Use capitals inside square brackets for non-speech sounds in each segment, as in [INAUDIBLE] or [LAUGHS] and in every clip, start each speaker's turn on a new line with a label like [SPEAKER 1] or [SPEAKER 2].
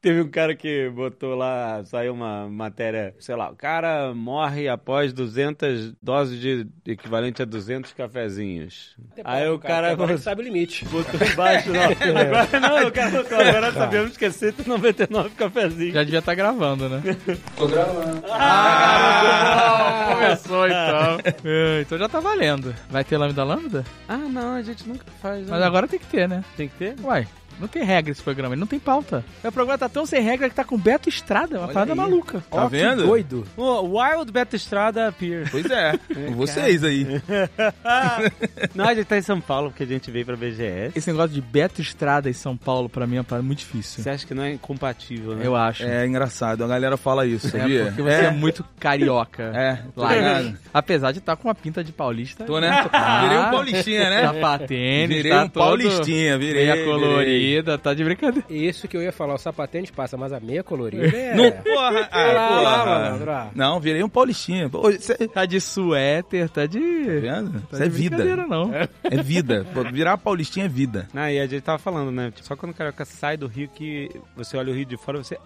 [SPEAKER 1] Teve um cara que botou lá, saiu uma matéria, sei lá, o cara morre após 200 doses de equivalente a 200 cafezinhos.
[SPEAKER 2] É
[SPEAKER 1] Aí o cara,
[SPEAKER 2] Agora sabe o limite.
[SPEAKER 1] botou embaixo,
[SPEAKER 3] [LAUGHS]
[SPEAKER 1] não.
[SPEAKER 3] É.
[SPEAKER 1] Agora não, o cara botou, agora sabemos que é 199 cafezinhos.
[SPEAKER 3] Já devia estar gravando, [LAUGHS] né?
[SPEAKER 4] Tô gravando.
[SPEAKER 3] Ah, Começou então. [LAUGHS] É, então já tá valendo. Vai ter lambda lambda?
[SPEAKER 1] Ah, não, a gente nunca faz.
[SPEAKER 3] Mas agora tem que ter, né?
[SPEAKER 1] tem que ter?
[SPEAKER 3] Uai, não tem regra esse programa, ele não tem pauta. O programa tá tão sem regra que tá com Beto Estrada, uma parada
[SPEAKER 5] aí.
[SPEAKER 3] maluca.
[SPEAKER 5] Tá
[SPEAKER 2] [LAUGHS]
[SPEAKER 5] vendo?
[SPEAKER 2] Doido.
[SPEAKER 1] O Wild Beto Estrada Pier.
[SPEAKER 5] Pois é, com vocês aí.
[SPEAKER 1] Não, a gente tá em São Paulo porque a gente veio pra BGS.
[SPEAKER 3] Esse negócio de Beto Estrada em São Paulo, pra mim, é uma parada muito difícil.
[SPEAKER 1] Você acha que não é incompatível, né?
[SPEAKER 3] Eu acho.
[SPEAKER 5] É engraçado, a galera fala isso, sabia?
[SPEAKER 3] É, porque você é, muito carioca.
[SPEAKER 5] É, tô
[SPEAKER 3] Lá, né?
[SPEAKER 5] ligado.
[SPEAKER 3] Apesar de estar com uma pinta de paulista.
[SPEAKER 5] Tô, né? Tô-
[SPEAKER 3] Ah.
[SPEAKER 5] Virei um paulistinha, né?
[SPEAKER 3] Sapatênis,
[SPEAKER 5] Virei
[SPEAKER 3] tá
[SPEAKER 5] um
[SPEAKER 3] todo
[SPEAKER 5] paulistinha, virei.
[SPEAKER 3] Meia
[SPEAKER 5] virei.
[SPEAKER 3] colorida, tá de brincadeira.
[SPEAKER 2] Isso que eu ia falar, o sapatente passa, mas a meia colorida é...
[SPEAKER 5] Não, porra, ah,
[SPEAKER 2] lá, lá, malandro, ah.
[SPEAKER 5] porra. Não, virei um paulistinha. Pô, Isso é, tá
[SPEAKER 3] Tá de suéter, tá de.
[SPEAKER 5] vendo?
[SPEAKER 3] Tá
[SPEAKER 5] Isso é
[SPEAKER 3] de
[SPEAKER 5] vida.
[SPEAKER 3] brincadeira, não.
[SPEAKER 5] É vida. Pô, Virar paulistinha é vida.
[SPEAKER 1] Ah, e a gente tava falando, né? Tipo, Só quando o carioca sai do Rio que você olha o Rio de fora e você.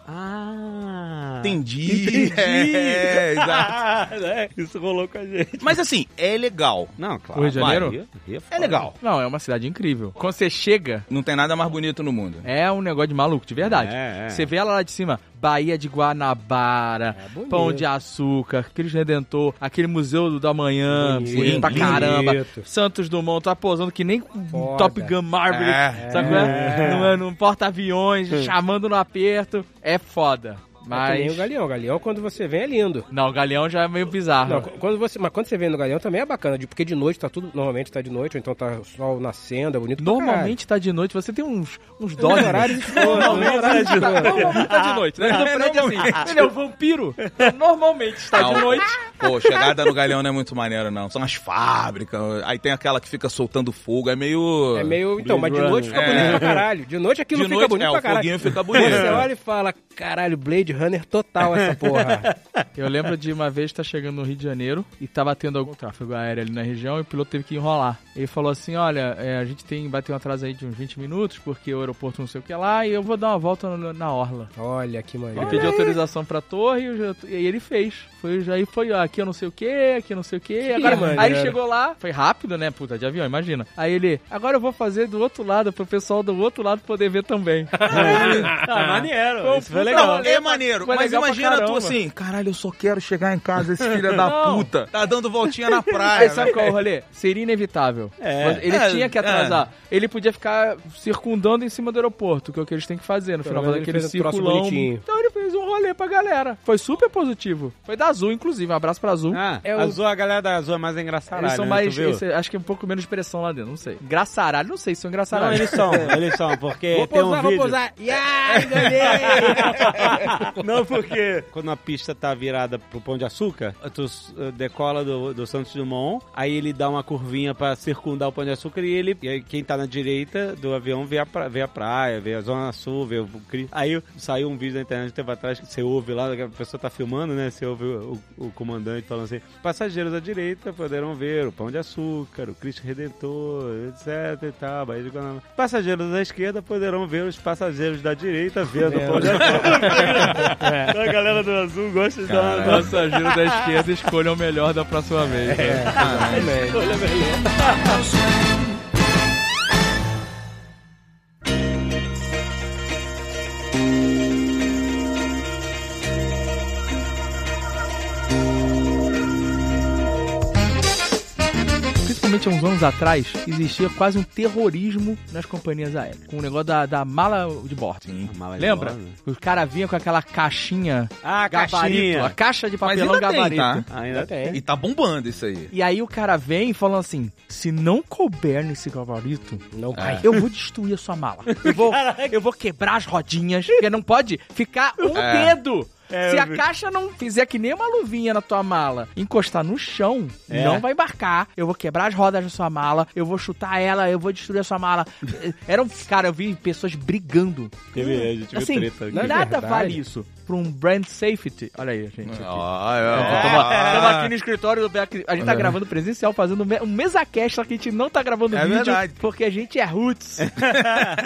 [SPEAKER 1] Ah!
[SPEAKER 5] Entendi. É, exato.
[SPEAKER 1] [LAUGHS] né? Isso rolou com a gente.
[SPEAKER 5] Mas assim, é legal.
[SPEAKER 1] Não, claro.
[SPEAKER 3] O Rio de
[SPEAKER 1] vai,
[SPEAKER 3] Janeiro?
[SPEAKER 1] Rio- Rio
[SPEAKER 5] É
[SPEAKER 1] foda.
[SPEAKER 5] legal.
[SPEAKER 3] Não, é uma cidade incrível. Quando você chega,
[SPEAKER 5] Não tem nada mais bonito no mundo.
[SPEAKER 3] é um negócio de maluco, de verdade.
[SPEAKER 1] É, é.
[SPEAKER 3] Você vê ela lá de cima, Baía de Guanabara,
[SPEAKER 2] É bonito.
[SPEAKER 3] Pão de Açúcar, Cristo Redentor, aquele Museu do da Manhã,
[SPEAKER 2] Bonito,
[SPEAKER 3] bonito, pra
[SPEAKER 5] bonito.
[SPEAKER 3] caramba. Santos Dumont tá posando que nem um
[SPEAKER 2] Foda.
[SPEAKER 3] Top Gun Marvel,
[SPEAKER 5] É.
[SPEAKER 3] sabe? qual É. Num, num porta-aviões, chamando no aperto. É foda.
[SPEAKER 2] É que nem o
[SPEAKER 3] Mas...
[SPEAKER 2] Galeão. O Galeão, quando você vem, é lindo.
[SPEAKER 3] Não, o Galeão já é meio bizarro.
[SPEAKER 2] Não, qu- quando você, mas quando você vem no Galeão também é bacana, de- porque de noite tá tudo, normalmente tá de noite, ou então tá o sol nascendo, é bonito pra
[SPEAKER 3] Normalmente tá de noite, você tem uns, uns
[SPEAKER 2] caralho.
[SPEAKER 3] dólares.
[SPEAKER 2] Os horários
[SPEAKER 3] [LAUGHS]
[SPEAKER 2] né? escuros, os horários escuros.
[SPEAKER 3] Normalmente tá É. de noite, né? Então, Fred, assim, ele é um vampiro. Normalmente está Tá de
[SPEAKER 5] Não.
[SPEAKER 3] noite.
[SPEAKER 5] Pô, chegada no Galeão não é muito maneiro, não. São as fábricas, aí tem aquela que fica soltando fogo, é meio...
[SPEAKER 2] É meio, então, mas de noite fica
[SPEAKER 5] É.
[SPEAKER 2] bonito pra caralho. De noite aquilo
[SPEAKER 5] De
[SPEAKER 2] fica
[SPEAKER 5] noite,
[SPEAKER 2] bonito
[SPEAKER 5] é,
[SPEAKER 2] pra
[SPEAKER 5] o
[SPEAKER 2] caralho.
[SPEAKER 5] foguinho
[SPEAKER 3] [LAUGHS]
[SPEAKER 5] fica bonito.
[SPEAKER 2] Você olha e fala, caralho, Blade Runner total essa porra.
[SPEAKER 3] Eu lembro de uma vez estar chegando no Rio de Janeiro e tava tendo algum tráfego aéreo ali na região e o piloto teve que enrolar. Ele falou assim: olha, é, a gente tem, vai ter um atraso aí de uns 20 minutos, porque o aeroporto não sei o que lá, e eu vou dar uma volta no- na orla.
[SPEAKER 2] Olha que
[SPEAKER 3] Ele
[SPEAKER 2] maneiro.
[SPEAKER 3] pediu autorização pra torre e, o jo- e ele fez. Foi, já- aí foi ó, aqui eu não sei o que, aqui eu não sei o que.
[SPEAKER 2] maneiro.
[SPEAKER 3] Agora, aí ele chegou lá, foi rápido, né? Puta, de avião, imagina. Aí ele, agora eu vou fazer do outro lado, pro pessoal do outro lado poder ver também.
[SPEAKER 1] Ah, maneiro. isso foi
[SPEAKER 3] puta
[SPEAKER 1] legal.
[SPEAKER 5] Não, é maneiro,
[SPEAKER 3] Foi
[SPEAKER 5] mas
[SPEAKER 3] legal pra
[SPEAKER 5] imagina tu
[SPEAKER 3] caramba.
[SPEAKER 5] assim, caralho, eu só quero chegar em casa, esse filho da
[SPEAKER 3] Não.
[SPEAKER 5] puta. Tá dando voltinha na praia. né?"
[SPEAKER 3] Aí sabe qual [LAUGHS] é o rolê? Seria inevitável. Mas Ele
[SPEAKER 5] É,
[SPEAKER 3] tinha que atrasar. Ele podia ficar circundando em cima do aeroporto, que é o que eles têm que fazer. No
[SPEAKER 2] Pelo
[SPEAKER 3] final,
[SPEAKER 2] menos
[SPEAKER 3] fazer
[SPEAKER 2] ele
[SPEAKER 3] aquele
[SPEAKER 2] fez um troço
[SPEAKER 3] circulão.
[SPEAKER 2] bonitinho.
[SPEAKER 3] Então ele fez um rolê pra galera. Foi super positivo. Foi da Azul, inclusive. Um abraço pra Azul.
[SPEAKER 1] Ah,
[SPEAKER 2] É o-
[SPEAKER 1] Azul, a galera da Azul é mais engraçada.
[SPEAKER 3] eles são
[SPEAKER 1] né? Tu
[SPEAKER 3] mais.
[SPEAKER 1] viu?
[SPEAKER 3] esse- acho que é um pouco menos de pressão lá dentro, não sei. Graçaralho, não sei se são
[SPEAKER 1] Não,
[SPEAKER 3] engraçaralho.
[SPEAKER 1] eles
[SPEAKER 3] [LAUGHS]
[SPEAKER 1] são, eles são, porque
[SPEAKER 2] Vou
[SPEAKER 1] tem um
[SPEAKER 2] pousar, vou
[SPEAKER 1] vídeo...
[SPEAKER 2] pousar. Yeah, enganei!
[SPEAKER 1] Não, porque quando a pista tá virada pro Pão de Açúcar, tu eh, decola do, do Santos Dumont, aí ele dá uma curvinha pra circundar o Pão de Açúcar e ele e aí quem tá na direita do avião vê a, pra- vê a praia, vê a Zona Sul, vê o Cri- Aí saiu um vídeo na internet um tempo atrás que você ouve lá, que a pessoa tá filmando, né? Você ouve o, o- o comandante falando assim: passageiros à direita poderão ver o Pão de Açúcar, o Cristo Redentor, etc e tal, Bahia de Guanabara. Passageiros da esquerda poderão ver os passageiros da direita vendo o Pão de Açúcar. Então a galera do azul gosta de dar uma.
[SPEAKER 3] Nossa, giro da esquerda, escolha o melhor da próxima vez. né? Principalmente há uns anos atrás, existia quase um terrorismo nas companhias aéreas. Com o negócio da, da mala de bordo.
[SPEAKER 5] Sim.
[SPEAKER 3] Lembra? Os caras vinham com aquela caixinha
[SPEAKER 1] Ah,
[SPEAKER 3] gabarito,
[SPEAKER 1] caixinha.
[SPEAKER 3] a caixa de
[SPEAKER 5] Mas
[SPEAKER 3] papelão
[SPEAKER 5] ainda tem,
[SPEAKER 3] gabarito.
[SPEAKER 5] tá?
[SPEAKER 1] Ainda tem.
[SPEAKER 5] E tá bombando isso aí.
[SPEAKER 3] E aí o cara vem e fala assim: se não couber nesse gabarito,
[SPEAKER 2] Não cai.
[SPEAKER 3] eu vou destruir a sua mala. Eu vou, eu vou quebrar as rodinhas, porque não pode ficar um
[SPEAKER 5] É.
[SPEAKER 3] dedo.
[SPEAKER 1] É,
[SPEAKER 3] Se
[SPEAKER 1] eu
[SPEAKER 3] a
[SPEAKER 1] vi.
[SPEAKER 3] caixa não fizer que nem uma luvinha na tua mala, encostar no chão,
[SPEAKER 1] É.
[SPEAKER 3] não vai embarcar. Eu vou quebrar as rodas da sua mala, eu vou chutar ela, eu vou destruir a sua mala. [LAUGHS] Era um cara, eu vi pessoas brigando.
[SPEAKER 1] Teve, a gente viu
[SPEAKER 3] Assim,
[SPEAKER 1] treta.
[SPEAKER 2] não-
[SPEAKER 1] Aqui.
[SPEAKER 3] nada
[SPEAKER 2] verdade.
[SPEAKER 3] vale isso pra um brand safety. Olha aí, gente. aqui.
[SPEAKER 5] Ah,
[SPEAKER 3] Estamos
[SPEAKER 5] ah,
[SPEAKER 3] aqui no escritório do Beck. A gente tá
[SPEAKER 2] É.
[SPEAKER 3] gravando presencial, fazendo me- um mesa só que a gente não tá gravando
[SPEAKER 5] É
[SPEAKER 3] vídeo.
[SPEAKER 5] verdade.
[SPEAKER 3] Porque a gente é
[SPEAKER 5] [LAUGHS]
[SPEAKER 3] roots.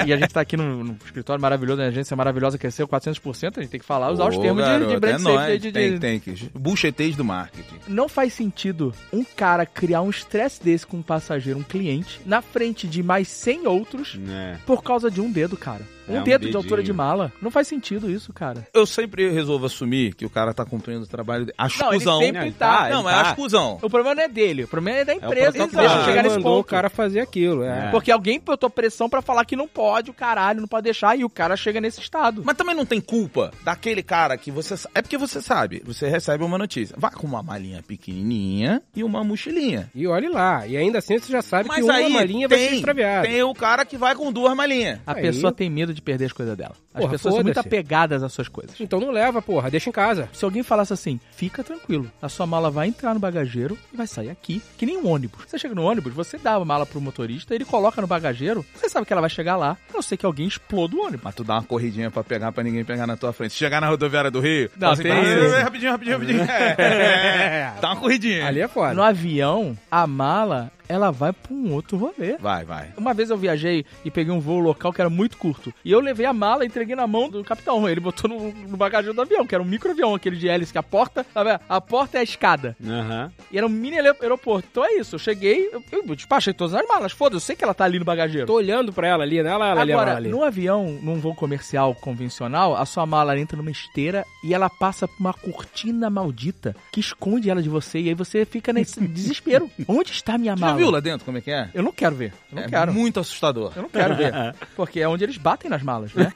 [SPEAKER 3] e a gente tá aqui num, num escritório maravilhoso, na agência maravilhosa, cresceu 400%. A gente tem que falar, usar os
[SPEAKER 5] Ô,
[SPEAKER 3] termos de- de,
[SPEAKER 5] garoto,
[SPEAKER 3] brand
[SPEAKER 5] é
[SPEAKER 3] safety.
[SPEAKER 5] nóis.
[SPEAKER 3] De, de-
[SPEAKER 5] Tem, tem que. Buchetez do marketing.
[SPEAKER 3] Não faz sentido um cara criar um estresse desse com um passageiro, um cliente, na frente de mais 100 outros.
[SPEAKER 5] É.
[SPEAKER 1] Né?
[SPEAKER 3] Por causa de um dedo, cara. Um,
[SPEAKER 1] É, um
[SPEAKER 3] dedo de altura de
[SPEAKER 1] dedinho.
[SPEAKER 3] mala. Não faz sentido isso, cara.
[SPEAKER 5] Eu sempre resolvo assumir que o cara tá cumprindo o trabalho dele. Acho
[SPEAKER 3] Não, ele
[SPEAKER 5] cuzão.
[SPEAKER 3] sempre
[SPEAKER 1] Não,
[SPEAKER 3] tá.
[SPEAKER 1] ele
[SPEAKER 5] Não, mas acho
[SPEAKER 1] tá.
[SPEAKER 5] cuzão.
[SPEAKER 3] O problema não é dele, o problema é da empresa
[SPEAKER 1] protocolo.
[SPEAKER 3] que deixa
[SPEAKER 5] Ah,
[SPEAKER 3] chegar
[SPEAKER 2] Quem
[SPEAKER 3] nesse
[SPEAKER 2] mandou o
[SPEAKER 3] ponto.
[SPEAKER 2] cara fazer aquilo. É.
[SPEAKER 1] É.
[SPEAKER 3] Porque alguém botou pressão pra falar que não pode, o caralho, não pode deixar, e o cara chega nesse estado.
[SPEAKER 5] Mas também não tem culpa daquele cara que você. sa- É porque você sabe, você recebe uma notícia. Vá com uma malinha pequenininha e uma mochilinha.
[SPEAKER 2] E olhe lá. E ainda assim você já sabe que
[SPEAKER 5] Mas
[SPEAKER 2] uma
[SPEAKER 5] aí
[SPEAKER 2] malinha vai ser
[SPEAKER 5] tem,
[SPEAKER 2] extraviada.
[SPEAKER 5] tem o cara que vai com duas malinhas.
[SPEAKER 3] A
[SPEAKER 2] Aí-
[SPEAKER 3] pessoa tem medo de perder as coisas dela. As
[SPEAKER 2] Porra,
[SPEAKER 3] pessoas são muito
[SPEAKER 2] foda-se.
[SPEAKER 3] apegadas às suas coisas.
[SPEAKER 2] Então não leva, porra. Deixa em casa.
[SPEAKER 3] Se alguém falasse assim, fica tranquilo, a sua mala vai entrar no bagageiro e vai sair aqui, que nem um ônibus. Você chega no ônibus, você dá a mala pro motorista, ele coloca no bagageiro, você sabe que ela vai chegar lá, a não ser que alguém exploda o ônibus.
[SPEAKER 5] Mas tu dá uma corridinha pra pegar, pra ninguém pegar na tua frente. Se Chegar na rodoviária do Rio,
[SPEAKER 3] Não,
[SPEAKER 5] fala assim,
[SPEAKER 3] tem
[SPEAKER 5] "Ah,
[SPEAKER 3] isso.
[SPEAKER 5] rapidinho, rapidinho, [LAUGHS] rapidinho. É, é, é. Dá uma corridinha.
[SPEAKER 2] Ali é foda.
[SPEAKER 3] No avião, a mala, ela vai pra um outro rolê.
[SPEAKER 5] Vai, vai.
[SPEAKER 3] Uma vez eu viajei e peguei um voo local que era muito curto. E eu levei a mala e entreguei na mão do capitão. Ele botou no, no bagageiro do avião, que era um microavião, aquele de hélice, que a porta, sabe? A porta é a escada.
[SPEAKER 1] Aham.
[SPEAKER 3] E era um mini aer- aeroporto. Então é isso, eu cheguei, eu, eu despachei todas as malas. Foda, eu sei que ela tá ali no bagageiro.
[SPEAKER 2] Tô olhando pra ela ali, né? Ela, ela, ali, ela
[SPEAKER 3] Agora,
[SPEAKER 2] ali.
[SPEAKER 3] no avião, num voo comercial convencional, a sua mala entra numa esteira e ela passa por uma cortina maldita que esconde ela de você e aí você fica
[SPEAKER 5] [LAUGHS]
[SPEAKER 3] nesse desespero. Onde está minha
[SPEAKER 5] Tu já
[SPEAKER 3] mala?
[SPEAKER 5] viu lá dentro como é que é?
[SPEAKER 3] Eu não quero ver. Eu não
[SPEAKER 5] é
[SPEAKER 3] quero.
[SPEAKER 5] muito assustador.
[SPEAKER 3] Eu não quero
[SPEAKER 5] [LAUGHS]
[SPEAKER 3] ver. Porque é onde eles batem nas malas, né?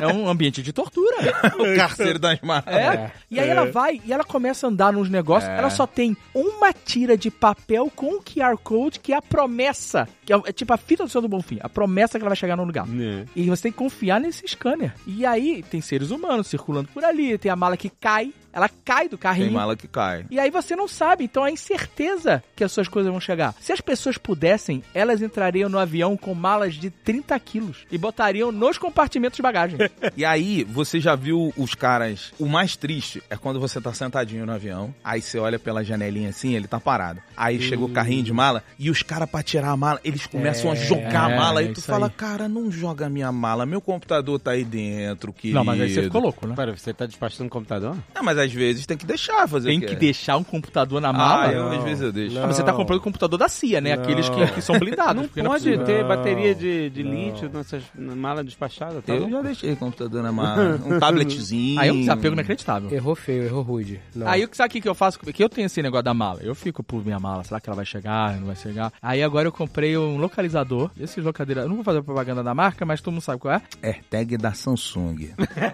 [SPEAKER 3] É um ambiente de tortura.
[SPEAKER 5] O carceiro das malas.
[SPEAKER 3] É. E aí ela vai e ela começa a andar nos negócios.
[SPEAKER 5] É.
[SPEAKER 3] Ela só tem uma tira de papel com o QR Code, que é a promessa. Que é, é tipo a fita do seu do Bonfim. A promessa que ela vai chegar no lugar.
[SPEAKER 1] Né.
[SPEAKER 3] E você tem que confiar nesse scanner. E aí tem seres humanos circulando por ali. Tem a mala que cai. Ela cai do
[SPEAKER 5] Tem
[SPEAKER 3] carrinho.
[SPEAKER 5] mala que cai.
[SPEAKER 3] E aí você não sabe, então a incerteza que as suas coisas vão chegar. Se as pessoas pudessem, elas entrariam no avião com malas de 30 quilos e botariam nos compartimentos de bagagem.
[SPEAKER 5] E aí, você já viu os caras. O mais triste é quando você tá sentadinho no avião, aí você olha pela janelinha assim, ele tá parado. Aí chega o carrinho de mala e os caras, pra tirar a mala, eles começam a jogar
[SPEAKER 3] é,
[SPEAKER 5] a mala. E tu
[SPEAKER 3] isso
[SPEAKER 5] fala,
[SPEAKER 3] aí.
[SPEAKER 5] cara, não joga a minha mala, meu computador tá aí dentro,
[SPEAKER 3] [LAUGHS]
[SPEAKER 5] querido.
[SPEAKER 3] Não, mas aí você ficou louco, né?
[SPEAKER 1] Pera, você tá despachando o computador?
[SPEAKER 5] Ah, mas às vezes tem que deixar fazer
[SPEAKER 3] Tem
[SPEAKER 5] o quê?
[SPEAKER 3] que deixar um computador na
[SPEAKER 5] Ah,
[SPEAKER 3] mala.
[SPEAKER 5] eu, às
[SPEAKER 2] Não.
[SPEAKER 5] vezes eu deixo.
[SPEAKER 3] Ah, mas você tá comprando o computador da CIA, né? Aqueles que, que são blindados. porque é
[SPEAKER 1] Não pode
[SPEAKER 3] possível.
[SPEAKER 1] ter
[SPEAKER 2] Não,
[SPEAKER 1] bateria de, de
[SPEAKER 2] não.
[SPEAKER 1] lítio nessas malas despachadas. Tá
[SPEAKER 5] Eu
[SPEAKER 1] louco?
[SPEAKER 5] já deixei o computador na mala.
[SPEAKER 3] [LAUGHS]
[SPEAKER 5] Um tabletzinho.
[SPEAKER 3] Aí é um desapego inacreditável.
[SPEAKER 2] Errou feio, errou rude. Não.
[SPEAKER 3] Aí o que- sabe o que que eu faço? Que eu tenho esse negócio da mala. Eu fico por minha mala, será que ela vai chegar? Não vai chegar? Aí agora eu comprei um localizador. Esse localizador, eu não vou fazer propaganda da marca, mas todo mundo sabe qual é.
[SPEAKER 5] AirTag da Samsung. [LAUGHS]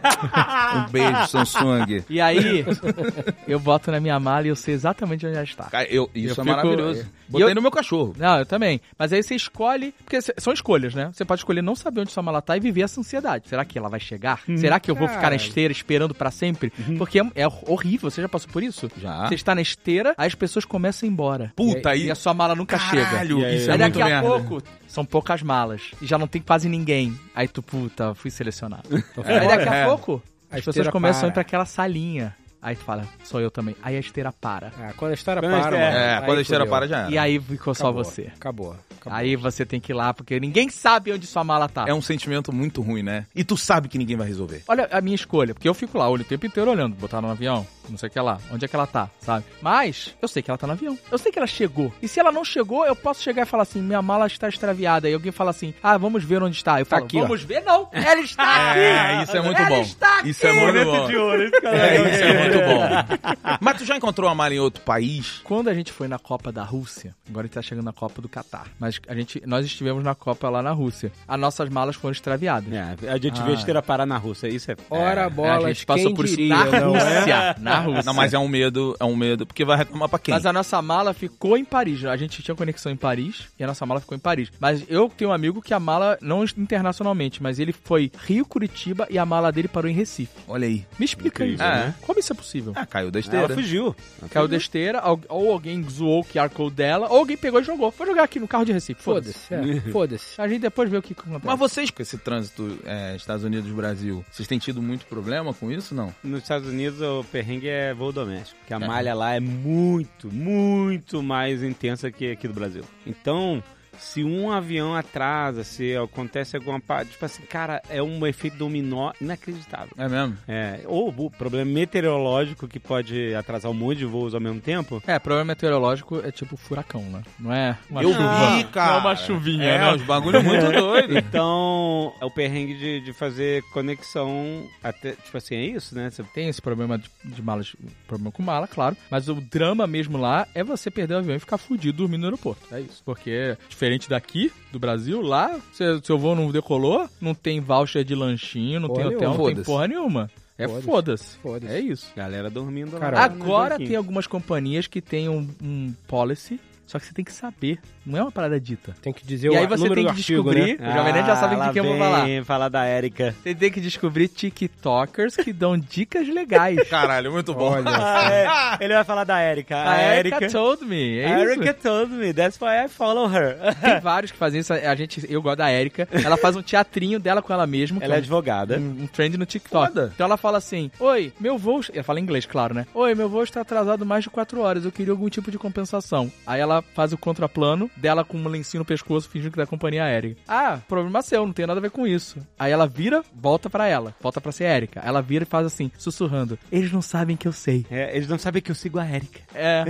[SPEAKER 5] um beijo, Samsung.
[SPEAKER 3] E aí eu boto na minha mala e eu sei exatamente onde ela está.
[SPEAKER 5] Cara, eu- isso
[SPEAKER 3] Eu
[SPEAKER 5] é
[SPEAKER 3] fico-
[SPEAKER 5] maravilhoso.
[SPEAKER 3] é.
[SPEAKER 5] Botei
[SPEAKER 3] E eu-
[SPEAKER 5] no meu cachorro.
[SPEAKER 3] Não, eu também. Mas aí você escolhe. Porque c- são escolhas, né? Você pode escolher não saber onde sua mala tá e viver essa ansiedade. Será que ela vai chegar?
[SPEAKER 5] Hum.
[SPEAKER 3] Será que eu vou ficar na
[SPEAKER 2] cara.
[SPEAKER 3] esteira esperando pra sempre? Porque é, é horrível. Você já passou por isso?
[SPEAKER 5] Uhum. Já.
[SPEAKER 3] Você está na esteira, aí as pessoas começam a ir embora.
[SPEAKER 5] Puta,
[SPEAKER 3] E
[SPEAKER 5] aí.
[SPEAKER 3] a sua mala nunca chega.
[SPEAKER 5] Caralho,
[SPEAKER 1] E aí-
[SPEAKER 5] isso é
[SPEAKER 3] Aí
[SPEAKER 5] muito
[SPEAKER 3] daqui a
[SPEAKER 5] merda.
[SPEAKER 3] pouco são poucas malas. E já não tem quase ninguém. Aí tu, puta, fui selecionado.
[SPEAKER 5] [LAUGHS]
[SPEAKER 3] Aí daqui a
[SPEAKER 5] É.
[SPEAKER 3] pouco
[SPEAKER 2] A
[SPEAKER 3] as pessoas
[SPEAKER 2] esteira
[SPEAKER 3] começam a ir
[SPEAKER 2] para.
[SPEAKER 3] pra aquela salinha. Aí tu fala, sou eu também. Aí a esteira para.
[SPEAKER 2] Ah, quando a história
[SPEAKER 1] Quando a
[SPEAKER 2] para,
[SPEAKER 1] história-
[SPEAKER 2] mano,
[SPEAKER 5] É,
[SPEAKER 2] aí
[SPEAKER 5] quando a esteira
[SPEAKER 2] fudeu.
[SPEAKER 5] para já era.
[SPEAKER 3] E aí ficou só
[SPEAKER 2] Acabou,
[SPEAKER 3] você.
[SPEAKER 2] Acabou. acabou.
[SPEAKER 3] Aí você tem que ir lá, porque ninguém sabe onde sua mala tá.
[SPEAKER 5] É um sentimento muito ruim, né? E tu sabe que ninguém vai resolver.
[SPEAKER 3] Olha a minha escolha, porque eu fico lá olho o tempo inteiro olhando, botar no avião, não sei o que lá, onde é que ela tá, sabe? Mas eu sei que ela tá no avião. Eu sei que ela chegou. E se ela não chegou, eu posso chegar e falar assim: minha mala está extraviada. E alguém fala assim: ah, vamos ver onde está. Eu falo:
[SPEAKER 2] aqui, ó.
[SPEAKER 3] vamos ver, não. Ela está aqui.
[SPEAKER 5] É, isso é muito
[SPEAKER 3] ela
[SPEAKER 5] bom.
[SPEAKER 3] Está aqui.
[SPEAKER 5] Isso é muito
[SPEAKER 1] Caneta de
[SPEAKER 5] bom.
[SPEAKER 1] ouro, esse cara
[SPEAKER 5] É, isso é muito bom. Mas tu já encontrou a mala em outro país?
[SPEAKER 3] Quando a gente foi na Copa da Rússia, agora a gente tá chegando na Copa do Catar, mas a gente, nós estivemos na Copa lá na Rússia. As nossas malas foram extraviadas.
[SPEAKER 1] Ah. É, a gente viu a esteira parar na Rússia, isso é.
[SPEAKER 2] Ora,
[SPEAKER 3] a
[SPEAKER 2] bolas,
[SPEAKER 3] gente passou
[SPEAKER 2] quem
[SPEAKER 3] por isso
[SPEAKER 2] diria,
[SPEAKER 3] na
[SPEAKER 2] não é?
[SPEAKER 3] Rússia. Na Rússia.
[SPEAKER 5] Não, mas é um medo, é um medo. Porque vai reclamar pra quem?
[SPEAKER 3] Mas a nossa mala ficou em Paris. A gente tinha conexão em Paris e a nossa mala ficou em Paris. Mas eu tenho um amigo que a mala, não internacionalmente, mas ele foi Rio, Curitiba e a mala dele parou em Recife.
[SPEAKER 5] Olha aí.
[SPEAKER 3] Me explica
[SPEAKER 1] Incrível,
[SPEAKER 3] isso.
[SPEAKER 5] né?
[SPEAKER 3] Como isso é possível?
[SPEAKER 5] Ah, caiu da esteira.
[SPEAKER 1] Ela fugiu.
[SPEAKER 3] Caiu da esteira, al- ou alguém zoou o QR Code dela, ou alguém pegou e jogou. Vou jogar aqui no carro de Recife. Foda-se.
[SPEAKER 2] Foda-se, é. Foda-se.
[SPEAKER 3] A gente depois vê o que que acontece.
[SPEAKER 5] Mas vocês, com esse trânsito é, Estados Unidos-Brasil, vocês têm tido muito problema com isso, não?
[SPEAKER 1] Nos Estados Unidos, o perrengue é voo doméstico, porque a malha lá é muito, muito mais intensa que aqui do Brasil. Então, se um avião atrasa, se acontece alguma parte, tipo assim, cara, é um efeito dominó inacreditável.
[SPEAKER 5] É mesmo?
[SPEAKER 1] É, ou o problema meteorológico que pode atrasar um monte de voos ao mesmo
[SPEAKER 3] [LAUGHS]
[SPEAKER 1] tempo.
[SPEAKER 3] É, problema meteorológico é tipo furacão, né? Não é uma
[SPEAKER 5] Eu
[SPEAKER 3] chuva.
[SPEAKER 5] vi, cara.
[SPEAKER 3] Não é uma chuvinha,
[SPEAKER 5] É,
[SPEAKER 3] né?
[SPEAKER 5] uns bagulho [LAUGHS] muito doido.
[SPEAKER 1] Então, é o perrengue de, de fazer conexão até, tipo assim, é isso, né? Você
[SPEAKER 3] Tem esse problema de, de malas, problema com mala, claro. Mas o drama mesmo lá é você perder o avião e ficar fudido dormindo no aeroporto. É isso. Porque, diferente daqui, do Brasil, lá, se seu voo não decolou, não tem voucher de lanchinho, não
[SPEAKER 2] Porra
[SPEAKER 3] tem hotel,
[SPEAKER 5] nenhuma.
[SPEAKER 3] não tem
[SPEAKER 5] Foda-se.
[SPEAKER 3] porra nenhuma. É
[SPEAKER 2] Foda-se.
[SPEAKER 3] foda-se.
[SPEAKER 2] Foda-se.
[SPEAKER 3] É isso.
[SPEAKER 1] Galera dormindo lá.
[SPEAKER 2] Cara,
[SPEAKER 3] Agora tem algumas companhias que têm um, um policy, só que você tem que saber. Não é uma parada dita.
[SPEAKER 2] Tem que dizer
[SPEAKER 3] e
[SPEAKER 2] o
[SPEAKER 3] aí você
[SPEAKER 2] número
[SPEAKER 3] tem
[SPEAKER 2] do
[SPEAKER 3] que
[SPEAKER 2] artigo,
[SPEAKER 3] descobrir.
[SPEAKER 2] né?
[SPEAKER 3] O Jovem Nerd já sabe de
[SPEAKER 1] Ah, lá
[SPEAKER 3] que eu vou
[SPEAKER 1] vem
[SPEAKER 3] falar.
[SPEAKER 1] Falar da Érica.
[SPEAKER 3] Você tem que descobrir TikTokers que dão dicas legais.
[SPEAKER 5] [LAUGHS] Caralho, muito bom.
[SPEAKER 2] Olha.
[SPEAKER 1] Ah,
[SPEAKER 3] [LAUGHS]
[SPEAKER 1] é. Ele vai falar da Erika. A,
[SPEAKER 3] A
[SPEAKER 1] Erika.
[SPEAKER 3] Erika told me. É
[SPEAKER 1] a
[SPEAKER 3] isso.
[SPEAKER 1] Erika told me. That's why I follow her.
[SPEAKER 3] Tem vários que fazem isso. A gente, eu gosto da Erika. Ela faz um teatrinho dela com [LAUGHS] ela mesma. que
[SPEAKER 1] Ela é
[SPEAKER 3] um-
[SPEAKER 1] advogada.
[SPEAKER 3] um, um trend no TikTok.
[SPEAKER 5] Foda.
[SPEAKER 3] Então ela fala assim: Oi, meu voo. Ela fala em inglês, claro, né? Oi, meu voo está atrasado mais de 4 horas. Eu queria algum tipo de compensação. Aí ela faz o contraplano dela com um lencinho no pescoço, fingindo que é da companhia aérea. Ah, problema seu, não tem nada a ver com isso. Aí ela vira, volta pra ela. Volta pra ser a Erika. Ela vira e faz assim, sussurrando: Eles não sabem que eu sei.
[SPEAKER 1] É, eles não sabem que eu sigo a Erika.
[SPEAKER 3] [LAUGHS] É.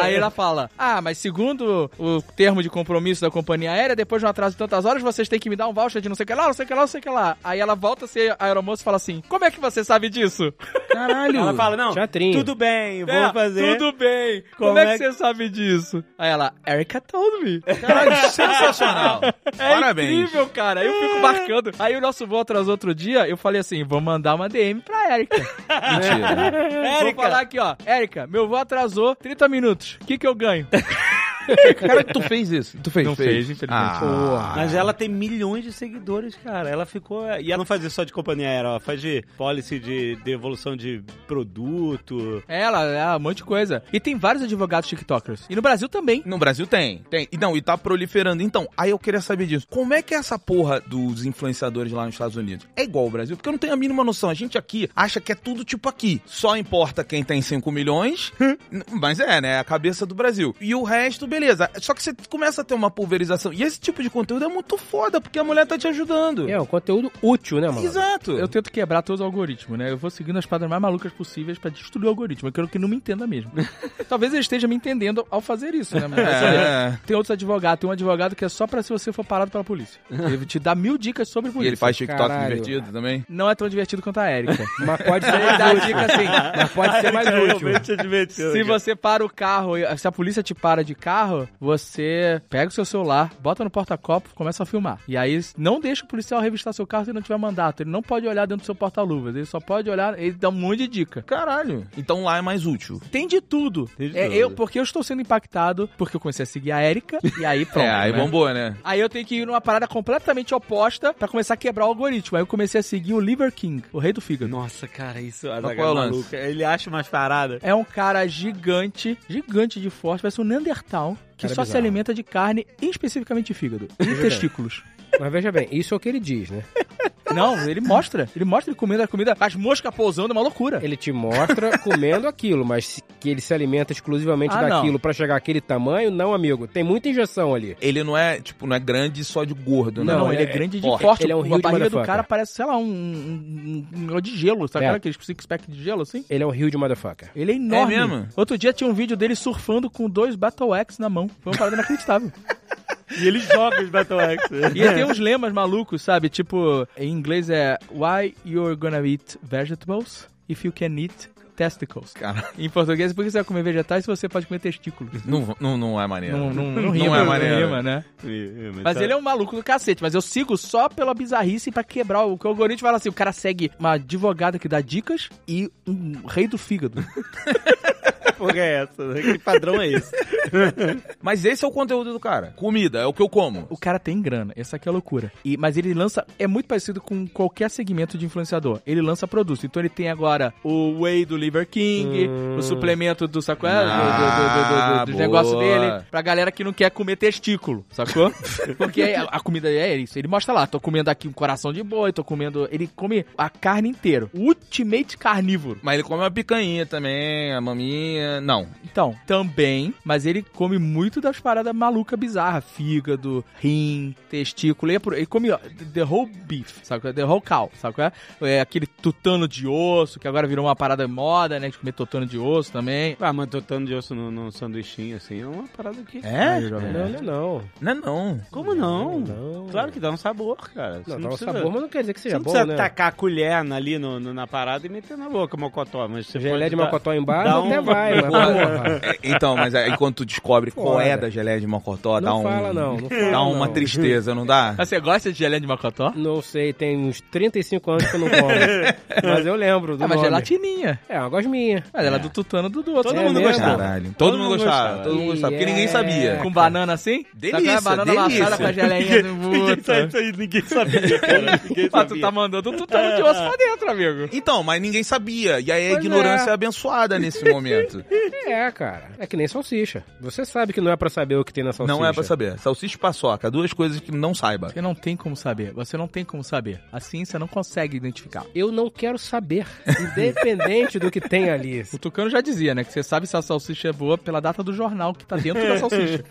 [SPEAKER 3] Aí ela fala: Ah, mas segundo o termo de compromisso da companhia aérea, depois de um atraso de tantas horas, vocês têm que me dar um voucher de não sei o que lá, não sei o que lá, não sei o que lá. Aí ela volta a ser aeromoça e fala assim: Como é que você sabe disso?
[SPEAKER 5] Caralho.
[SPEAKER 1] Ela fala, não,
[SPEAKER 2] Teatrinho.
[SPEAKER 1] tudo bem, vou
[SPEAKER 3] É,
[SPEAKER 1] fazer.
[SPEAKER 3] Tudo bem. Como,
[SPEAKER 1] Como
[SPEAKER 3] é que
[SPEAKER 1] é que-
[SPEAKER 3] você sabe disso? Aí ela: Erica told [LAUGHS] me.
[SPEAKER 5] Caralho, sensacional.
[SPEAKER 3] É
[SPEAKER 5] Parabéns.
[SPEAKER 3] incrível, cara. Eu fico marcando. Aí o nosso voo atrasou outro dia, eu falei assim: vou mandar uma DM pra Erika.
[SPEAKER 5] Mentira.
[SPEAKER 3] [LAUGHS] Vou falar aqui, ó. Erika, meu voo atrasou 30 minutos. O que, que eu ganho?
[SPEAKER 5] Cara, tu fez isso. Tu fez,
[SPEAKER 3] É. Não fez, infelizmente.
[SPEAKER 5] Ah,
[SPEAKER 1] Mas ela tem milhões de seguidores, cara. Ela ficou. E ela não fazia só de companhia aérea, ela faz de policy de devolução de produto.
[SPEAKER 3] Ela, ela, um monte de coisa. E tem vários advogados tiktokers. E no Brasil também.
[SPEAKER 5] No Brasil tem, tem. E não, e tá proliferando. Então, aí eu queria saber disso. Como é que é essa porra dos influenciadores lá nos Estados Unidos? É igual ao Brasil? Porque eu não tenho a mínima noção. A gente aqui acha que é tudo tipo aqui. Só importa quem tem 5 [LAUGHS] milhões, N- mas é, né? A cabeça do Brasil. E o resto, beleza. Só que você começa a ter uma pulverização. E esse tipo de conteúdo é muito foda, porque a mulher tá te ajudando.
[SPEAKER 2] É um conteúdo útil, né, mano?
[SPEAKER 5] Exato.
[SPEAKER 3] Eu tento quebrar todos os algoritmos, né? Eu vou seguindo as paradas mais malucas possíveis pra destruir o algoritmo. Eu quero que não me entenda mesmo. [LAUGHS] Talvez ele esteja me entendendo ao fazer isso, né? Mas,
[SPEAKER 5] É.
[SPEAKER 3] Tem outros advogados. Tem um advogado que é só pra se você for parado pela polícia. Ele te dá mil dicas sobre
[SPEAKER 5] E
[SPEAKER 3] polícia.
[SPEAKER 5] ele faz TikTok
[SPEAKER 2] Caralho.
[SPEAKER 5] divertido também?
[SPEAKER 3] Não é tão divertido quanto a Erika. [LAUGHS]
[SPEAKER 2] Mas pode ser
[SPEAKER 3] Ele
[SPEAKER 2] mais
[SPEAKER 3] dá
[SPEAKER 2] útil.
[SPEAKER 3] dica assim.
[SPEAKER 2] Mas pode
[SPEAKER 1] [LAUGHS]
[SPEAKER 2] ser mais útil.
[SPEAKER 1] Realmente é divertido.
[SPEAKER 3] [LAUGHS] Se
[SPEAKER 1] cara.
[SPEAKER 3] você para o carro, e- se a polícia te para de carro, você pega o seu celular, bota no porta-copo, começa a filmar. E aí não deixa o policial revistar seu carro se ele não tiver mandato. Ele não pode olhar dentro do seu porta-luvas. Ele só pode olhar, ele dá um monte de dica.
[SPEAKER 5] Caralho. Então lá é mais útil.
[SPEAKER 3] Tem de tudo.
[SPEAKER 1] Tem de
[SPEAKER 3] é,
[SPEAKER 1] tudo.
[SPEAKER 3] Eu, porque eu estou sendo impactado, porque eu comecei a seguir a Erika, e aí
[SPEAKER 1] [LAUGHS]
[SPEAKER 3] pronto.
[SPEAKER 5] é, aí
[SPEAKER 3] né?
[SPEAKER 5] bombou, né?
[SPEAKER 3] Aí eu tenho que ir numa parada completamente oposta pra começar a quebrar o algoritmo. Aí eu comecei a seguir o Liver King, o rei do fígado.
[SPEAKER 1] Nossa, cara, isso.
[SPEAKER 5] qual
[SPEAKER 1] Azaghal
[SPEAKER 5] é o
[SPEAKER 1] é
[SPEAKER 5] lance?
[SPEAKER 1] maluco. Ele acha umas paradas.
[SPEAKER 3] É um cara gigante, gigante de forte, parece um Neandertal, que
[SPEAKER 2] Cara
[SPEAKER 3] só se
[SPEAKER 2] bizarro. É
[SPEAKER 3] alimenta de carne, e especificamente de fígado e testículos.
[SPEAKER 2] Mas veja bem, isso é o que ele diz, né?
[SPEAKER 3] Não, ele mostra. Ele mostra ele comendo a comida, as moscas pousando, é uma loucura.
[SPEAKER 2] Ele
[SPEAKER 1] [LAUGHS]
[SPEAKER 2] te mostra comendo aquilo, mas se- que ele se alimenta exclusivamente
[SPEAKER 3] Ah, não.
[SPEAKER 2] daquilo pra chegar àquele tamanho, não, amigo. Tem muita injeção ali.
[SPEAKER 5] Ele não é, tipo, não é grande só de gordo, né?
[SPEAKER 3] Não,
[SPEAKER 2] Não,
[SPEAKER 3] ele é,
[SPEAKER 2] é-
[SPEAKER 3] grande de
[SPEAKER 5] forte.
[SPEAKER 3] forte.
[SPEAKER 2] Ele é um rio
[SPEAKER 3] a
[SPEAKER 2] de
[SPEAKER 3] barriga do
[SPEAKER 2] motherfucker.
[SPEAKER 3] cara parece, sei lá, um, um, um- um- de gelo, sabe?
[SPEAKER 2] É.
[SPEAKER 3] Aquela- Aquele six-pack de gelo, assim.
[SPEAKER 2] Ele é um rio de motherfucker.
[SPEAKER 3] Ele é enorme.
[SPEAKER 5] É mesmo?
[SPEAKER 3] Outro dia tinha um vídeo dele surfando com dois Battle Axe na mão. Foi uma
[SPEAKER 2] [LAUGHS]
[SPEAKER 3] parada inacreditável.
[SPEAKER 1] E ele joga os Battle Axe.
[SPEAKER 5] É.
[SPEAKER 3] E
[SPEAKER 1] [LAUGHS]
[SPEAKER 3] ele tem uns lemas malucos, sabe? Tipo, em inglês é Why you're gonna eat vegetables if you can eat testicles.
[SPEAKER 5] Cara,
[SPEAKER 3] Em português, por que você vai comer vegetais se você pode comer testículos?
[SPEAKER 5] não, não, não é maneiro.
[SPEAKER 3] Não, não, não,
[SPEAKER 5] Não
[SPEAKER 3] rima,
[SPEAKER 5] é
[SPEAKER 3] não
[SPEAKER 5] maneiro. Então-
[SPEAKER 3] rima, né?
[SPEAKER 1] tá. [LAUGHS]
[SPEAKER 3] Mas ele é um maluco do cacete, mas eu sigo só pela bizarrice pra quebrar o que o algoritmo fala assim, o cara segue uma advogada que dá dicas e um rei do fígado.
[SPEAKER 1] porra é essa? né? Que padrão é esse?
[SPEAKER 5] Mas esse é o conteúdo do cara. Comida, é o que eu como.
[SPEAKER 3] O cara tem grana, essa aqui é a loucura. E, mas ele lança, é muito parecido com qualquer segmento de influenciador. Ele lança produto. Então ele tem agora o whey do Liver King, o suplemento do saco, é, do-
[SPEAKER 5] Hum. Ah,
[SPEAKER 3] do, do, do, do, do
[SPEAKER 5] boa.
[SPEAKER 3] negócio dele, pra galera que não quer comer testículo, sacou? [LAUGHS] Porque a, a comida é isso. Ele mostra lá, tô comendo aqui um coração de boi, tô comendo. Ele come a carne inteira. O ultimate carnívoro.
[SPEAKER 5] Mas ele come uma picanha também, a maminha. Não.
[SPEAKER 3] Então, também, mas ele come muito das paradas malucas bizarras. Fígado, rim, testículo. Ele, é por- ele come ó, the whole beef, sabe? qual é? The whole cow, sabe? qual É? É aquele tutano de osso, que agora virou uma parada moda, né? De comer tutano de osso também.
[SPEAKER 1] Ah, mas totando de osso no, no sanduichinho, assim, é uma parada que...
[SPEAKER 5] É?
[SPEAKER 2] Não, não é não.
[SPEAKER 5] Não é não.
[SPEAKER 1] Como não?
[SPEAKER 2] Não.
[SPEAKER 1] Hum, Claro que dá um sabor, cara. Você
[SPEAKER 2] Não,
[SPEAKER 1] não
[SPEAKER 2] dá um
[SPEAKER 1] precisa-
[SPEAKER 2] sabor, mas não quer dizer que
[SPEAKER 1] Você
[SPEAKER 2] seja
[SPEAKER 1] não
[SPEAKER 2] bom,
[SPEAKER 1] precisa
[SPEAKER 2] né?
[SPEAKER 1] tacar a colher na- ali no, no- na parada e meter na boca mocotó, mas você
[SPEAKER 2] Gelé
[SPEAKER 1] pode
[SPEAKER 2] de
[SPEAKER 1] dar- [LAUGHS]
[SPEAKER 2] macotó em bar,
[SPEAKER 1] dá um-
[SPEAKER 2] até vai, mas porra.
[SPEAKER 5] É, Então, mas aí quando tu descobre qual é
[SPEAKER 2] Foda.
[SPEAKER 5] da geleia de mocotó, dá
[SPEAKER 2] Não
[SPEAKER 5] um.
[SPEAKER 2] fala não, não fala
[SPEAKER 5] Dá uma
[SPEAKER 2] não.
[SPEAKER 5] tristeza, não dá?
[SPEAKER 3] Mas você gosta de gelé de macotó?
[SPEAKER 2] Não sei, tem uns 35 anos que eu não como.
[SPEAKER 1] [LAUGHS]
[SPEAKER 2] mas eu lembro do
[SPEAKER 1] Ah,
[SPEAKER 3] É, mas
[SPEAKER 2] nome.
[SPEAKER 3] gelatininha.
[SPEAKER 2] É, uma gosminha.
[SPEAKER 3] Mas ela é do tutano do doce.
[SPEAKER 1] Todo
[SPEAKER 3] É
[SPEAKER 1] mundo
[SPEAKER 3] mesmo?
[SPEAKER 1] gostava.
[SPEAKER 5] Caralho. Todo, mundo gostava. Todo mundo gostava. Porque ninguém sabia.
[SPEAKER 3] Com banana assim?
[SPEAKER 5] Delícia,
[SPEAKER 3] Sabe qual é? banana
[SPEAKER 5] delícia.
[SPEAKER 3] amassada com a geleinha do
[SPEAKER 1] Ninguém sabe
[SPEAKER 3] mundo.
[SPEAKER 1] isso aí, ninguém
[SPEAKER 2] [LAUGHS]
[SPEAKER 1] sabia, cara. Ninguém
[SPEAKER 3] Ah, tu
[SPEAKER 1] sabia.
[SPEAKER 3] tá mandando um tutano de osso pra dentro, amigo.
[SPEAKER 5] Então, mas ninguém sabia. E aí a
[SPEAKER 2] Pois
[SPEAKER 5] ignorância
[SPEAKER 2] é.
[SPEAKER 5] é abençoada nesse
[SPEAKER 3] [LAUGHS]
[SPEAKER 5] momento.
[SPEAKER 2] É, cara. É que nem salsicha. Você sabe que não é pra saber o que tem na salsicha.
[SPEAKER 5] Não é pra saber. Salsicha e paçoca, duas coisas que não saiba.
[SPEAKER 3] Você não tem como saber. Você não tem como saber. A ciência não consegue identificar.
[SPEAKER 2] Eu não quero saber, independente do que
[SPEAKER 1] [LAUGHS]
[SPEAKER 2] tem ali.
[SPEAKER 3] O Tucano já dizia, né? Que você sabe se a salsicha é boa pela data do jornal que tá dentro da salsicha.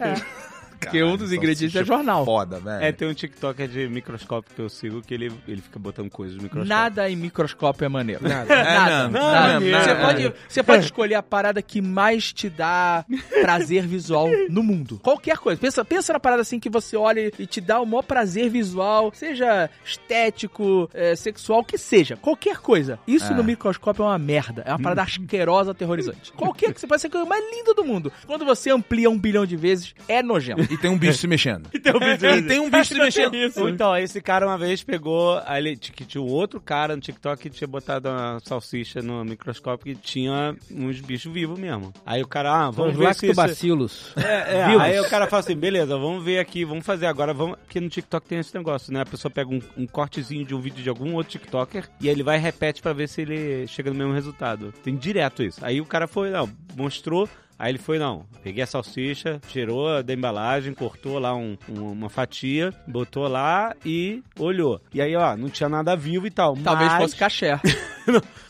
[SPEAKER 3] Porque um dos ingredientes é jornal.
[SPEAKER 5] Foda, velho.
[SPEAKER 1] É, tem um TikToker de microscópio que eu sigo que ele, ele fica botando coisas no microscópio.
[SPEAKER 3] Nada em microscópio é maneiro. [LAUGHS]
[SPEAKER 2] Nada.
[SPEAKER 5] É, não,
[SPEAKER 1] Não,
[SPEAKER 3] Nada.
[SPEAKER 1] não,
[SPEAKER 3] você,
[SPEAKER 1] não.
[SPEAKER 3] pode, você pode escolher a parada que mais te dá prazer visual no mundo. Qualquer coisa. Pensa, pensa na parada assim que você olha e te dá o maior prazer visual, seja estético, eh, sexual, o que seja. Qualquer coisa. Isso
[SPEAKER 5] É.
[SPEAKER 3] no microscópio é uma merda. É uma parada asquerosa, aterrorizante. Qualquer que você pode ser a coisa mais linda do mundo. Quando você amplia um bilhão de vezes, é nojento.
[SPEAKER 5] E tem um bicho se
[SPEAKER 3] [LAUGHS]
[SPEAKER 5] mexendo.
[SPEAKER 1] Tem um vídeo
[SPEAKER 5] E [LAUGHS] tem um
[SPEAKER 1] [LAUGHS]
[SPEAKER 5] bicho se mexendo.
[SPEAKER 1] Ou Então, esse cara uma vez pegou. aí Ele, t- que tinha um outro cara no TikTok que tinha botado uma salsicha no microscópio que tinha uns bichos vivos mesmo. Aí o cara, ah,
[SPEAKER 2] Vamos
[SPEAKER 1] vamos ver
[SPEAKER 2] lá que
[SPEAKER 1] se.
[SPEAKER 2] tu
[SPEAKER 1] Isso...
[SPEAKER 2] bacilos.
[SPEAKER 1] É, é,
[SPEAKER 2] Vivos.
[SPEAKER 1] aí o cara fala assim, beleza, vamos ver aqui, vamos fazer agora, vamos... porque no TikTok tem esse negócio, né? A pessoa pega um, um cortezinho de um vídeo de algum outro TikToker e aí ele vai e repete pra ver se ele chega no mesmo resultado. Tem direto isso. Aí o cara foi, não, mostrou, aí ele foi, não, peguei a salsicha, tirou da embalagem, cortou lá um- um- uma fatia, botou lá e olhou. E aí, ó, não tinha nada vivo e tal,
[SPEAKER 3] Talvez
[SPEAKER 1] mas,
[SPEAKER 3] fosse caché.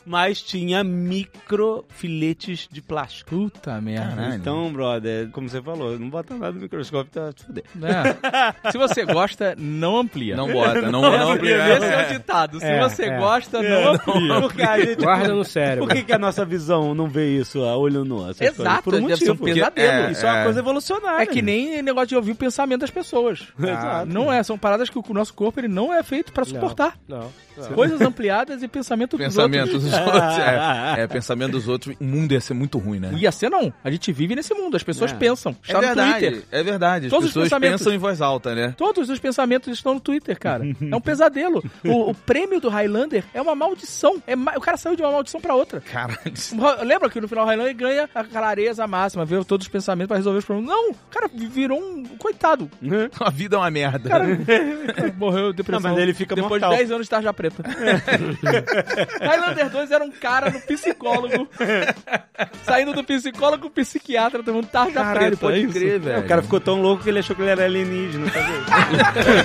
[SPEAKER 1] mas tinha micro filetes de plástico.
[SPEAKER 3] Puta merda.
[SPEAKER 5] Caralho.
[SPEAKER 1] Então, brother, como você falou, não bota nada no microscópio, tá te fuder.
[SPEAKER 3] Né? Se você gosta, não amplia.
[SPEAKER 5] Não bota, não, não.
[SPEAKER 3] Esse é o ditado. Se
[SPEAKER 2] É,
[SPEAKER 3] você
[SPEAKER 2] é.
[SPEAKER 3] gosta, não amplia.
[SPEAKER 1] Porque a gente-
[SPEAKER 2] Guarda no
[SPEAKER 1] Por [LAUGHS]
[SPEAKER 2] cérebro.
[SPEAKER 1] que, que a nossa visão não vê isso a olho nu? essas coisas?
[SPEAKER 3] Exato,
[SPEAKER 1] por um
[SPEAKER 3] deve ser
[SPEAKER 1] motivo.
[SPEAKER 3] um pesadelo.
[SPEAKER 5] é,
[SPEAKER 1] isso é uma
[SPEAKER 5] é.
[SPEAKER 1] coisa evolucionária.
[SPEAKER 3] É que nem negócio de ouvir o pensamento das pessoas.
[SPEAKER 1] Exato.
[SPEAKER 3] Não é, são paradas que o nosso corpo ele não é feito pra suportar.
[SPEAKER 2] Não.
[SPEAKER 3] Coisas ampliadas e pensamento dos
[SPEAKER 5] [LAUGHS] Pensamento
[SPEAKER 3] outros.
[SPEAKER 5] dos outros.
[SPEAKER 3] [LAUGHS]
[SPEAKER 5] É, é, pensamento dos outros. O mundo ia ser muito ruim, né?
[SPEAKER 3] Ia ser não. A gente vive nesse mundo, as pessoas
[SPEAKER 1] É.
[SPEAKER 3] pensam. Está
[SPEAKER 5] é
[SPEAKER 3] no
[SPEAKER 5] verdade,
[SPEAKER 3] Twitter.
[SPEAKER 5] é verdade. As
[SPEAKER 3] Todos os
[SPEAKER 5] pessoas
[SPEAKER 3] pensamentos.
[SPEAKER 5] pensam em voz alta, né?
[SPEAKER 3] Todos os pensamentos estão no Twitter, cara. [LAUGHS] É um pesadelo. O, o prêmio do Highlander é uma maldição. É ma- O cara saiu de uma maldição pra outra.
[SPEAKER 5] Caralho. [LAUGHS]
[SPEAKER 3] Lembra que no final o Highlander ganha a clareza máxima, vê todos os pensamentos pra resolver os problemas. Não, o cara virou um coitado.
[SPEAKER 5] A vida é uma merda.
[SPEAKER 3] [LAUGHS] Morreu de depressão.
[SPEAKER 1] Não, mas ele fica
[SPEAKER 3] Depois
[SPEAKER 1] mortal.
[SPEAKER 3] de 10 anos de tarja preta. [LAUGHS] Highlander 2 era um cara no psicólogo. saindo do psicólogo, psiquiatra, tomando tarja preta.
[SPEAKER 1] tá
[SPEAKER 3] é isso.
[SPEAKER 5] velho.
[SPEAKER 1] O cara ficou tão louco que ele achou que ele era alienígena. sabe?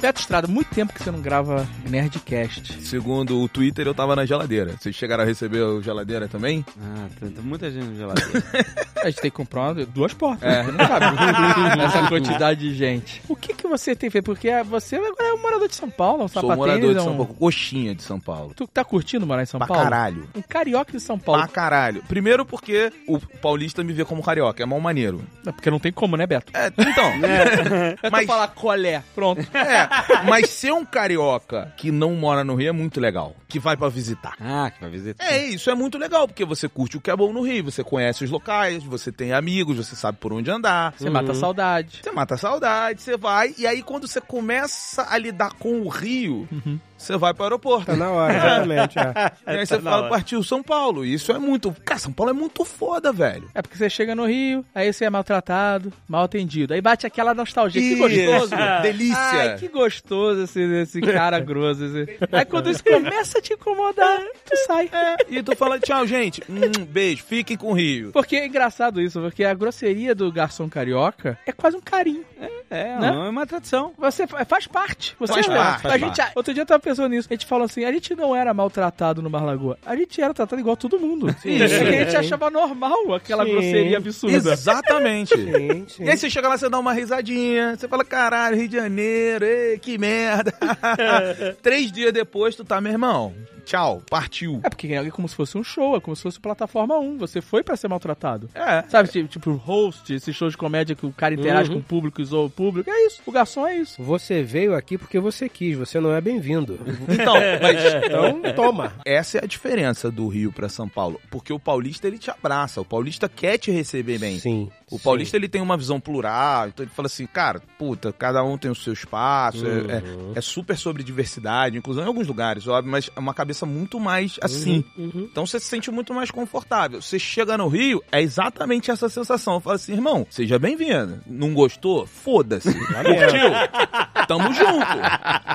[SPEAKER 3] Beto Estrada, muito tempo que você não grava Nerdcast.
[SPEAKER 5] Segundo o Twitter, eu tava na geladeira. Vocês chegaram a receber a geladeira também?
[SPEAKER 1] Ah, tem muita gente no geladeiro.
[SPEAKER 3] A gente tem que comprar uma- duas portas.
[SPEAKER 5] É.
[SPEAKER 3] [LAUGHS] Não cabe essa quantidade de gente. O que, que você tem feito? Porque você agora é é um morador de São Paulo, um
[SPEAKER 5] Sou
[SPEAKER 3] sapatênis.
[SPEAKER 5] morador
[SPEAKER 3] é
[SPEAKER 5] de
[SPEAKER 3] um-
[SPEAKER 5] São Paulo, coxinha de São Paulo.
[SPEAKER 3] Tu tá curtindo morar em São
[SPEAKER 5] Pra
[SPEAKER 3] Paulo?
[SPEAKER 5] caralho.
[SPEAKER 3] Um carioca de São Paulo.
[SPEAKER 5] Pra caralho. Primeiro porque o paulista me vê como carioca, é mal maneiro.
[SPEAKER 3] É, Porque não tem como, né, Beto?
[SPEAKER 5] É, então.
[SPEAKER 3] [LAUGHS] É tu
[SPEAKER 5] mas,
[SPEAKER 3] falar colé, pronto.
[SPEAKER 5] [LAUGHS] é, mas ser um carioca que não mora no Rio é muito legal. Que vai pra visitar.
[SPEAKER 1] Ah, que vai visitar.
[SPEAKER 5] É, isso é muito legal, porque você curte o que é bom no Rio, você conhece os locais, você tem amigos, você sabe por onde andar. Hum.
[SPEAKER 3] Você mata a saudade.
[SPEAKER 5] Você mata a saudade, você vai, e aí quando você começa a lidar com o Rio,
[SPEAKER 3] Uhum.
[SPEAKER 5] você vai pro aeroporto. né?
[SPEAKER 3] [LAUGHS]
[SPEAKER 2] Tá na hora,
[SPEAKER 1] [LAUGHS]
[SPEAKER 2] exatamente. é.
[SPEAKER 5] E aí você
[SPEAKER 3] tá
[SPEAKER 1] na
[SPEAKER 5] fala,
[SPEAKER 1] hora.
[SPEAKER 5] partiu São Paulo. E isso é muito. Cara, São Paulo é muito foda, velho.
[SPEAKER 3] É porque você chega no Rio, aí você é maltratado, mal atendido. Aí bate aquela nostalgia. Que
[SPEAKER 5] Isso,
[SPEAKER 3] gostoso.
[SPEAKER 5] [LAUGHS] Delícia.
[SPEAKER 3] Ai, que gostoso esse, esse
[SPEAKER 5] [LAUGHS]
[SPEAKER 3] cara grosso. esse. Aí quando isso começa a te incomodar, tu sai.
[SPEAKER 5] [LAUGHS] E tu fala, tchau, gente. Hum, beijo, fiquem com o Rio.
[SPEAKER 3] Porque é engraçado isso, porque a grosseria do garçom carioca é quase um carinho.
[SPEAKER 1] É,
[SPEAKER 3] Né?
[SPEAKER 1] não, é uma tradição.
[SPEAKER 3] Você fa- faz parte. Você
[SPEAKER 5] Faz
[SPEAKER 3] é-
[SPEAKER 5] parte,
[SPEAKER 1] faz
[SPEAKER 3] a gente, Outro dia eu tava pensando nisso. A gente falou assim: a gente não era maltratado no Mar Lagoa. A gente era tratado igual todo [LAUGHS] mundo. Isso. Porque a gente achava normal aquela
[SPEAKER 2] Sim.
[SPEAKER 3] grosseria absurda.
[SPEAKER 2] [LAUGHS]
[SPEAKER 5] Exatamente.
[SPEAKER 2] Sim, sim.
[SPEAKER 5] E aí você chega lá, você dá uma risadinha, você fala, caralho, Rio de Janeiro, ê, que
[SPEAKER 2] [LAUGHS]
[SPEAKER 5] merda. Três dias depois, tu tá, meu irmão, tchau, partiu.
[SPEAKER 3] É porque é como se fosse um show, é como se fosse plataforma 1. Você foi pra ser maltratado.
[SPEAKER 5] É.
[SPEAKER 3] Sabe, tipo, tipo, host, esse show de comédia que o cara interage
[SPEAKER 1] Uhum.
[SPEAKER 3] com o público e zoa o público. É isso. O garçom é isso.
[SPEAKER 2] Você veio aqui porque você quis, você não é bem-vindo.
[SPEAKER 5] Então, mas
[SPEAKER 1] [LAUGHS]
[SPEAKER 2] Então, toma.
[SPEAKER 5] Essa é a diferença do Rio pra São Paulo, porque o paulista ele te abraça, o paulista quer te receber bem.
[SPEAKER 2] Sim.
[SPEAKER 5] O
[SPEAKER 2] sim.
[SPEAKER 5] paulista ele tem uma visão plural, então ele fala assim, cara, puta, cada um tem o seu espaço, é-
[SPEAKER 2] Uhum.
[SPEAKER 5] é, é super sobre diversidade, inclusão em alguns lugares, óbvio, mas é uma cabeça muito mais assim.
[SPEAKER 2] Uhum.
[SPEAKER 5] Então você se sente muito mais confortável. Você chega no Rio, é exatamente essa sensação. Fala assim, irmão, seja bem-vindo. Não
[SPEAKER 2] [LAUGHS]
[SPEAKER 5] gostou? Foda-se. Curtiu? Tamo junto.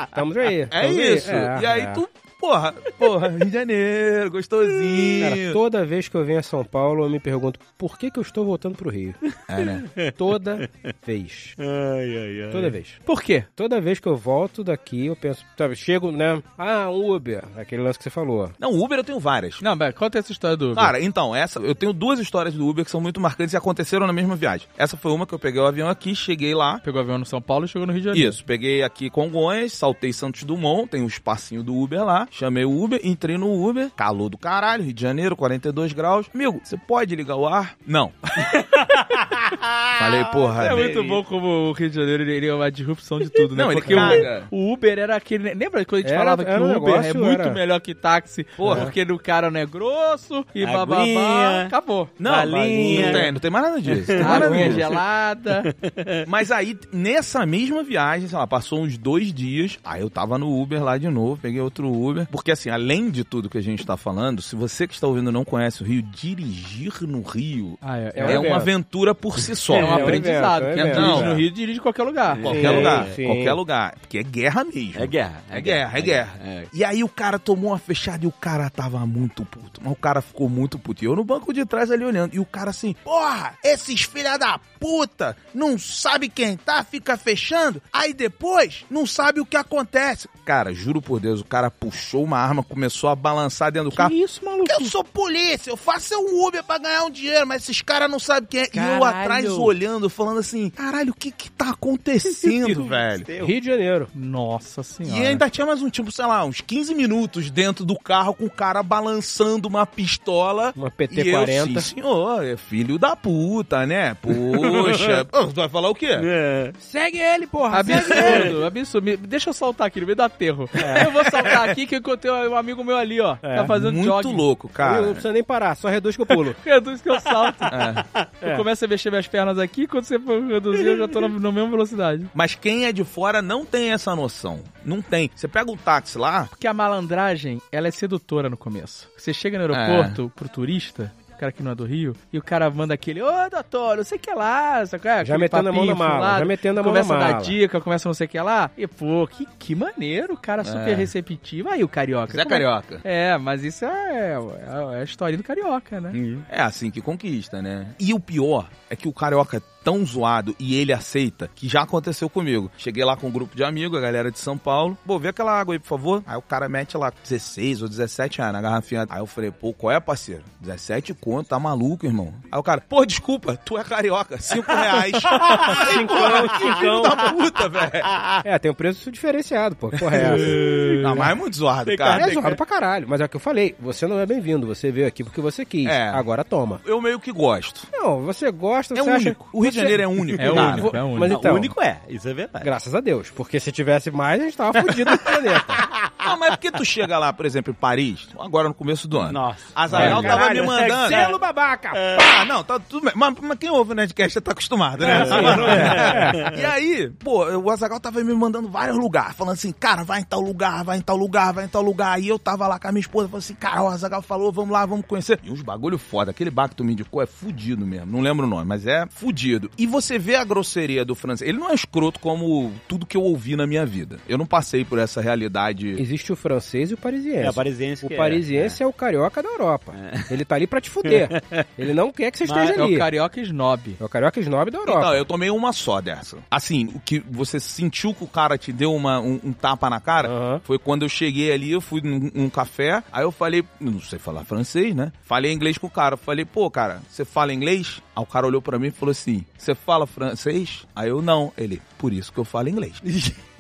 [SPEAKER 2] Estamos aí.
[SPEAKER 5] É
[SPEAKER 2] estamos aí.
[SPEAKER 5] isso.
[SPEAKER 2] É,
[SPEAKER 5] e aí
[SPEAKER 2] é.
[SPEAKER 5] tu, porra, porra, Rio de Janeiro,
[SPEAKER 2] Cara, Hum.
[SPEAKER 5] gostosinho.
[SPEAKER 2] toda vez que eu venho a São Paulo, eu me pergunto por que, que eu estou voltando pro Rio?
[SPEAKER 5] É, né?
[SPEAKER 2] Toda vez.
[SPEAKER 1] Ai, ai, ai.
[SPEAKER 2] Toda vez.
[SPEAKER 3] Por quê?
[SPEAKER 2] Toda vez que eu volto daqui, eu penso, sabe, chego, né? Ah, um Uber, aquele lance que você falou.
[SPEAKER 5] Não, Uber eu tenho várias.
[SPEAKER 3] Não, mas conta essa história do Uber.
[SPEAKER 5] Cara, então, essa. Eu tenho duas histórias do Uber que são muito marcantes e aconteceram na mesma viagem. Essa foi uma que eu peguei o avião aqui, cheguei lá.
[SPEAKER 3] Pegou avião no São Paulo e chegou no Rio de Janeiro.
[SPEAKER 5] Isso, peguei aqui Congonhas, saltei Santos Dumont, tem um espacinho do Uber lá. Chamei o Uber, entrei no Uber, calor do caralho, Rio de Janeiro, 42 graus. Amigo, você pode ligar o ar?
[SPEAKER 3] [LAUGHS]
[SPEAKER 5] Não. Falei, porra. né?
[SPEAKER 3] É
[SPEAKER 5] velho.
[SPEAKER 3] muito bom como o Rio de Janeiro ele, ele é uma disrupção de tudo, né?
[SPEAKER 5] Ah, Não, ele
[SPEAKER 3] Porque o-
[SPEAKER 5] caga.
[SPEAKER 3] O, Uber era aquele. Lembra quando a gente
[SPEAKER 2] Era-
[SPEAKER 3] falava que
[SPEAKER 2] era um
[SPEAKER 3] o Uber é
[SPEAKER 2] negócio,
[SPEAKER 3] muito
[SPEAKER 2] era.
[SPEAKER 3] melhor que táxi? Porque o cara não é grosso e
[SPEAKER 1] Aguinha.
[SPEAKER 3] bababá. Acabou.
[SPEAKER 5] Não,
[SPEAKER 1] Balinha.
[SPEAKER 5] não tem, não tem mais nada disso. Não tem mais nada
[SPEAKER 3] Água é
[SPEAKER 5] disso.
[SPEAKER 3] gelada.
[SPEAKER 5] Mas aí, nessa mesma viagem, sei lá, passou uns dois dias, aí eu tava no Uber lá de novo, peguei outro Uber. Porque assim, além de tudo que a gente tá falando, se você que está ouvindo não conhece o Rio, dirigir no Rio
[SPEAKER 3] Ah, é,
[SPEAKER 5] é,
[SPEAKER 2] É
[SPEAKER 3] é,
[SPEAKER 2] um
[SPEAKER 5] uma
[SPEAKER 2] evento.
[SPEAKER 5] aventura por si só.
[SPEAKER 3] é um
[SPEAKER 2] evento,
[SPEAKER 3] aprendizado.
[SPEAKER 2] é um
[SPEAKER 3] Quem
[SPEAKER 5] evento.
[SPEAKER 3] dirige
[SPEAKER 5] Não.
[SPEAKER 3] no Rio dirige em qualquer lugar.
[SPEAKER 5] Qualquer
[SPEAKER 2] Sim,
[SPEAKER 5] lugar,
[SPEAKER 2] sim.
[SPEAKER 5] qualquer lugar. Porque é guerra mesmo.
[SPEAKER 1] É guerra.
[SPEAKER 5] É guerra, é guerra.
[SPEAKER 1] É.
[SPEAKER 5] E aí o cara tomou uma fechada e o cara tava muito puto. Mas o cara ficou muito puto. E eu no banco de trás ali olhando. E o cara assim, porra, esses filha da puta não sabe quem tá, fica fechando. Aí depois não sabe o que acontece. Cara, juro por Deus, o cara puxou uma arma, começou a balançar dentro do
[SPEAKER 3] Que
[SPEAKER 5] carro.
[SPEAKER 3] isso, maluco?
[SPEAKER 5] Eu sou polícia, eu faço um Uber pra ganhar um dinheiro, mas esses caras não sabem quem é. E eu atrás olhando, falando assim, caralho, o que
[SPEAKER 3] [LAUGHS]
[SPEAKER 5] que tá acontecendo, É, velho?
[SPEAKER 2] Rio de Janeiro.
[SPEAKER 3] Nossa
[SPEAKER 5] E
[SPEAKER 3] senhora.
[SPEAKER 5] ainda tinha mais um, tipo, sei lá, uns 15 minutos dentro do carro com o cara balançando uma pistola.
[SPEAKER 2] Uma
[SPEAKER 5] E eu, sim,
[SPEAKER 2] PT-40.
[SPEAKER 5] senhor, é filho da puta, né?
[SPEAKER 3] [LAUGHS]
[SPEAKER 5] Poxa. Pô, tu vai falar o quê?
[SPEAKER 1] É.
[SPEAKER 2] Segue ele, porra!
[SPEAKER 3] Absurdo, absurdo. Me- Deixa eu saltar aqui no meio do aterro. Eu vou saltar aqui que eu encontrei um amigo meu ali, ó. Tá fazendo
[SPEAKER 5] Muito
[SPEAKER 3] jogging.
[SPEAKER 5] louco,
[SPEAKER 2] Eu Ah. não
[SPEAKER 5] cara.
[SPEAKER 2] precisa nem parar, só reduz que eu
[SPEAKER 5] [LAUGHS]
[SPEAKER 2] pulo.
[SPEAKER 3] Reduz que eu [LAUGHS] salto.
[SPEAKER 5] É.
[SPEAKER 3] Eu começo a mexer minhas pernas aqui, quando você for reduzir, eu já tô na, na mesma velocidade.
[SPEAKER 5] Mas quem é de fora não tem essa noção. Não tem. Você é pega o táxi lá,
[SPEAKER 3] Porque a malandragem, ela é sedutora no começo. Você chega no aeroporto pro turista, o cara que não é do Rio, e o cara manda aquele, ô doutor, não sei o que lá, sabe qual é?
[SPEAKER 2] Já
[SPEAKER 3] Aquele
[SPEAKER 2] metendo a mão na
[SPEAKER 3] papinho
[SPEAKER 2] mala,
[SPEAKER 3] furado,
[SPEAKER 2] já metendo a mão na
[SPEAKER 3] começa a
[SPEAKER 2] mala.
[SPEAKER 3] dar dica, começa não sei o que lá. E pô, que, que maneiro, o cara super
[SPEAKER 5] É.
[SPEAKER 3] receptivo. Aí o carioca.
[SPEAKER 5] Zé
[SPEAKER 3] como é-
[SPEAKER 5] Carioca.
[SPEAKER 3] É, mas isso é, é, é a história do carioca, né?
[SPEAKER 5] É assim que conquista, né? E o pior é que o carioca é tão zoado e ele aceita que já aconteceu comigo. Cheguei lá com um grupo de amigos, a galera de São Paulo. Pô, vê aquela água aí, por favor. Aí o cara mete lá 16 ou 17 anos na garrafinha. Aí eu falei, pô, qual é, parceiro? 17 conto. conto, tá maluco, irmão. Aí o cara, pô, desculpa, tu é carioca, cinco reais.
[SPEAKER 1] Cincão,
[SPEAKER 5] Filho
[SPEAKER 1] cincão.
[SPEAKER 5] da puta, velho.
[SPEAKER 2] É, tem um preço diferenciado, pô. Porra,
[SPEAKER 5] [LAUGHS]
[SPEAKER 2] é essa?
[SPEAKER 5] Não, mas é muito zoado,
[SPEAKER 1] Tem
[SPEAKER 5] cara.
[SPEAKER 1] cara
[SPEAKER 2] É zoado pra caralho, mas é o que eu falei, você não é bem-vindo, você veio aqui porque você quis,
[SPEAKER 5] É.
[SPEAKER 2] agora toma.
[SPEAKER 5] Eu meio que gosto.
[SPEAKER 2] Não, você gosta,
[SPEAKER 5] É
[SPEAKER 2] você acha...
[SPEAKER 5] único. O Rio de
[SPEAKER 2] você-
[SPEAKER 5] Janeiro
[SPEAKER 2] [LAUGHS]
[SPEAKER 5] é único,
[SPEAKER 3] É
[SPEAKER 5] cara.
[SPEAKER 3] único, é único.
[SPEAKER 2] Mas então,
[SPEAKER 1] único é, isso é verdade.
[SPEAKER 2] graças a Deus, porque se tivesse mais, a gente tava fudido
[SPEAKER 5] [LAUGHS]
[SPEAKER 2] no planeta.
[SPEAKER 5] Ah, mas por que tu chega lá, por exemplo, em Paris, agora no começo do ano?
[SPEAKER 1] Nossa.
[SPEAKER 5] Azagal
[SPEAKER 1] É,
[SPEAKER 5] tava
[SPEAKER 1] caralho,
[SPEAKER 5] me mandando.
[SPEAKER 2] Selo babaca!
[SPEAKER 5] Ah, não, tá tudo bem. Mas, mas quem ouve o Nerdcast já tá acostumado, né? E aí, pô, o Azagal tava me mandando vários lugares, falando assim, cara, vai em tal lugar, vai em tal lugar, vai em tal lugar. E eu tava lá com a minha esposa, falando assim, cara, o Azagal falou, vamos lá, vamos conhecer. E uns bagulho foda. Aquele bar que tu me indicou é fudido mesmo. Não lembro o nome, mas é fudido. E você vê a grosseria do francês. Ele não é escroto como tudo que eu ouvi na minha vida. Eu não passei por essa realidade.
[SPEAKER 2] Existe o francês e o parisiense.
[SPEAKER 1] É, o parisiense
[SPEAKER 2] O
[SPEAKER 1] que é,
[SPEAKER 3] né?
[SPEAKER 2] parisiense é, o carioca da Europa. Ele tá ali pra te
[SPEAKER 3] [LAUGHS]
[SPEAKER 2] fuder. Ele não quer que você
[SPEAKER 3] É. Mas
[SPEAKER 2] esteja
[SPEAKER 3] é
[SPEAKER 2] ali.
[SPEAKER 3] o carioca snob.
[SPEAKER 2] É o carioca snob da Europa.
[SPEAKER 5] Então, eu tomei uma só dessa. Assim, o que você sentiu que o cara te deu uma, um, um tapa na cara
[SPEAKER 2] Aham.
[SPEAKER 5] foi quando eu cheguei ali, eu fui num, num café, aí eu falei, não sei falar francês, né? Falei inglês com o cara. Falei, pô, cara, você fala inglês? Aí o cara olhou pra mim e falou assim: você fala francês? Aí eu não. Ele, por isso que eu falo
[SPEAKER 3] [LAUGHS]
[SPEAKER 5] inglês.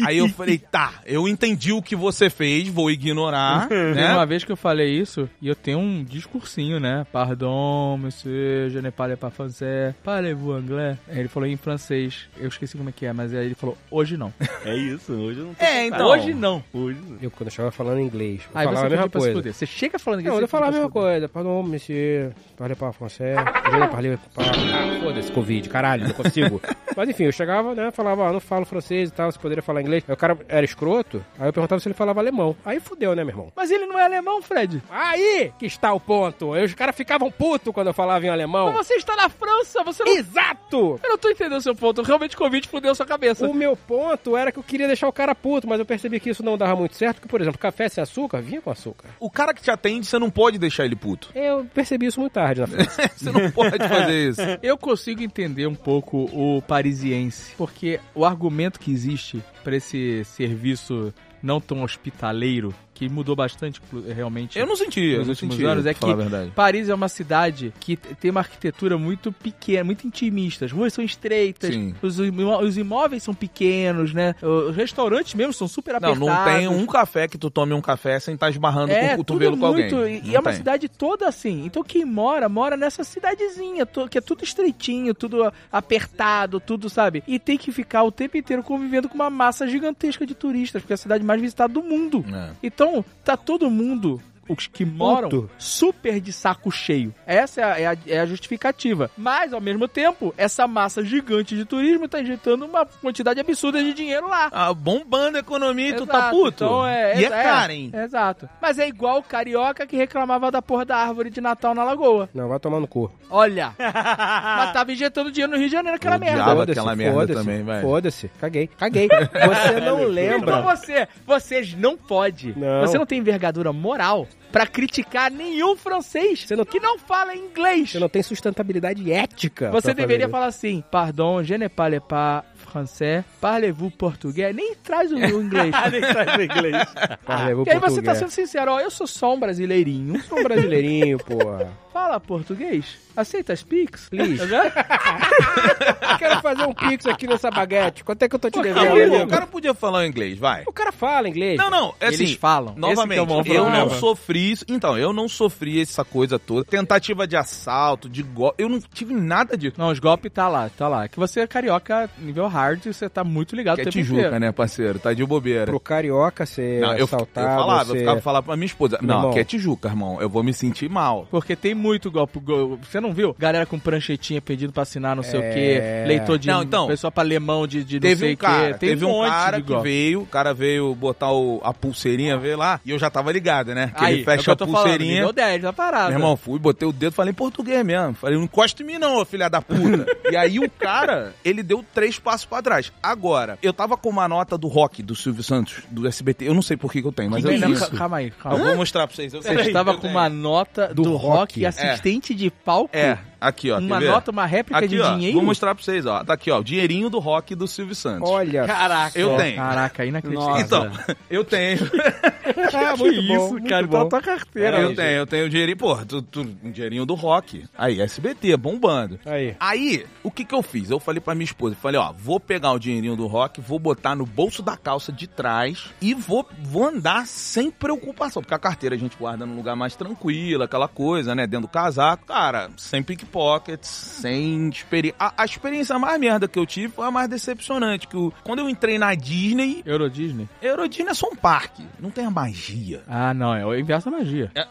[SPEAKER 5] aí eu falei, tá, eu entendi o que você fez,
[SPEAKER 3] [LAUGHS]
[SPEAKER 5] vou ignorar,
[SPEAKER 3] Teve
[SPEAKER 5] né?
[SPEAKER 3] uma vez que eu falei isso e eu tenho um discursinho, né? Pardon, monsieur, je ne parle pas français, parlez-vous anglais? Aí Ele falou em francês, eu esqueci como é que é, mas aí ele falou, hoje não.
[SPEAKER 1] É isso, hoje eu não tô
[SPEAKER 5] É, então.
[SPEAKER 3] Hoje não.
[SPEAKER 1] Hoje não.
[SPEAKER 2] Eu, quando eu chegava falando inglês, eu
[SPEAKER 3] Aí
[SPEAKER 2] falava
[SPEAKER 3] Ah, você
[SPEAKER 2] a mesma
[SPEAKER 3] pediu pra se
[SPEAKER 2] coisa.
[SPEAKER 3] fuder. Você chega falando
[SPEAKER 2] Não,
[SPEAKER 3] você
[SPEAKER 2] eu falava a
[SPEAKER 3] pediu
[SPEAKER 2] mesma
[SPEAKER 3] pra
[SPEAKER 2] coisa. Pardon, monsieur. Parlez pas français.
[SPEAKER 3] [LAUGHS]
[SPEAKER 2] Je ne parle pas... Ah, foda-se, Covid. Caralho, não
[SPEAKER 3] [LAUGHS]
[SPEAKER 2] consigo. Mas enfim, eu chegava, né? Falava, ó, não falo francês e tal. Você poderia falar inglês. Aí o cara era escroto. Aí eu perguntava se ele falava alemão. Aí fudeu, né, meu irmão?
[SPEAKER 3] se fuder. Mas ele não é alemão, Fred.
[SPEAKER 2] Aí que está o ponto. Eu- Os caras ficavam puto quando eu falava em alemão.
[SPEAKER 3] Mas você está na França, você não...
[SPEAKER 2] Exato!
[SPEAKER 3] Eu não tô entendendo o seu ponto. Realmente o Covid fudeu sua cabeça.
[SPEAKER 2] O meu ponto era que eu queria deixar o cara puto, mas eu percebi que isso não dava muito certo, porque, por exemplo, café sem açúcar vinha com açúcar.
[SPEAKER 5] O cara que te atende, você não pode deixar ele puto.
[SPEAKER 2] Eu percebi isso muito tarde na França.
[SPEAKER 3] [LAUGHS]
[SPEAKER 5] Você não pode fazer isso.
[SPEAKER 3] Eu consigo entender um pouco o parisiense, porque o argumento que existe para esse serviço não tão hospitaleiro, que mudou bastante inclu- realmente.
[SPEAKER 5] Eu não senti, eu
[SPEAKER 3] Nos
[SPEAKER 5] não
[SPEAKER 3] últimos
[SPEAKER 5] senti.
[SPEAKER 3] anos é
[SPEAKER 5] pra falar
[SPEAKER 3] que-
[SPEAKER 5] a verdade.
[SPEAKER 3] Paris é uma cidade que t- tem uma arquitetura muito pequena, muito intimista. As ruas são estreitas,
[SPEAKER 5] Sim.
[SPEAKER 3] os, imó- os imóveis são pequenos, né? Os restaurantes mesmo são super
[SPEAKER 5] Não,
[SPEAKER 3] apertados.
[SPEAKER 5] não tem um café que tu tome um café sem estar esbarrando com o
[SPEAKER 3] É, tudo
[SPEAKER 5] cotovelo com alguém.
[SPEAKER 3] muito. E, e
[SPEAKER 5] Não
[SPEAKER 3] é uma
[SPEAKER 5] tem.
[SPEAKER 3] cidade toda assim. Então quem mora, mora nessa cidadezinha, to- que é tudo estreitinho, tudo apertado, tudo, sabe? E tem que ficar o tempo inteiro convivendo com uma massa gigantesca de turistas, porque é a cidade mais visitada do mundo.
[SPEAKER 5] É.
[SPEAKER 3] Então, tá todo mundo. Os que moram
[SPEAKER 2] Puto.
[SPEAKER 3] super de saco cheio. Essa é a, é a- é a justificativa. Mas, ao mesmo tempo, essa massa gigante de turismo tá injetando uma quantidade absurda de dinheiro lá.
[SPEAKER 5] Ah, bombando a economia e tu tá
[SPEAKER 3] Exato,
[SPEAKER 5] puto.
[SPEAKER 3] então é,
[SPEAKER 5] e é
[SPEAKER 3] exa-
[SPEAKER 5] caro, hein?
[SPEAKER 3] é, Exato. Mas é igual o carioca que reclamava da porra da árvore de Natal na lagoa.
[SPEAKER 2] Não, vai tomar no cu.
[SPEAKER 3] [LAUGHS] Olha. mas tava injetando dinheiro no Rio de Janeiro naquela
[SPEAKER 5] O
[SPEAKER 3] merda.
[SPEAKER 5] diabo. Tava
[SPEAKER 2] Foda-se,
[SPEAKER 5] aquela merda
[SPEAKER 2] foda-se,
[SPEAKER 5] também, vai.
[SPEAKER 2] Foda-se. Caguei. Caguei. Você não
[SPEAKER 3] Então
[SPEAKER 2] lembra.
[SPEAKER 3] você, vocês não pode.
[SPEAKER 2] Não.
[SPEAKER 3] Você não tem envergadura moral pra criticar nenhum francês
[SPEAKER 2] Você não-
[SPEAKER 3] que não fala inglês.
[SPEAKER 2] Você não tem sustentabilidade ética. pra
[SPEAKER 3] Você deveria
[SPEAKER 2] fazer
[SPEAKER 3] falar assim, pardon, je ne parle pas français, parlez-vous português, nem traz o
[SPEAKER 2] [LAUGHS]
[SPEAKER 3] o inglês.
[SPEAKER 1] Ah, nem sabe inglês. [LAUGHS]
[SPEAKER 2] isso. Ah, Cara, levou
[SPEAKER 3] Porque aí você tá
[SPEAKER 2] português.
[SPEAKER 3] sendo sincero, ó, eu sou só um brasileirinho,
[SPEAKER 2] Sou um [LAUGHS] brasileirinho, porra.
[SPEAKER 3] Fala português? Aceita as Pix?
[SPEAKER 2] Please.
[SPEAKER 3] Tá vendo?
[SPEAKER 2] Eu [LAUGHS] quero fazer um pix aqui nessa baguete. Quanto é que eu tô te
[SPEAKER 5] Não,
[SPEAKER 2] devendo?
[SPEAKER 5] Ah, pô,
[SPEAKER 2] amigo?
[SPEAKER 5] o cara podia falar inglês, vai.
[SPEAKER 2] O cara fala inglês.
[SPEAKER 5] Não, não, é assim.
[SPEAKER 3] Eles falam. Esse que
[SPEAKER 5] Novamente,
[SPEAKER 3] é o maior
[SPEAKER 5] eu não
[SPEAKER 3] problema.
[SPEAKER 5] sofri isso. Então, eu não sofri essa coisa toda. Tentativa de assalto, de golpe. Eu não tive nada disso.
[SPEAKER 3] Não, os golpes tá lá, tá lá. É Que você é carioca nível hard e você tá muito ligado
[SPEAKER 5] Que é
[SPEAKER 3] o tempo
[SPEAKER 5] Tijuca,
[SPEAKER 3] inteiro.
[SPEAKER 5] né, parceiro? Tá de bobeira.
[SPEAKER 2] Pro carioca ser
[SPEAKER 5] Não, eu, eu
[SPEAKER 2] assaltado,
[SPEAKER 5] falava, eu
[SPEAKER 2] ser-
[SPEAKER 5] ficava falando pra minha esposa. Não,
[SPEAKER 2] irmão.
[SPEAKER 5] aqui é Tijuca, irmão. Eu vou me sentir mal.
[SPEAKER 3] Porque tem muito golpe. go- Você não viu? Galera com pranchetinha pedindo pra assinar não sei o
[SPEAKER 2] É.
[SPEAKER 3] quê. Leitor de
[SPEAKER 5] Não, então,
[SPEAKER 3] pessoa pra alemão de, de não
[SPEAKER 5] Teve
[SPEAKER 3] sei
[SPEAKER 5] um
[SPEAKER 3] o
[SPEAKER 5] cara,
[SPEAKER 3] quê. Tem
[SPEAKER 5] teve um
[SPEAKER 3] monte
[SPEAKER 5] cara
[SPEAKER 3] de
[SPEAKER 5] que
[SPEAKER 3] golpe.
[SPEAKER 5] veio, o cara veio botar o- a pulseirinha, veio lá, e eu já tava ligado, né? Que
[SPEAKER 3] Aí,
[SPEAKER 5] ele fecha
[SPEAKER 3] é
[SPEAKER 5] a
[SPEAKER 3] o que eu tô falando,
[SPEAKER 5] pulseirinha.
[SPEAKER 3] nível tá 10 da parada.
[SPEAKER 5] Meu irmão, fui, botei o dedo, falei em português mesmo. Falei, não encosta em mim não, ô filha
[SPEAKER 3] [LAUGHS]
[SPEAKER 5] da puta. e aí o cara, ele deu três passos pra trás. Agora, eu tava com uma nota do rock do Silvio Santos, do SBT, eu não sei por que que eu tenho, mas
[SPEAKER 3] Que
[SPEAKER 5] eu
[SPEAKER 3] que é
[SPEAKER 5] lembro.
[SPEAKER 3] isso? Calma aí, calma
[SPEAKER 5] Eu
[SPEAKER 3] aí.
[SPEAKER 5] vou mostrar pra vocês. Eu
[SPEAKER 3] Você estava com uma nota do,
[SPEAKER 2] Do
[SPEAKER 3] rock,
[SPEAKER 2] rock.
[SPEAKER 3] assistente de palco
[SPEAKER 5] É. Aqui, ó.
[SPEAKER 3] uma
[SPEAKER 5] quer ver?
[SPEAKER 3] nota, uma réplica
[SPEAKER 5] aqui,
[SPEAKER 3] de
[SPEAKER 5] ó,
[SPEAKER 3] dinheiro.
[SPEAKER 5] Vou mostrar pra vocês, ó. Tá aqui, ó. O dinheirinho do rock do Silvio Santos.
[SPEAKER 2] Olha. [LAUGHS]
[SPEAKER 1] Caraca.
[SPEAKER 5] Eu tenho.
[SPEAKER 3] Caraca, inacreditável.
[SPEAKER 1] Nossa.
[SPEAKER 5] Então, eu tenho.
[SPEAKER 3] [LAUGHS]
[SPEAKER 2] Ah,
[SPEAKER 3] que
[SPEAKER 2] muito bom,
[SPEAKER 3] isso,
[SPEAKER 2] muito
[SPEAKER 3] cara?
[SPEAKER 2] bom.
[SPEAKER 3] Então tua
[SPEAKER 5] tá
[SPEAKER 3] carteira.
[SPEAKER 5] É, eu tenho, eu tenho o dinheirinho, porra, tu, tu- um dinheirinho do rock. Aí, SBT, bombando.
[SPEAKER 2] Aí.
[SPEAKER 5] Aí, o que que eu fiz? Eu falei pra minha esposa, falei, ó, vou pegar o dinheirinho do rock, vou botar no bolso da calça de trás e vou, vou andar sem preocupação. Porque a carteira a gente guarda num lugar mais tranquilo, aquela coisa, né, dentro do casaco. Cara, sem pickpockets, sem experiência. A, a experiência mais merda que eu tive foi a mais decepcionante. Que o- quando eu entrei na Disney,
[SPEAKER 3] Euro Disney?
[SPEAKER 5] Eurodisney é só um parque, não tem a magia. [LAUGHS]
[SPEAKER 3] Ah, não, é o inverso da magia.
[SPEAKER 5] É,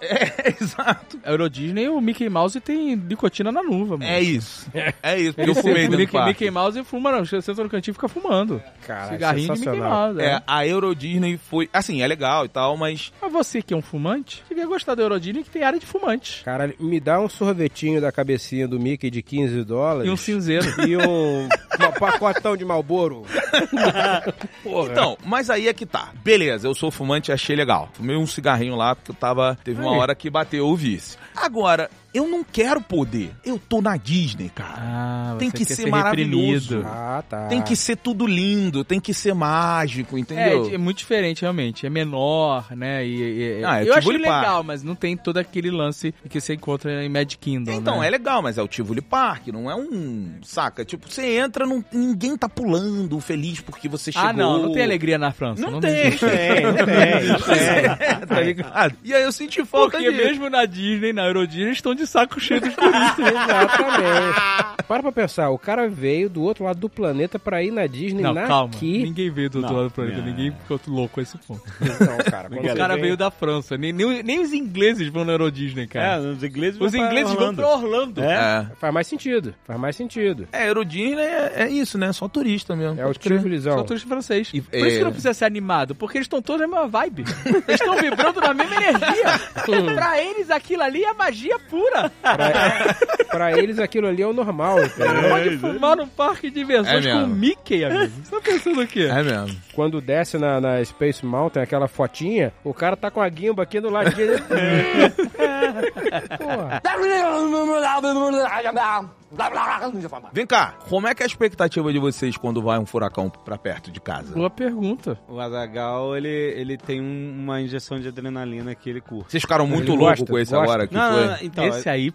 [SPEAKER 5] é, exato.
[SPEAKER 3] Euro Disney, o Mickey Mouse tem nicotina na nuva, mano.
[SPEAKER 5] É isso. É isso,
[SPEAKER 3] Hum. Ele
[SPEAKER 5] porque eu fumei
[SPEAKER 3] sempre-
[SPEAKER 5] dentro do
[SPEAKER 3] Mickey,
[SPEAKER 5] parque.
[SPEAKER 3] Mickey Mouse fuma, não. Você senta no cantinho e fica fumando.
[SPEAKER 2] Cara,
[SPEAKER 3] Cigarrinho de Mickey
[SPEAKER 2] sensacional.
[SPEAKER 3] Mouse.
[SPEAKER 5] É, a Euro Disney foi. Assim, é legal e tal, mas.
[SPEAKER 3] Mas você que é um fumante, devia gostar da Euro Disney que tem área de fumante.
[SPEAKER 2] Caralho, me dá um sorvetinho da cabecinha do Mickey de 15 dólares.
[SPEAKER 3] E um
[SPEAKER 5] [LAUGHS]
[SPEAKER 3] cinzeiro.
[SPEAKER 2] E um, uma pacotão de Malboro.
[SPEAKER 5] Então, mas aí é que tá. Beleza, eu sou fumante e achei legal. Fumei um cigarrinho lá porque eu tava. Teve uma
[SPEAKER 2] Aí.
[SPEAKER 5] hora que bateu o vício. Agora, eu não quero poder. Eu tô na Disney, cara.
[SPEAKER 3] Ah,
[SPEAKER 5] Tem que
[SPEAKER 3] quer
[SPEAKER 5] ser maravilhoso.
[SPEAKER 3] reprimido.
[SPEAKER 2] Ah, tá.
[SPEAKER 5] Tem que ser tudo lindo, tem que ser mágico, entendeu?
[SPEAKER 3] É, é muito diferente, realmente. É menor, né? E, e-
[SPEAKER 5] Ah, é
[SPEAKER 3] eu
[SPEAKER 5] tipo
[SPEAKER 3] achei
[SPEAKER 5] limpar.
[SPEAKER 3] legal, mas não tem todo aquele lance que você encontra em Mad Kingdom.
[SPEAKER 5] Então,
[SPEAKER 3] né?
[SPEAKER 5] é legal, mas é o Tivoli Park, não é um. Saca? Tipo, você entra, não, ninguém tá pulando feliz porque você chegou.
[SPEAKER 3] Ah, não, não tem alegria na França.
[SPEAKER 5] Não,
[SPEAKER 3] Não, É.
[SPEAKER 5] tem.
[SPEAKER 2] Tem, não tem, não tem.
[SPEAKER 5] [LAUGHS] tá ligado? E aí eu senti falta
[SPEAKER 3] Porque
[SPEAKER 5] de mesmo.
[SPEAKER 3] mesmo na Disney, na Euro Disney, estão de saco cheio dos turistas. né?
[SPEAKER 2] Exatamente. Para pra pensar, o cara veio do outro lado do planeta pra ir na Disney
[SPEAKER 3] Não,
[SPEAKER 2] na
[SPEAKER 3] calma.
[SPEAKER 2] que...
[SPEAKER 3] Ninguém veio do outro
[SPEAKER 1] Não,
[SPEAKER 3] lado do planeta.
[SPEAKER 1] é.
[SPEAKER 3] Ninguém ficou louco a esse ponto.
[SPEAKER 2] Não, Então, cara. quando
[SPEAKER 3] O
[SPEAKER 2] você
[SPEAKER 3] cara
[SPEAKER 2] vem-
[SPEAKER 3] veio da França. Nem, nem, nem os ingleses vão na Euro Disney,
[SPEAKER 1] É,
[SPEAKER 3] cara.
[SPEAKER 1] os ingleses
[SPEAKER 3] os
[SPEAKER 1] vão pra
[SPEAKER 3] ingleses vão
[SPEAKER 1] Orlando.
[SPEAKER 3] pra Orlando.
[SPEAKER 1] É.
[SPEAKER 5] É.
[SPEAKER 2] Faz mais sentido, faz mais sentido.
[SPEAKER 5] É, Eurodisney é, é isso, né? Só turista mesmo.
[SPEAKER 2] É o
[SPEAKER 3] São
[SPEAKER 2] Tivolizão.
[SPEAKER 3] turistas franceses.
[SPEAKER 5] E-
[SPEAKER 3] Por isso
[SPEAKER 5] é.
[SPEAKER 3] que não precisa ser animado, porque eles estão todos na mesma vibe. Eles estão vibrando na mesma [LAUGHS] energia. pra eles, aquilo ali é magia pura.
[SPEAKER 2] Pra, pra eles aquilo ali é o normal, entendeu?
[SPEAKER 3] Pode fumar no parque de diversões
[SPEAKER 5] É
[SPEAKER 3] com o
[SPEAKER 5] mesmo.
[SPEAKER 3] Mickey, amigo. Você tá pensando o quê?
[SPEAKER 5] É mesmo.
[SPEAKER 2] Quando desce na, na Space Mountain, aquela fotinha, o cara tá com a guimba aqui do ladinho.
[SPEAKER 3] [LAUGHS]
[SPEAKER 2] Porra.
[SPEAKER 5] Vem cá, como é que é a expectativa de vocês quando vai um furacão pra perto de casa?
[SPEAKER 3] Boa pergunta.
[SPEAKER 1] O Azagal, ele, ele tem um- uma injeção de adrenalina que ele curte.
[SPEAKER 5] Vocês ficaram muito
[SPEAKER 2] Ele
[SPEAKER 5] loucos
[SPEAKER 2] gosta,
[SPEAKER 5] com esse
[SPEAKER 2] gosta.
[SPEAKER 5] agora que
[SPEAKER 1] Não,
[SPEAKER 5] foi
[SPEAKER 1] não, não, então.
[SPEAKER 3] Esse aí...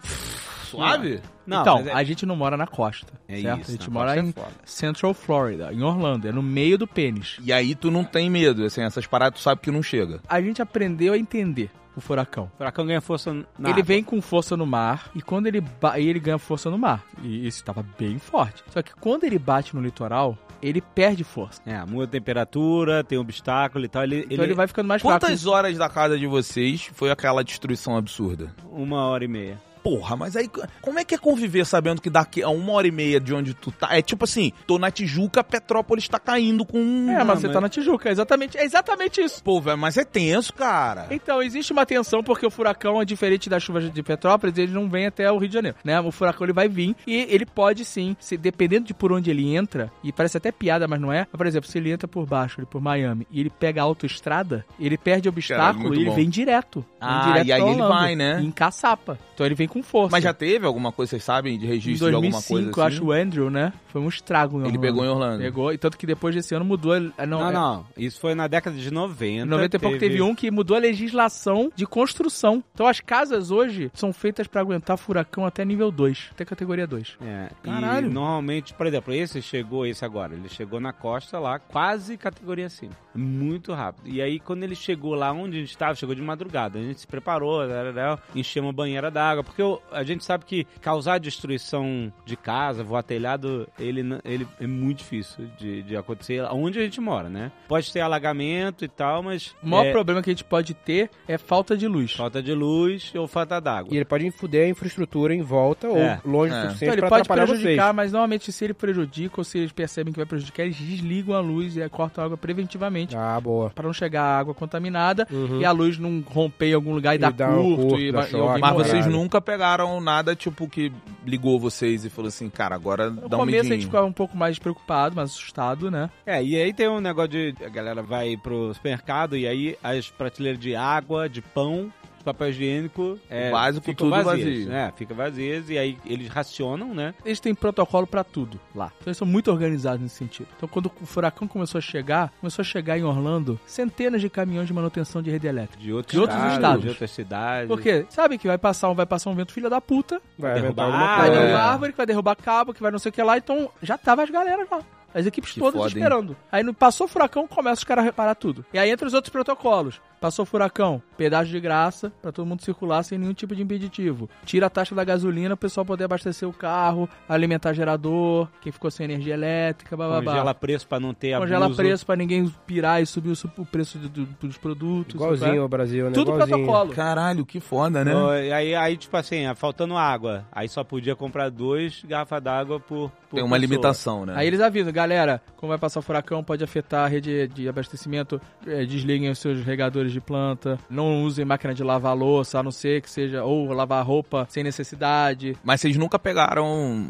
[SPEAKER 5] suave?
[SPEAKER 1] Não,
[SPEAKER 3] então,
[SPEAKER 1] mas é-
[SPEAKER 3] a gente não mora na costa,
[SPEAKER 1] É
[SPEAKER 3] certo?
[SPEAKER 1] isso,
[SPEAKER 3] a gente
[SPEAKER 1] na
[SPEAKER 3] mora
[SPEAKER 1] costa é
[SPEAKER 3] em
[SPEAKER 1] foda.
[SPEAKER 3] Central Florida, em Orlando, é no meio do pênis.
[SPEAKER 5] E aí tu não tem medo, assim, essas paradas tu sabe que não chega.
[SPEAKER 3] A gente aprendeu a entender o furacão.
[SPEAKER 1] O furacão ganha força na
[SPEAKER 3] ele
[SPEAKER 1] água.
[SPEAKER 3] vem com força no mar e quando ele ba- e ele ganha força no mar. E isso estava bem forte. Só que quando ele bate no litoral, ele perde força.
[SPEAKER 1] É, muda a temperatura, tem obstáculo e tal. Ele,
[SPEAKER 3] Então ele, vai ficando mais
[SPEAKER 5] Quantas
[SPEAKER 3] fraco.
[SPEAKER 5] horas da casa de vocês foi aquela destruição absurda?
[SPEAKER 1] Uma hora e meia.
[SPEAKER 5] Porra, mas aí co- como é que é conviver sabendo que daqui a uma hora e meia de onde tu tá? É tipo assim, tô na Tijuca, Petrópolis tá caindo com.
[SPEAKER 3] É, mas você
[SPEAKER 1] mas-
[SPEAKER 3] tá na Tijuca, é exatamente, é exatamente isso.
[SPEAKER 5] Pô, velho, mas é tenso, cara.
[SPEAKER 3] Então, existe uma tensão porque o furacão é diferente das chuvas de Petrópolis, ele não vem até o Rio de Janeiro, né? O furacão ele vai vir e ele pode sim, se, dependendo de por onde ele entra, e parece até piada, mas não é. Por exemplo, se ele entra por baixo, ele por Miami, e ele pega a autoestrada, ele perde obstáculo
[SPEAKER 5] muito
[SPEAKER 3] e ele
[SPEAKER 5] bom.
[SPEAKER 3] vem direto. Vem
[SPEAKER 5] Ah,
[SPEAKER 3] direto
[SPEAKER 5] e aí
[SPEAKER 3] pra
[SPEAKER 5] ele
[SPEAKER 3] Orlando,
[SPEAKER 5] vai, né?
[SPEAKER 3] Em caçapa. Então ele vem com força.
[SPEAKER 5] Mas já teve alguma coisa, vocês sabem, de
[SPEAKER 3] em
[SPEAKER 5] registro de
[SPEAKER 3] 2005,
[SPEAKER 5] alguma coisa?
[SPEAKER 3] eu
[SPEAKER 5] assim?
[SPEAKER 3] acho o Andrew, né? Foi um estrago em
[SPEAKER 5] Ele
[SPEAKER 3] Orlando.
[SPEAKER 5] pegou em Orlando.
[SPEAKER 3] Pegou, e tanto que depois desse ano mudou. a- Não,
[SPEAKER 1] Não,
[SPEAKER 3] é-
[SPEAKER 1] não. Isso foi na década de 90.
[SPEAKER 3] Em 90 e pouco teve um que mudou a legislação de construção. Então as casas hoje são feitas pra aguentar furacão até nível 2, até categoria 2.
[SPEAKER 1] É,
[SPEAKER 5] Caralho.
[SPEAKER 1] E normalmente, por exemplo, esse chegou, esse agora, ele chegou na costa lá, quase categoria 5. Muito rápido. E aí, quando ele chegou lá onde a gente estava, chegou de madrugada. A gente se preparou, tarará, encheu uma banheira d'água. Porque o- a gente sabe que causar destruição de casa, voar telhado, ele, n- ele é muito difícil de, de acontecer onde a gente mora, né? Pode ter alagamento e tal, mas.
[SPEAKER 3] O maior
[SPEAKER 1] é,
[SPEAKER 3] problema que a gente pode ter é falta de luz.
[SPEAKER 1] Falta de luz ou falta d'água.
[SPEAKER 2] E ele pode fuder a infraestrutura em volta
[SPEAKER 1] É,
[SPEAKER 2] ou longe
[SPEAKER 5] é.
[SPEAKER 2] o suficiente
[SPEAKER 3] Então ele
[SPEAKER 2] pra
[SPEAKER 3] pode
[SPEAKER 2] atrapalhar
[SPEAKER 3] prejudicar,
[SPEAKER 2] vocês.
[SPEAKER 3] mas normalmente se ele prejudica ou se eles percebem que vai prejudicar, eles desligam a luz e aí cortam a água preventivamente.
[SPEAKER 2] Ah, boa.
[SPEAKER 3] Pra não chegar a água contaminada
[SPEAKER 2] Uhum.
[SPEAKER 3] e a luz não romper em algum lugar e,
[SPEAKER 2] E
[SPEAKER 3] dar
[SPEAKER 2] dar um
[SPEAKER 3] curto,
[SPEAKER 2] curto,
[SPEAKER 3] e,
[SPEAKER 2] dá
[SPEAKER 3] vai- e
[SPEAKER 2] choque.
[SPEAKER 3] alguém
[SPEAKER 5] Mas
[SPEAKER 3] morrer.
[SPEAKER 5] vocês
[SPEAKER 2] Caralho.
[SPEAKER 5] nunca pegaram nada, tipo, que ligou vocês e falou assim, cara, agora
[SPEAKER 3] No
[SPEAKER 5] dá
[SPEAKER 3] começo
[SPEAKER 5] um
[SPEAKER 3] a
[SPEAKER 5] medinho.
[SPEAKER 3] gente ficava um pouco mais preocupado, mais assustado, né?
[SPEAKER 1] É, e aí tem um negócio de. A galera vai pro supermercado e aí as prateleiras de água, de pão, papel higiênico. É,
[SPEAKER 5] O básico,
[SPEAKER 1] ficam
[SPEAKER 5] tudo
[SPEAKER 1] vazias,
[SPEAKER 5] vazio.
[SPEAKER 1] né? Fica vazias e aí eles racionam, né?
[SPEAKER 3] Eles têm protocolo pra tudo lá. Então eles são muito organizados nesse sentido. Então quando o furacão começou a chegar, começou a chegar em Orlando centenas de caminhões de manutenção de rede elétrica.
[SPEAKER 1] De outros,
[SPEAKER 3] De outros
[SPEAKER 1] estados,
[SPEAKER 3] estados.
[SPEAKER 1] De outras cidades.
[SPEAKER 3] Porque sabe que vai passar um, vai passar um vento filha da puta,
[SPEAKER 2] Vai
[SPEAKER 1] Derrubar
[SPEAKER 2] inventar
[SPEAKER 1] a
[SPEAKER 2] alguma
[SPEAKER 3] vai
[SPEAKER 1] árvore.
[SPEAKER 2] coisa.
[SPEAKER 5] É. né?
[SPEAKER 3] derrubar árvore, que vai derrubar cabo, que vai não sei o que lá. Então já tava as galeras lá. As equipes
[SPEAKER 5] Que
[SPEAKER 3] todas
[SPEAKER 5] foda, hein?
[SPEAKER 3] esperando. Aí não passou o furacão, começa os caras a reparar tudo. E aí entra os outros protocolos. Passou o furacão, pedágio de graça pra todo mundo circular sem nenhum tipo de impeditivo. Tira a taxa da gasolina, o pessoal poder abastecer o carro, alimentar gerador, quem ficou sem energia elétrica, blá blá
[SPEAKER 1] Congela
[SPEAKER 3] blá.
[SPEAKER 1] preço pra não ter
[SPEAKER 3] Congela
[SPEAKER 1] abuso.
[SPEAKER 3] preço pra ninguém pirar e subir o su- o preço do- do- dos produtos. sabe?
[SPEAKER 2] Igualzinho ao Brasil, né?
[SPEAKER 3] Tudo
[SPEAKER 2] Igualzinho.
[SPEAKER 3] protocolo.
[SPEAKER 5] Caralho, que foda, né?
[SPEAKER 3] é,
[SPEAKER 1] Não, e aí, aí, tipo assim, ah, faltando água. Aí só podia comprar dois garrafas d'água por, por
[SPEAKER 5] Tem uma
[SPEAKER 1] pessoa.
[SPEAKER 5] limitação,
[SPEAKER 1] É.
[SPEAKER 5] né?
[SPEAKER 3] Aí eles avisam, galera, como vai passar o furacão, pode afetar a rede de abastecimento, eh, desliguem os seus regadores de planta, não usem máquina de lavar louça, a não ser que seja, ou lavar roupa sem necessidade.
[SPEAKER 5] Mas vocês nunca pegaram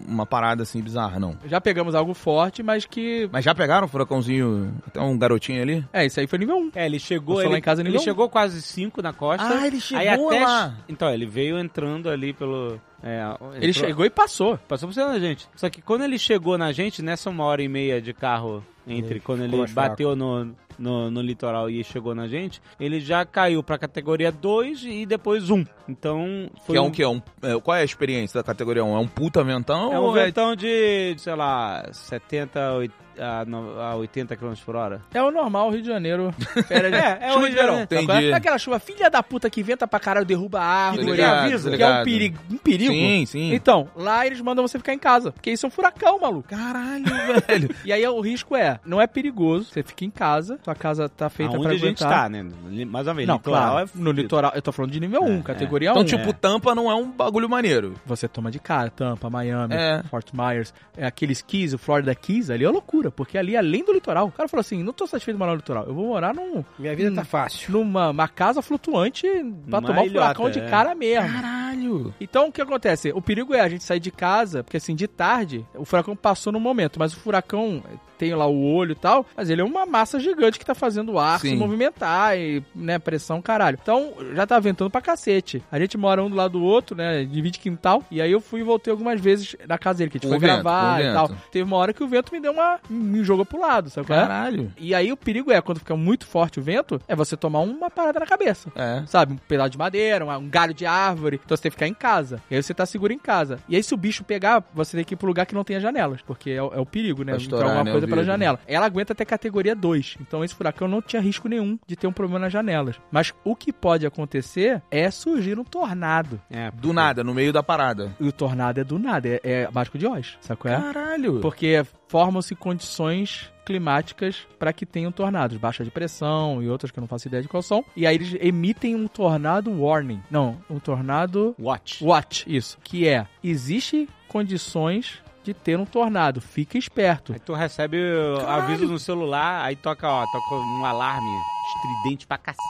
[SPEAKER 5] uma parada assim bizarra, não.
[SPEAKER 3] Já pegamos algo forte, mas que...
[SPEAKER 5] Mas já pegaram um furacãozinho, até um garotinho ali?
[SPEAKER 3] É, isso aí foi nível 1.
[SPEAKER 1] É, ele
[SPEAKER 3] Eu
[SPEAKER 1] chegou.
[SPEAKER 3] sou lá
[SPEAKER 1] Ele,
[SPEAKER 3] em casa,
[SPEAKER 1] ele
[SPEAKER 3] ninguém-
[SPEAKER 1] chegou quase cinco na
[SPEAKER 3] Ah,
[SPEAKER 1] costa.
[SPEAKER 5] ele
[SPEAKER 1] aí até. Então, ele veio entrando ali pelo. é,
[SPEAKER 3] Ele
[SPEAKER 1] entrou-
[SPEAKER 3] chegou e passou.
[SPEAKER 1] Passou por cima da gente. Só que quando ele chegou na gente, nessa uma hora e meia de carro, entre quando ele
[SPEAKER 2] mais fraco.
[SPEAKER 1] bateu no, no, no litoral e chegou na gente, ele já caiu pra categoria 2 e depois 1. Um. Então
[SPEAKER 5] Que
[SPEAKER 1] foi
[SPEAKER 5] é um que é um. é, qual é a experiência da categoria 1? É um puta ventão?
[SPEAKER 1] É um
[SPEAKER 5] ou
[SPEAKER 1] ventão de, sei lá, 70 oit- a no- a 80 km por hora.
[SPEAKER 3] É o normal Rio de
[SPEAKER 1] [LAUGHS]
[SPEAKER 3] Janeiro. Férias,
[SPEAKER 1] É, é o Rio
[SPEAKER 3] chuva de
[SPEAKER 1] de
[SPEAKER 3] verão.
[SPEAKER 1] Janeiro.
[SPEAKER 3] sabe qual é?
[SPEAKER 5] Entendi.
[SPEAKER 3] É aquela chuva filha da puta que venta pra caralho, derruba a árvore.
[SPEAKER 5] Tô ligado,
[SPEAKER 1] avisa,
[SPEAKER 5] tô
[SPEAKER 1] que
[SPEAKER 3] que é um
[SPEAKER 5] ligado.
[SPEAKER 3] perigo. Um perigo.
[SPEAKER 5] Sim, sim.
[SPEAKER 3] Então, lá eles mandam você ficar em casa, porque isso é um furacão, maluco. [LAUGHS]
[SPEAKER 5] Caralho, velho.
[SPEAKER 3] E aí o risco é, não é perigoso, você fica em casa, sua casa tá feita
[SPEAKER 1] Aonde
[SPEAKER 3] pra
[SPEAKER 1] a gente
[SPEAKER 3] aguentar.
[SPEAKER 1] tá, né? Li- Mais uma vez,
[SPEAKER 3] Não,
[SPEAKER 1] litoral
[SPEAKER 3] claro,
[SPEAKER 1] é
[SPEAKER 3] no litoral, eu tô falando de nível 1, categoria
[SPEAKER 5] Então,
[SPEAKER 3] 1.
[SPEAKER 5] tipo,
[SPEAKER 1] é.
[SPEAKER 5] tampa não é um bagulho maneiro.
[SPEAKER 3] Você toma de cara, Tampa, Miami,
[SPEAKER 5] É.
[SPEAKER 3] Fort Myers, é, aqueles Keys, o Florida Keys, ali é loucura, porque ali, além do litoral, o cara falou assim, não tô satisfeito de morar no litoral, eu vou morar num,
[SPEAKER 2] Minha vida
[SPEAKER 5] Hum.
[SPEAKER 2] tá fácil.
[SPEAKER 3] numa uma casa flutuante pra
[SPEAKER 1] Uma
[SPEAKER 3] tomar o
[SPEAKER 1] ilhota,
[SPEAKER 3] furacão de
[SPEAKER 1] é.
[SPEAKER 3] cara mesmo.
[SPEAKER 5] Caralho.
[SPEAKER 3] Então o que acontece? O perigo é a gente sair de casa, porque assim, de tarde, o furacão passou no momento, mas o furacão eh, tem lá o olho e tal, mas ele é uma massa gigante que tá fazendo o ar se
[SPEAKER 5] Sim.
[SPEAKER 3] movimentar e, né, pressão, caralho. Então já tá ventando pra cacete. A gente mora um do lado do outro, né, divide quintal, e aí eu fui e voltei algumas vezes na casa dele, que a gente foi
[SPEAKER 5] Com o vento,
[SPEAKER 3] gravar
[SPEAKER 5] com o
[SPEAKER 3] e tal.
[SPEAKER 5] vento.
[SPEAKER 3] Teve uma hora que o vento me deu uma... me jogou pro lado, sabe qual é?
[SPEAKER 5] Caralho.
[SPEAKER 3] E aí o perigo é, quando fica muito forte o vento, é você tomar uma parada na cabeça
[SPEAKER 5] É.
[SPEAKER 3] sabe? Um pedaço de madeira, uma- um galho de árvore. Então você tem que ficar em casa. E aí você tá seguro em casa. E aí se o bicho pegar, você tem que ir pro lugar que não tenha janelas, porque é, o- é o perigo, né?
[SPEAKER 5] Vai estourar,
[SPEAKER 3] Entrar alguma
[SPEAKER 5] né, o
[SPEAKER 3] coisa pela
[SPEAKER 5] vidro.
[SPEAKER 3] janela. Ela aguenta até categoria 2. Então esse furacão não tinha risco nenhum de ter um problema nas janelas. Mas o que pode acontecer é surgir um tornado.
[SPEAKER 1] É, é,
[SPEAKER 5] Do nada, no meio da parada.
[SPEAKER 3] E o tornado é do nada, é, é mágico de Oz, sabe qual é?
[SPEAKER 5] Caralho.
[SPEAKER 3] Porque formam-se condições climáticas para que tenham tornados, baixa de pressão e outras que eu não faço ideia de qual são. E aí eles emitem um tornado warning. Não, um tornado
[SPEAKER 1] Watch.
[SPEAKER 3] watch, isso, que é existe condições de ter um tornado, fica esperto.
[SPEAKER 1] Aí tu recebe uh, aviso no celular, aí toca, ó, toca um alarme estridente pra cacete.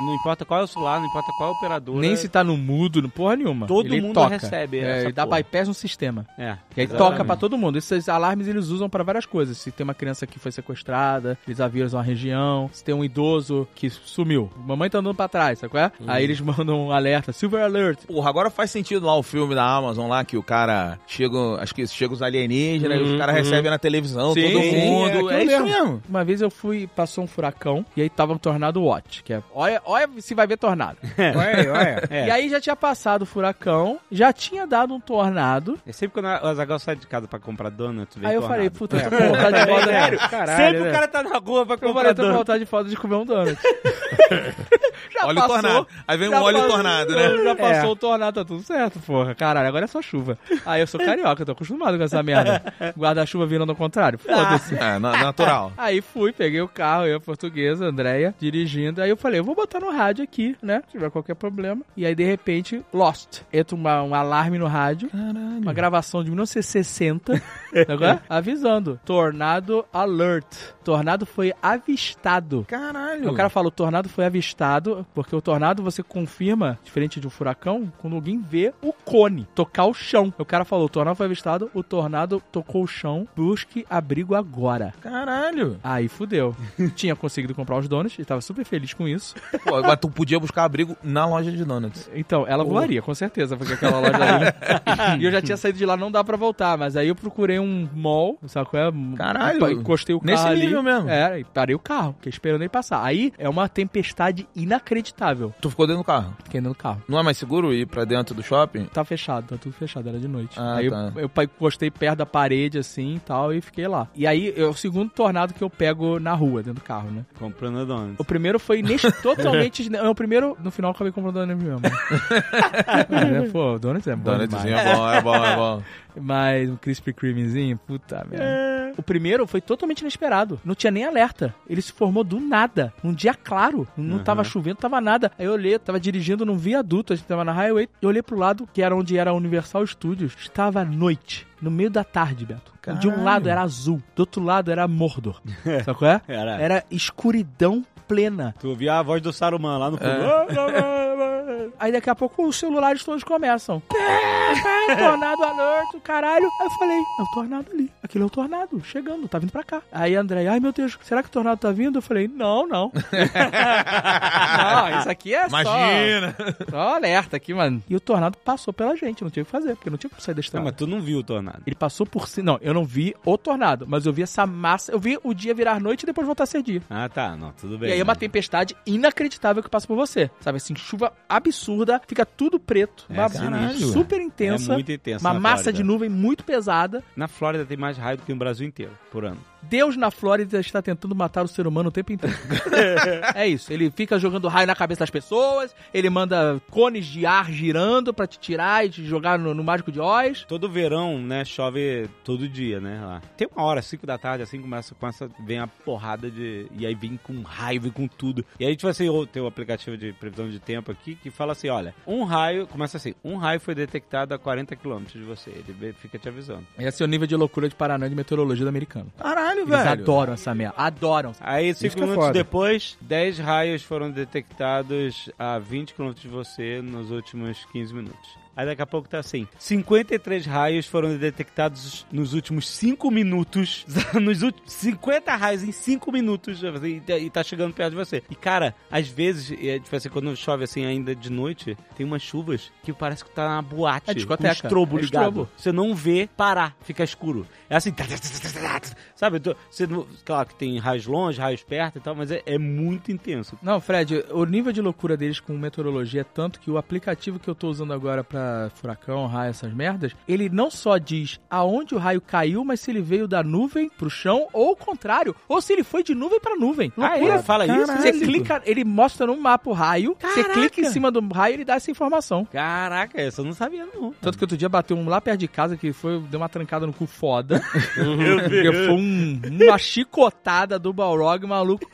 [SPEAKER 1] Não importa qual é o celular, não importa qual é a operadora.
[SPEAKER 3] Nem se tá no mudo, no porra nenhuma.
[SPEAKER 1] Todo
[SPEAKER 3] Ele
[SPEAKER 1] mundo
[SPEAKER 3] toca.
[SPEAKER 1] recebe
[SPEAKER 3] É,
[SPEAKER 1] essa
[SPEAKER 3] ele dá
[SPEAKER 1] porra.
[SPEAKER 3] bypass no sistema.
[SPEAKER 1] É,
[SPEAKER 3] E aí
[SPEAKER 1] exatamente.
[SPEAKER 3] toca pra todo mundo. Esses alarmes eles usam pra várias coisas. Se tem uma criança que foi sequestrada, eles avisam a região. Se tem um idoso que sumiu. Mamãe tá andando pra trás, sabe qual é? Aí eles [LAUGHS] mandam um alerta, Silver Alert.
[SPEAKER 5] Porra, agora faz sentido lá o filme da Amazon lá que o cara chega, acho que chega os alienígenas,
[SPEAKER 2] Uhum,
[SPEAKER 5] os caras
[SPEAKER 2] uhum.
[SPEAKER 5] recebem na televisão,
[SPEAKER 3] Sim,
[SPEAKER 5] todo mundo.
[SPEAKER 2] é aquilo
[SPEAKER 5] É, isso mesmo.
[SPEAKER 3] Uma vez eu fui, passou um furacão e aí tava um tornado watch, que é olha, olha se vai ver tornado.
[SPEAKER 2] Olha,
[SPEAKER 5] [LAUGHS]
[SPEAKER 2] olha.
[SPEAKER 1] É.
[SPEAKER 3] E aí já tinha passado o furacão, já tinha dado um tornado.
[SPEAKER 1] É sempre quando a- o Azagal sai de casa pra comprar donut, vem
[SPEAKER 3] aí eu
[SPEAKER 1] tornado.
[SPEAKER 3] falei, puta, eu tô com
[SPEAKER 2] [LAUGHS]
[SPEAKER 5] tá
[SPEAKER 2] É.
[SPEAKER 3] vontade de foda.
[SPEAKER 2] Sério,
[SPEAKER 1] Sempre
[SPEAKER 2] caralho.
[SPEAKER 1] o
[SPEAKER 2] né?
[SPEAKER 1] cara tá na rua pra comprar
[SPEAKER 3] Eu falei, eu tô com
[SPEAKER 1] donut.
[SPEAKER 3] vontade de foda de comer um donut. já
[SPEAKER 5] Olha o tornado. Aí vem um
[SPEAKER 3] já
[SPEAKER 5] óleo
[SPEAKER 3] passou-
[SPEAKER 5] tornado, né?
[SPEAKER 3] Já passou o tornado, tá tudo certo, porra. Caralho, agora é só chuva. Aí eu sou carioca, eu tô acostumado com essa merda. Guarda-chuva virando ao contrário. Foda-se.
[SPEAKER 5] É, na- natural.
[SPEAKER 3] Aí fui, peguei o carro, eu, portuguesa, Andréia, dirigindo. Aí eu falei, eu vou botar no rádio aqui, né? Se tiver qualquer problema. E aí, de repente, Lost. Entra uma- um alarme no rádio.
[SPEAKER 5] Caralho.
[SPEAKER 3] Uma gravação de 1960, agora, avisando. Tornado alert. Tornado foi avistado.
[SPEAKER 5] Caralho.
[SPEAKER 3] O cara fala, o tornado foi avistado, porque o tornado você confirma, diferente de um furacão, quando alguém vê o cone tocar o chão. O cara falou, o tornado foi avistado, o tornado tocou o chão, busque abrigo agora.
[SPEAKER 5] Caralho.
[SPEAKER 3] Aí
[SPEAKER 5] [LAUGHS]
[SPEAKER 3] fudeu. Tinha conseguido comprar os donuts e tava super feliz com isso.
[SPEAKER 5] Pô, mas tu podia buscar abrigo na loja de donuts.
[SPEAKER 3] Então, ela voaria, com certeza, porque aquela loja
[SPEAKER 5] [LAUGHS]
[SPEAKER 3] ali. e eu já tinha saído de lá, não dá pra voltar. Mas aí eu procurei um mall, sabe qual é?
[SPEAKER 5] Caralho.
[SPEAKER 3] Pa- Encostei o carro
[SPEAKER 5] Nesse
[SPEAKER 3] ali.
[SPEAKER 5] nível mesmo.
[SPEAKER 3] É, e parei o carro, fiquei esperando ele passar. Aí é uma tempestade inacreditável.
[SPEAKER 5] Tu ficou dentro do carro.
[SPEAKER 3] Fiquei dentro do carro.
[SPEAKER 5] Não é mais seguro ir pra dentro do shopping?
[SPEAKER 3] Tá fechado, tá tudo fechado, era de noite.
[SPEAKER 5] Ah,
[SPEAKER 3] aí
[SPEAKER 5] tá.
[SPEAKER 3] eu, eu pa- encostei perto da parede, assim, e tal, e fiquei lá. E aí, é o segundo tornado que eu pego na rua, dentro do carro, né?
[SPEAKER 1] Comprando donuts.
[SPEAKER 3] O primeiro foi ines-
[SPEAKER 5] [LAUGHS]
[SPEAKER 3] totalmente... ines- O primeiro, no final, eu acabei comprando Donuts mesmo. [LAUGHS] É, né? Pô, Donuts é bom demais.
[SPEAKER 5] Donutzinho é bom, é bom, é bom.
[SPEAKER 3] Mas um Krispy Kremezinho, puta merda. O primeiro foi totalmente inesperado. Não tinha nem alerta. Ele se formou do nada. Num dia claro. Não
[SPEAKER 1] Uhum.
[SPEAKER 3] tava chovendo, tava nada. Aí eu olhei, tava dirigindo num viaduto, a gente tava na highway. Eu olhei pro lado, que era onde era a Universal Studios. Estava à noite. No meio da tarde, Beto. De um
[SPEAKER 5] Caralho.
[SPEAKER 3] lado era azul, do outro lado era Mordor. Sabe qual é?
[SPEAKER 1] Era.
[SPEAKER 3] Era escuridão plena.
[SPEAKER 1] Tu ouvia a voz do Saruman lá no
[SPEAKER 3] É.
[SPEAKER 1] fundo.
[SPEAKER 3] Aí daqui a pouco os celulares todos começam. [LAUGHS] Ah, tornado alert, o caralho. Aí eu falei, é o tornado ali. Aquilo é o tornado, chegando, tá vindo pra cá. Aí André, ai meu Deus, será que o tornado tá vindo? Eu falei,
[SPEAKER 1] [LAUGHS]
[SPEAKER 3] não, não. não, isso aqui é
[SPEAKER 5] Imagina.
[SPEAKER 3] só, só alerta aqui, mano. E o tornado passou pela gente, não tinha o que fazer, porque não tinha como sair da
[SPEAKER 1] Não,
[SPEAKER 3] estrada.
[SPEAKER 1] mas tu não viu o tornado.
[SPEAKER 3] Ele passou por cima. Não, eu não vi o tornado, mas eu vi essa massa. Eu vi o dia virar noite e depois voltar a ser dia.
[SPEAKER 1] Ah, tá. Não, tudo bem.
[SPEAKER 3] E aí é uma tempestade inacreditável que passa por você. Sabe assim, chuva absurda, fica tudo preto,
[SPEAKER 1] É,
[SPEAKER 3] uma
[SPEAKER 1] caralho.
[SPEAKER 3] super intensa,
[SPEAKER 1] É muito intenso.
[SPEAKER 3] uma
[SPEAKER 1] na
[SPEAKER 3] massa
[SPEAKER 1] Flórida.
[SPEAKER 3] de nuvem muito pesada.
[SPEAKER 1] Na Flórida tem mais raio do que no Brasil inteiro, por ano.
[SPEAKER 3] Deus na Flórida está tentando matar o ser humano o
[SPEAKER 1] [LAUGHS]
[SPEAKER 3] tempo inteiro. é isso, ele fica jogando raio na cabeça das pessoas, ele manda cones de ar girando pra te tirar e te jogar no, no Mágico de Oz.
[SPEAKER 1] Todo verão, né, chove todo dia, né, lá. Tem uma hora, 5 da tarde, assim, começa, começa, vem a porrada de... E aí vem com raio, vem com tudo. E aí, tipo assim, o- tem o aplicativo de previsão de tempo aqui, que fala assim, olha, um raio, começa assim, um raio foi detectado a 40 quilômetros de você. Ele vem- fica te avisando.
[SPEAKER 3] Esse é o nível de loucura de paranoia de meteorologia do americano.
[SPEAKER 5] Caralho,
[SPEAKER 3] Eles
[SPEAKER 5] velho.
[SPEAKER 3] adoram essa merda, adoram.
[SPEAKER 1] Aí,
[SPEAKER 2] Isso que
[SPEAKER 1] cinco
[SPEAKER 2] é
[SPEAKER 1] minutos
[SPEAKER 2] foda.
[SPEAKER 1] depois, 10 raios foram detectados a 20 km de você nos últimos 15 minutos. Aí daqui a pouco tá assim: 53 raios foram detectados nos últimos 5 minutos. [LAUGHS] Nos últimos 50 raios em 5 minutos. assim, E e tá chegando perto de você. E cara, às vezes, é, tipo assim, quando chove assim ainda de noite, tem umas chuvas que parece que tá na boate.
[SPEAKER 3] É discoteca,
[SPEAKER 1] Com estrobo
[SPEAKER 3] é
[SPEAKER 1] ligado.
[SPEAKER 3] estrobo.
[SPEAKER 1] Você não vê parar, fica escuro. É assim. tá. Sabe? tu- Você, não- claro que tem raios longe, raios perto e tal, mas é, é muito intenso.
[SPEAKER 3] Não, Fred, o nível de loucura deles com meteorologia é tanto que o aplicativo que eu tô usando agora pra furacão, raio, essas merdas, ele não só diz aonde o raio caiu, mas se ele veio da nuvem pro chão ou o contrário, ou se ele foi de nuvem pra nuvem.
[SPEAKER 1] Ah, ele fala isso?
[SPEAKER 3] Você clica, ele mostra no mapa o raio, você
[SPEAKER 1] Caraca!
[SPEAKER 3] clica em cima do raio e ele dá essa informação.
[SPEAKER 1] Caraca, essa eu não sabia, não.
[SPEAKER 3] Tanto que outro dia bateu um lá perto de casa que foi, deu uma trancada no cu foda.
[SPEAKER 1] Meu
[SPEAKER 3] Porque foi um- uma chicotada do Balrog maluco.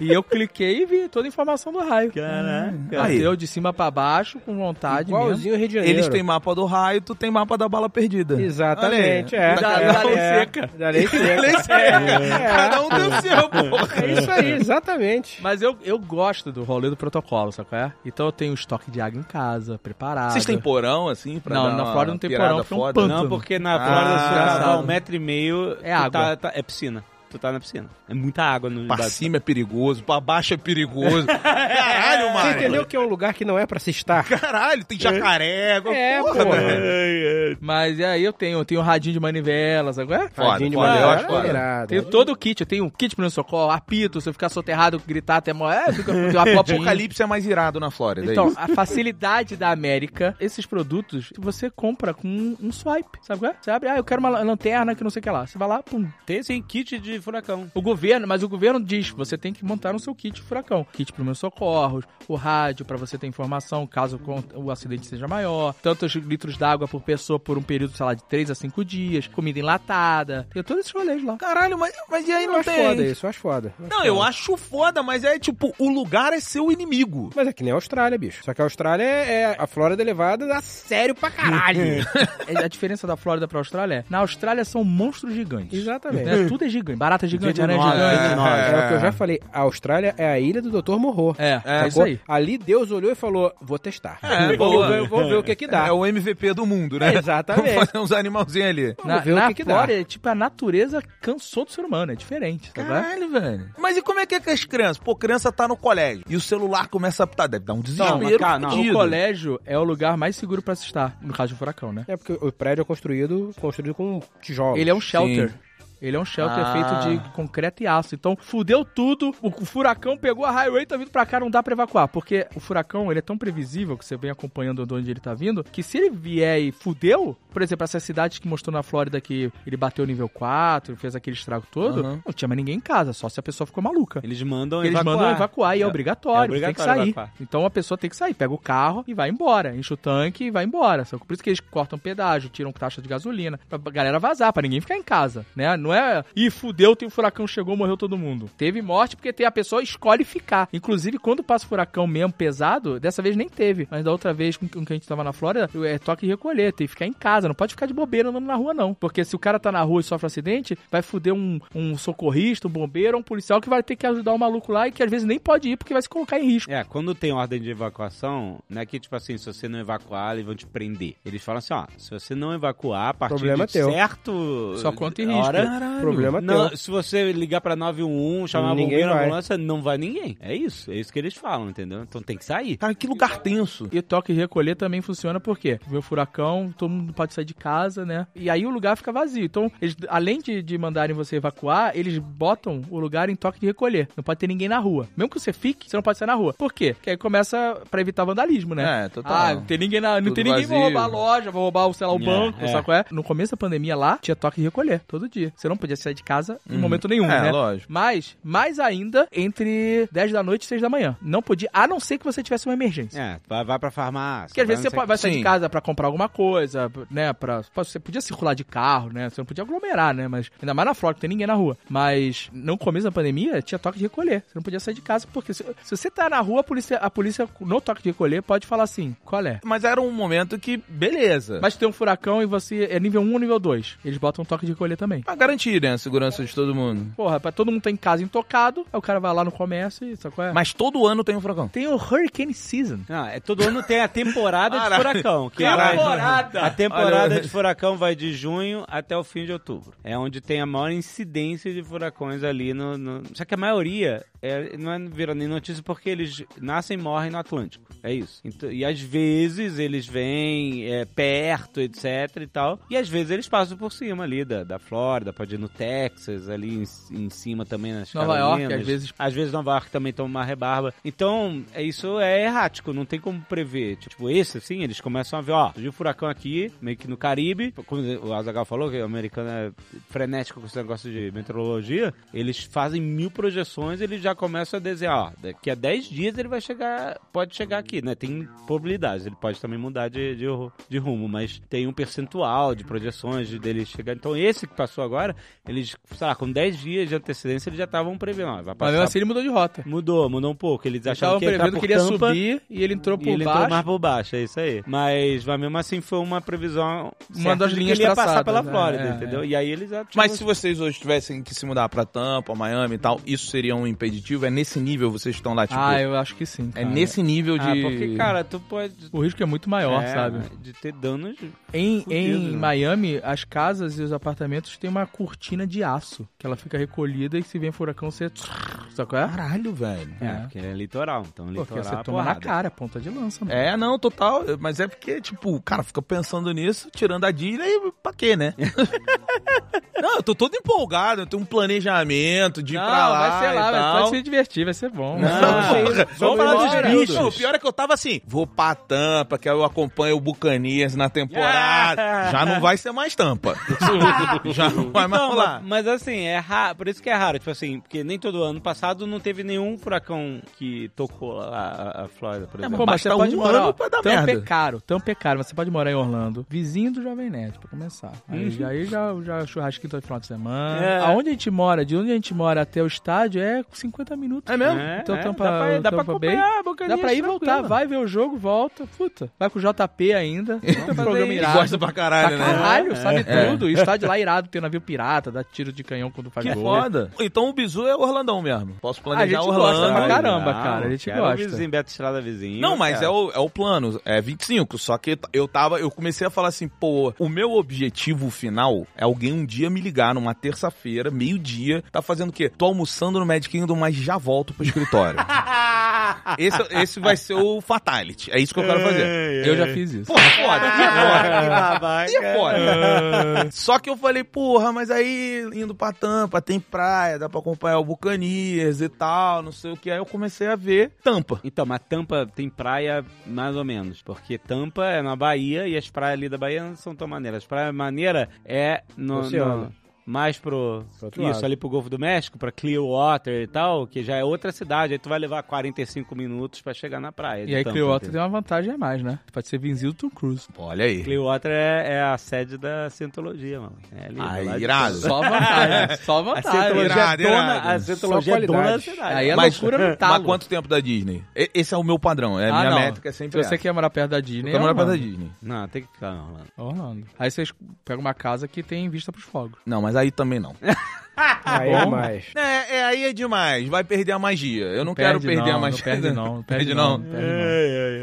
[SPEAKER 3] E eu cliquei e vi toda a informação do raio.
[SPEAKER 1] Caraca.
[SPEAKER 5] Aí.
[SPEAKER 3] Bateu de cima pra baixo, com vontade mesmo.
[SPEAKER 2] Igualzinho o Rio de Janeiro.
[SPEAKER 5] Eles têm mapa do raio, tu tem mapa da bala perdida.
[SPEAKER 2] Exatamente,
[SPEAKER 5] Olha aí.
[SPEAKER 2] é.
[SPEAKER 3] Da-
[SPEAKER 2] é,
[SPEAKER 3] da lei
[SPEAKER 2] é,
[SPEAKER 3] seca.
[SPEAKER 2] Da lei seca.
[SPEAKER 5] Lei seca. Cada um tem o seu,
[SPEAKER 2] É
[SPEAKER 5] porra.
[SPEAKER 2] isso aí, exatamente.
[SPEAKER 3] Ah. [LAUGHS] Mas eu, eu gosto do rolê do protocolo, sabe qual é? Então eu tenho um estoque de água em casa, preparado.
[SPEAKER 5] Vocês têm porão, assim, pra
[SPEAKER 3] Não,
[SPEAKER 5] dar
[SPEAKER 3] na
[SPEAKER 5] uma
[SPEAKER 3] Flórida não tem
[SPEAKER 5] pirada
[SPEAKER 3] porão, porque é um
[SPEAKER 5] foda?
[SPEAKER 3] pano.
[SPEAKER 1] Não, porque na Flórida, se
[SPEAKER 5] Ah,
[SPEAKER 1] você cavar
[SPEAKER 3] engraçado.
[SPEAKER 1] um metro e meio, tu
[SPEAKER 3] água.
[SPEAKER 1] tá- tá- é piscina. Tu tá na piscina. É muita água no
[SPEAKER 5] Pra
[SPEAKER 1] embaixo.
[SPEAKER 5] cima é perigoso, pra baixo é [LAUGHS] perigoso. Caralho,
[SPEAKER 2] Você
[SPEAKER 5] mano.
[SPEAKER 2] entendeu que é um lugar que não é pra se estar?
[SPEAKER 5] Caralho, tem jacaré, alguma
[SPEAKER 2] É,
[SPEAKER 5] porra, né?
[SPEAKER 2] pô.
[SPEAKER 5] velho.
[SPEAKER 1] Ai, ai.
[SPEAKER 3] Mas e aí eu tenho, eu tenho um radinho de manivelas, sabe qual é?
[SPEAKER 5] Foda,
[SPEAKER 2] Tadinho de
[SPEAKER 5] foda,
[SPEAKER 2] mulher,
[SPEAKER 5] eu acho
[SPEAKER 2] é
[SPEAKER 5] foda.
[SPEAKER 2] irado.
[SPEAKER 3] Tenho todo o kit, eu tenho um kit pra socorro, apito, se eu ficar soterrado, gritar até morrer, é, fica
[SPEAKER 5] [LAUGHS] O
[SPEAKER 3] uma
[SPEAKER 5] apocalipse é mais irado na Flórida, é
[SPEAKER 3] Então,
[SPEAKER 5] isso.
[SPEAKER 3] a facilidade da América, esses produtos, você compra com um, um swipe, sabe qual é? Você abre, ah, eu quero uma lan- lanterna que não sei o que lá. Você vai lá, pum.
[SPEAKER 1] Tem sim, kit de furacão.
[SPEAKER 3] O governo, mas o governo diz, você tem que montar no seu kit furacão. Kit para meus socorros, o rádio pra você ter informação caso con- o acidente seja maior, tantos litros d'água por pessoa por um período, sei lá, de 3 a 5 dias, comida enlatada. Tem todos esses rolês lá.
[SPEAKER 5] Caralho, mas, mas e aí
[SPEAKER 2] Eu
[SPEAKER 5] não
[SPEAKER 2] acho foda
[SPEAKER 5] tem?
[SPEAKER 2] isso, eu acho foda. acho
[SPEAKER 5] Não, eu
[SPEAKER 2] foda.
[SPEAKER 5] acho foda, mas é tipo, o lugar é seu inimigo.
[SPEAKER 2] Mas é que nem a Austrália, bicho. Só que a Austrália é é- a Flórida elevada a sério pra caralho.
[SPEAKER 3] [LAUGHS] É, A diferença da Flórida pra Austrália é, na Austrália são monstros gigantes.
[SPEAKER 2] Exatamente.
[SPEAKER 3] Né? Tudo é gigante. Barata gigante, aranha
[SPEAKER 1] Nossa,
[SPEAKER 3] gigante.
[SPEAKER 1] é. Nós.
[SPEAKER 2] É o que eu já falei. A Austrália é a ilha do Dr. Morro.
[SPEAKER 3] É, é, isso aí.
[SPEAKER 2] Ali Deus olhou e falou: vou testar.
[SPEAKER 5] É,
[SPEAKER 2] vou,
[SPEAKER 5] boa.
[SPEAKER 2] ver, vou ver o que que dá.
[SPEAKER 5] É o MVP do mundo, né?
[SPEAKER 2] Exatamente.
[SPEAKER 3] assim?
[SPEAKER 5] Vamos fazer uns animalzinhos ali.
[SPEAKER 2] Vamos
[SPEAKER 3] Na,
[SPEAKER 2] ver o
[SPEAKER 3] na
[SPEAKER 2] que que dá.
[SPEAKER 3] Flórida, tipo, a natureza cansou do ser humano, é diferente, tá vendo?
[SPEAKER 5] Caralho, velho. Mas e como é que é que as crianças? Pô, criança tá no colégio e o celular começa a apitar. Deve dar um desespero.
[SPEAKER 1] mas cara, não.
[SPEAKER 5] fudido.
[SPEAKER 3] O colégio é o lugar mais seguro pra se estar, no caso de um furacão, né?
[SPEAKER 2] É porque o prédio é construído, construído com tijolos.
[SPEAKER 3] Ele é um shelter. Ele é um shelter
[SPEAKER 5] Ah.
[SPEAKER 3] feito de concreto e aço. Então, fudeu tudo. O o furacão pegou a highway, tá vindo pra cá, não dá pra evacuar. Porque o furacão, ele é tão previsível, que você vem acompanhando de onde ele tá vindo, que se ele vier e fudeu, por exemplo, essa cidade que mostrou na Flórida que ele bateu nível 4, fez aquele estrago todo,
[SPEAKER 5] Aham.
[SPEAKER 3] não tinha mais ninguém em casa, só se a pessoa ficou maluca.
[SPEAKER 1] Eles mandam
[SPEAKER 3] Eles
[SPEAKER 1] Então, evacuar.
[SPEAKER 3] mandam evacuar e é,
[SPEAKER 1] É,
[SPEAKER 3] obrigatório,
[SPEAKER 1] é obrigatório
[SPEAKER 3] tem que sair.
[SPEAKER 1] evacuar.
[SPEAKER 3] Então a pessoa tem que sair, pega o carro e vai embora, enche o tanque e vai embora. Só que por isso que eles cortam pedágio, tiram taxa de gasolina, pra galera vazar, pra ninguém ficar em casa, né? Não é, ih, fudeu, tem um furacão, chegou, morreu todo mundo. Teve morte porque tem a pessoa escolhe ficar. Inclusive, quando passa o furacão mesmo pesado, dessa vez nem teve, mas da outra vez com com que a gente tava na Flórida, é toque e recolher, tem que ficar em casa, não pode ficar de bobeira andando na rua não, porque se o cara tá na rua e sofre um acidente, vai fuder um, um socorrista, um bombeiro, um policial que vai ter que ajudar o maluco lá e que às vezes nem pode ir porque vai se colocar em risco.
[SPEAKER 1] É, quando tem ordem de evacuação, não é que, tipo assim, se você não evacuar, eles vão te prender. Eles falam assim, ó, se você não evacuar, a partir
[SPEAKER 2] Problema
[SPEAKER 1] de
[SPEAKER 2] teu.
[SPEAKER 1] certo...
[SPEAKER 3] Só quanto em risco.
[SPEAKER 1] hora,
[SPEAKER 5] Caralho.
[SPEAKER 2] Problema é
[SPEAKER 1] Não,
[SPEAKER 2] teu.
[SPEAKER 1] se você ligar pra 911, chamar a
[SPEAKER 2] Ninguém vai.
[SPEAKER 1] bombeira, a ambulância, não vai ninguém. É isso, é isso que eles falam, entendeu? Então tem que sair.
[SPEAKER 5] Cara, que lugar tenso.
[SPEAKER 3] E o toque e recolher também funciona porque vê o furacão, todo mundo pode sair de casa, né? E aí o lugar fica vazio. Então, eles, além de, de mandarem você evacuar, eles botam o lugar em toque de recolher. Não pode ter ninguém na rua. Mesmo que você fique, você não pode sair na rua. Por quê? Porque aí começa pra evitar vandalismo, né?
[SPEAKER 5] É, total.
[SPEAKER 3] Ah, não tem ninguém na, não
[SPEAKER 5] Tudo
[SPEAKER 3] tem ninguém, vou
[SPEAKER 5] vazio.
[SPEAKER 3] roubar a loja, vou roubar, sei lá, o
[SPEAKER 1] É,
[SPEAKER 3] banco,
[SPEAKER 1] é.
[SPEAKER 3] sabe qual é? No começo da pandemia lá, tinha toque de recolher, todo dia. Você não podia sair de casa em
[SPEAKER 5] Hum.
[SPEAKER 3] momento nenhum,
[SPEAKER 5] É,
[SPEAKER 3] né?
[SPEAKER 5] lógico.
[SPEAKER 3] Mas, mais ainda, entre 10 da noite e 6 da manhã. Não podia, a não ser que você tivesse uma emergência.
[SPEAKER 1] É, vai, vai pra farmácia.
[SPEAKER 3] Porque às vezes você
[SPEAKER 1] não sei-
[SPEAKER 3] pode- vai sair
[SPEAKER 5] Sim.
[SPEAKER 3] de casa pra comprar alguma coisa, né? Pra, pô, você podia circular de carro, né? Você não podia aglomerar, né? Mas ainda mais na Flórida, que tem ninguém na rua. Mas no começo da pandemia, tinha toque de recolher. Você não podia sair de casa, porque se, se você tá na rua, a polícia, a polícia, no toque de recolher, pode falar assim: qual é?
[SPEAKER 5] Mas era um momento que, beleza.
[SPEAKER 3] Mas tem um furacão e você é nível 1 ou nível 2. Eles botam um toque de recolher também.
[SPEAKER 5] Pra garantir, né, a segurança de todo mundo.
[SPEAKER 3] Porra, pra todo mundo tá em casa intocado, aí o cara vai lá no comércio e sabe qual é?
[SPEAKER 5] Mas todo ano tem um furacão.
[SPEAKER 3] tem o Hurricane Season.
[SPEAKER 1] Não, é, todo ano tem a temporada de
[SPEAKER 5] Caralho.
[SPEAKER 1] furacão. Que
[SPEAKER 5] Caralho.
[SPEAKER 1] Vai, a temporada
[SPEAKER 5] Olha.
[SPEAKER 1] de furacão vai de junho até o fim de outubro. É onde tem a maior incidência de furacões ali no. no- Só que a maioria é, não é, vira nem notícia porque eles nascem e morrem no Atlântico. É isso. Então, e às vezes eles vêm é, perto, etc e tal. E às vezes eles passam por cima ali da, da Flórida, pode ir no Texas, ali em, em cima também nas
[SPEAKER 3] Nova York,
[SPEAKER 1] Carolinas.
[SPEAKER 3] às vezes
[SPEAKER 1] Às vezes Nova York também toma uma rebarba. Então, é, isso é errático, não tem como prever. Tipo, esse, assim, eles começam a ver, ó, surgiu um furacão aqui, meio que no Caribe. Como o Azagal falou, que o americano é frenético com esse negócio de meteorologia. Eles fazem mil projeções eles já começam a desenhar, ó, daqui a 10 dias ele vai chegar, pode chegar aqui, né? Tem probabilidades, ele pode também mudar de, de, ru- de rumo, mas tem um percentual de projeções de- dele chegar. Então, esse que passou agora, eles, sei lá, com 10 dias de antecedência, eles já estavam prevendo, ó, vai
[SPEAKER 3] Mas
[SPEAKER 1] passar
[SPEAKER 3] mesmo assim ele mudou de rota.
[SPEAKER 1] Mudou, mudou um pouco. Eles
[SPEAKER 3] Eles
[SPEAKER 1] achavam
[SPEAKER 3] estavam
[SPEAKER 1] que ia
[SPEAKER 3] prevendo
[SPEAKER 1] entrar
[SPEAKER 3] que
[SPEAKER 1] por
[SPEAKER 3] ele ia
[SPEAKER 1] tampa
[SPEAKER 3] subir e ele entrou por
[SPEAKER 1] e ele
[SPEAKER 3] baixo.
[SPEAKER 1] entrou mais por baixo, é isso aí. Mas, mas mesmo assim foi uma previsão
[SPEAKER 3] Uma
[SPEAKER 1] certa
[SPEAKER 3] das
[SPEAKER 1] de que
[SPEAKER 3] linhas
[SPEAKER 1] ele ia passar
[SPEAKER 3] traçadas,
[SPEAKER 1] pela
[SPEAKER 3] né?
[SPEAKER 1] Flórida,
[SPEAKER 3] É,
[SPEAKER 1] entendeu? E aí eles já, tipo,
[SPEAKER 5] Mas se vocês hoje tivessem que se mudar pra Tampa, Miami e tal, isso seria um impeditivo? É nesse nível vocês estão lá, tipo...
[SPEAKER 3] ah, eu acho que sim.
[SPEAKER 5] é
[SPEAKER 3] cara.
[SPEAKER 5] nesse nível de...
[SPEAKER 1] Ah, porque, cara, tu pode...
[SPEAKER 3] O risco é muito maior,
[SPEAKER 1] É,
[SPEAKER 3] sabe?
[SPEAKER 1] De ter danos...
[SPEAKER 3] Em,
[SPEAKER 1] Fudido,
[SPEAKER 3] em
[SPEAKER 1] né?
[SPEAKER 3] Miami, as casas e os apartamentos têm uma cortina de aço, que ela fica recolhida e se vem furacão, você... Sabe qual é?
[SPEAKER 5] Caralho, velho.
[SPEAKER 1] É,
[SPEAKER 3] É.
[SPEAKER 1] porque é litoral, então litoral
[SPEAKER 3] Porque você
[SPEAKER 1] é
[SPEAKER 3] toma na
[SPEAKER 1] porrada.
[SPEAKER 3] cara, ponta de lança, mano.
[SPEAKER 5] É, não, total. Mas é porque, tipo, cara, fica pensando nisso, tirando a dívida e pra quê, né? não, eu tô todo empolgado, eu tenho um planejamento de ir
[SPEAKER 3] Não,
[SPEAKER 5] pra lá.
[SPEAKER 3] vai ser lá,
[SPEAKER 5] e
[SPEAKER 3] vai
[SPEAKER 5] tal.
[SPEAKER 3] pode se divertir, vai ser um bom.
[SPEAKER 1] Não,
[SPEAKER 5] Porra,
[SPEAKER 1] vamos falar dos bichos.
[SPEAKER 5] Não, o pior é que eu tava assim, vou pra Tampa, que aí eu acompanho o Bucanias na temporada.
[SPEAKER 1] Yeah.
[SPEAKER 5] Já não vai ser mais Tampa. [LAUGHS] Já não vai mais
[SPEAKER 1] Não,
[SPEAKER 5] rolar.
[SPEAKER 1] Então, mas, mas assim, é raro, por isso que é raro, tipo assim, porque nem todo ano passar passado não teve nenhum furacão que tocou lá a, a Flórida,
[SPEAKER 3] É,
[SPEAKER 1] por exemplo.
[SPEAKER 5] mas basta um ano
[SPEAKER 3] ó,
[SPEAKER 5] pra dar
[SPEAKER 3] tão
[SPEAKER 5] merda.
[SPEAKER 3] pe- caro, tão pe- caro. um Você pode morar em Orlando, vizinho do Jovem Nerd, pra começar. Aí, aí já, já é churrasquinho todo final de semana.
[SPEAKER 1] É.
[SPEAKER 3] Aonde a gente mora, de onde a gente mora até o estádio, é 50 minutos.
[SPEAKER 5] É mesmo?
[SPEAKER 1] É,
[SPEAKER 3] Então
[SPEAKER 1] é,
[SPEAKER 3] Tampa,
[SPEAKER 1] dá pra, dá pra
[SPEAKER 3] Tampa Bay.
[SPEAKER 1] acompanhar a Buccaneers
[SPEAKER 3] Dá pra ir voltar,
[SPEAKER 1] tranquilo.
[SPEAKER 3] vai ver o jogo, volta. Puta, vai com o JP ainda. Puta,
[SPEAKER 1] fazer
[SPEAKER 3] programa é
[SPEAKER 1] isso.
[SPEAKER 5] Ele
[SPEAKER 3] irado.
[SPEAKER 5] Então,
[SPEAKER 3] Tá
[SPEAKER 5] gosta pra caralho,
[SPEAKER 3] Pra
[SPEAKER 5] né?
[SPEAKER 3] caralho, sabe
[SPEAKER 5] É.
[SPEAKER 3] tudo. E estádio lá irado, tem navio pirata, dá tiro de canhão quando faz
[SPEAKER 5] Que
[SPEAKER 3] gol.
[SPEAKER 5] foda. Então o Bizu é Orlandão mesmo. Posso
[SPEAKER 3] Tá A gente
[SPEAKER 5] planejar
[SPEAKER 3] gosta
[SPEAKER 5] Orlando.
[SPEAKER 3] pra caramba,
[SPEAKER 1] Não,
[SPEAKER 3] cara. A gente
[SPEAKER 1] quero
[SPEAKER 3] gosta.
[SPEAKER 1] vizinho, Beto Estrada vizinho.
[SPEAKER 5] Não, mas
[SPEAKER 1] cara. [LAUGHS]
[SPEAKER 5] é o, é o plano, é 25. Só que eu tava, eu comecei a falar assim, pô, o meu objetivo final é alguém um dia me ligar numa terça-feira, meio-dia, tá fazendo o quê? Tô almoçando no Magic Kingdom, mas já volto pro escritório. esse, esse vai ser o fatality. É isso que eu quero fazer.
[SPEAKER 1] Ei,
[SPEAKER 3] Eu já fiz isso.
[SPEAKER 5] Pô, foda,
[SPEAKER 1] Ah, [LAUGHS]
[SPEAKER 5] foda.
[SPEAKER 1] que babaca.
[SPEAKER 5] Aí é foda. Só que eu falei, porra, mas aí indo pra Tampa, tem praia, dá pra acompanhar o Bucanias e tal, não sei o que. Aí eu comecei a ver Tampa.
[SPEAKER 1] Então, mas Tampa tem praia mais ou menos, porque Tampa é na Bahia e as praias ali da Bahia não são tão maneiras. As praias maneiras é no,
[SPEAKER 2] Oceano.
[SPEAKER 1] no- mais pro
[SPEAKER 2] Pro outro
[SPEAKER 1] isso
[SPEAKER 2] lado.
[SPEAKER 1] ali pro Golfo do México, pra Clearwater e tal, que já é outra cidade. Aí tu vai levar 45 minutos pra chegar na praia. de
[SPEAKER 3] E aí
[SPEAKER 5] então,
[SPEAKER 1] Tampa,
[SPEAKER 3] Clearwater
[SPEAKER 1] entendeu?
[SPEAKER 3] tem uma vantagem a mais, né? Pode ser vizinho do Tom Cruise.
[SPEAKER 5] Olha aí.
[SPEAKER 1] Clearwater é, é a sede da Cientologia, mano. É ali, do
[SPEAKER 5] Aí,
[SPEAKER 1] lado de
[SPEAKER 5] irado.
[SPEAKER 1] Tampa.
[SPEAKER 3] Só vantagem, só
[SPEAKER 1] A
[SPEAKER 3] vantagem.
[SPEAKER 1] Cientologia
[SPEAKER 5] irado,
[SPEAKER 1] é
[SPEAKER 5] irado.
[SPEAKER 1] dona, a Cientologia é dona da
[SPEAKER 2] qualidade.
[SPEAKER 1] cidade.
[SPEAKER 3] Aí é
[SPEAKER 5] Mas-
[SPEAKER 3] loucura no talo.
[SPEAKER 5] Mas quanto tempo da Disney? E- Esse é o meu padrão, é a
[SPEAKER 3] Ah,
[SPEAKER 5] minha
[SPEAKER 3] não.
[SPEAKER 5] métrica é sempre
[SPEAKER 3] Se você
[SPEAKER 5] essa.
[SPEAKER 3] quer morar perto da Disney,
[SPEAKER 5] Eu quero morar
[SPEAKER 3] é
[SPEAKER 5] perto da
[SPEAKER 3] Orlando.
[SPEAKER 5] Disney.
[SPEAKER 1] Não, tem que ficar em Orlando.
[SPEAKER 3] É Orlando. Aí vocês pegam uma casa que tem vista pros fogos.
[SPEAKER 5] Não, mas aí também não.
[SPEAKER 2] Aí é mais.
[SPEAKER 5] É, é, aí é demais. Vai perder a magia. Eu não quero
[SPEAKER 3] Perde
[SPEAKER 5] perder
[SPEAKER 3] não,
[SPEAKER 5] a magia.
[SPEAKER 3] Não perde não, não perde não. não perde
[SPEAKER 1] É.
[SPEAKER 3] não.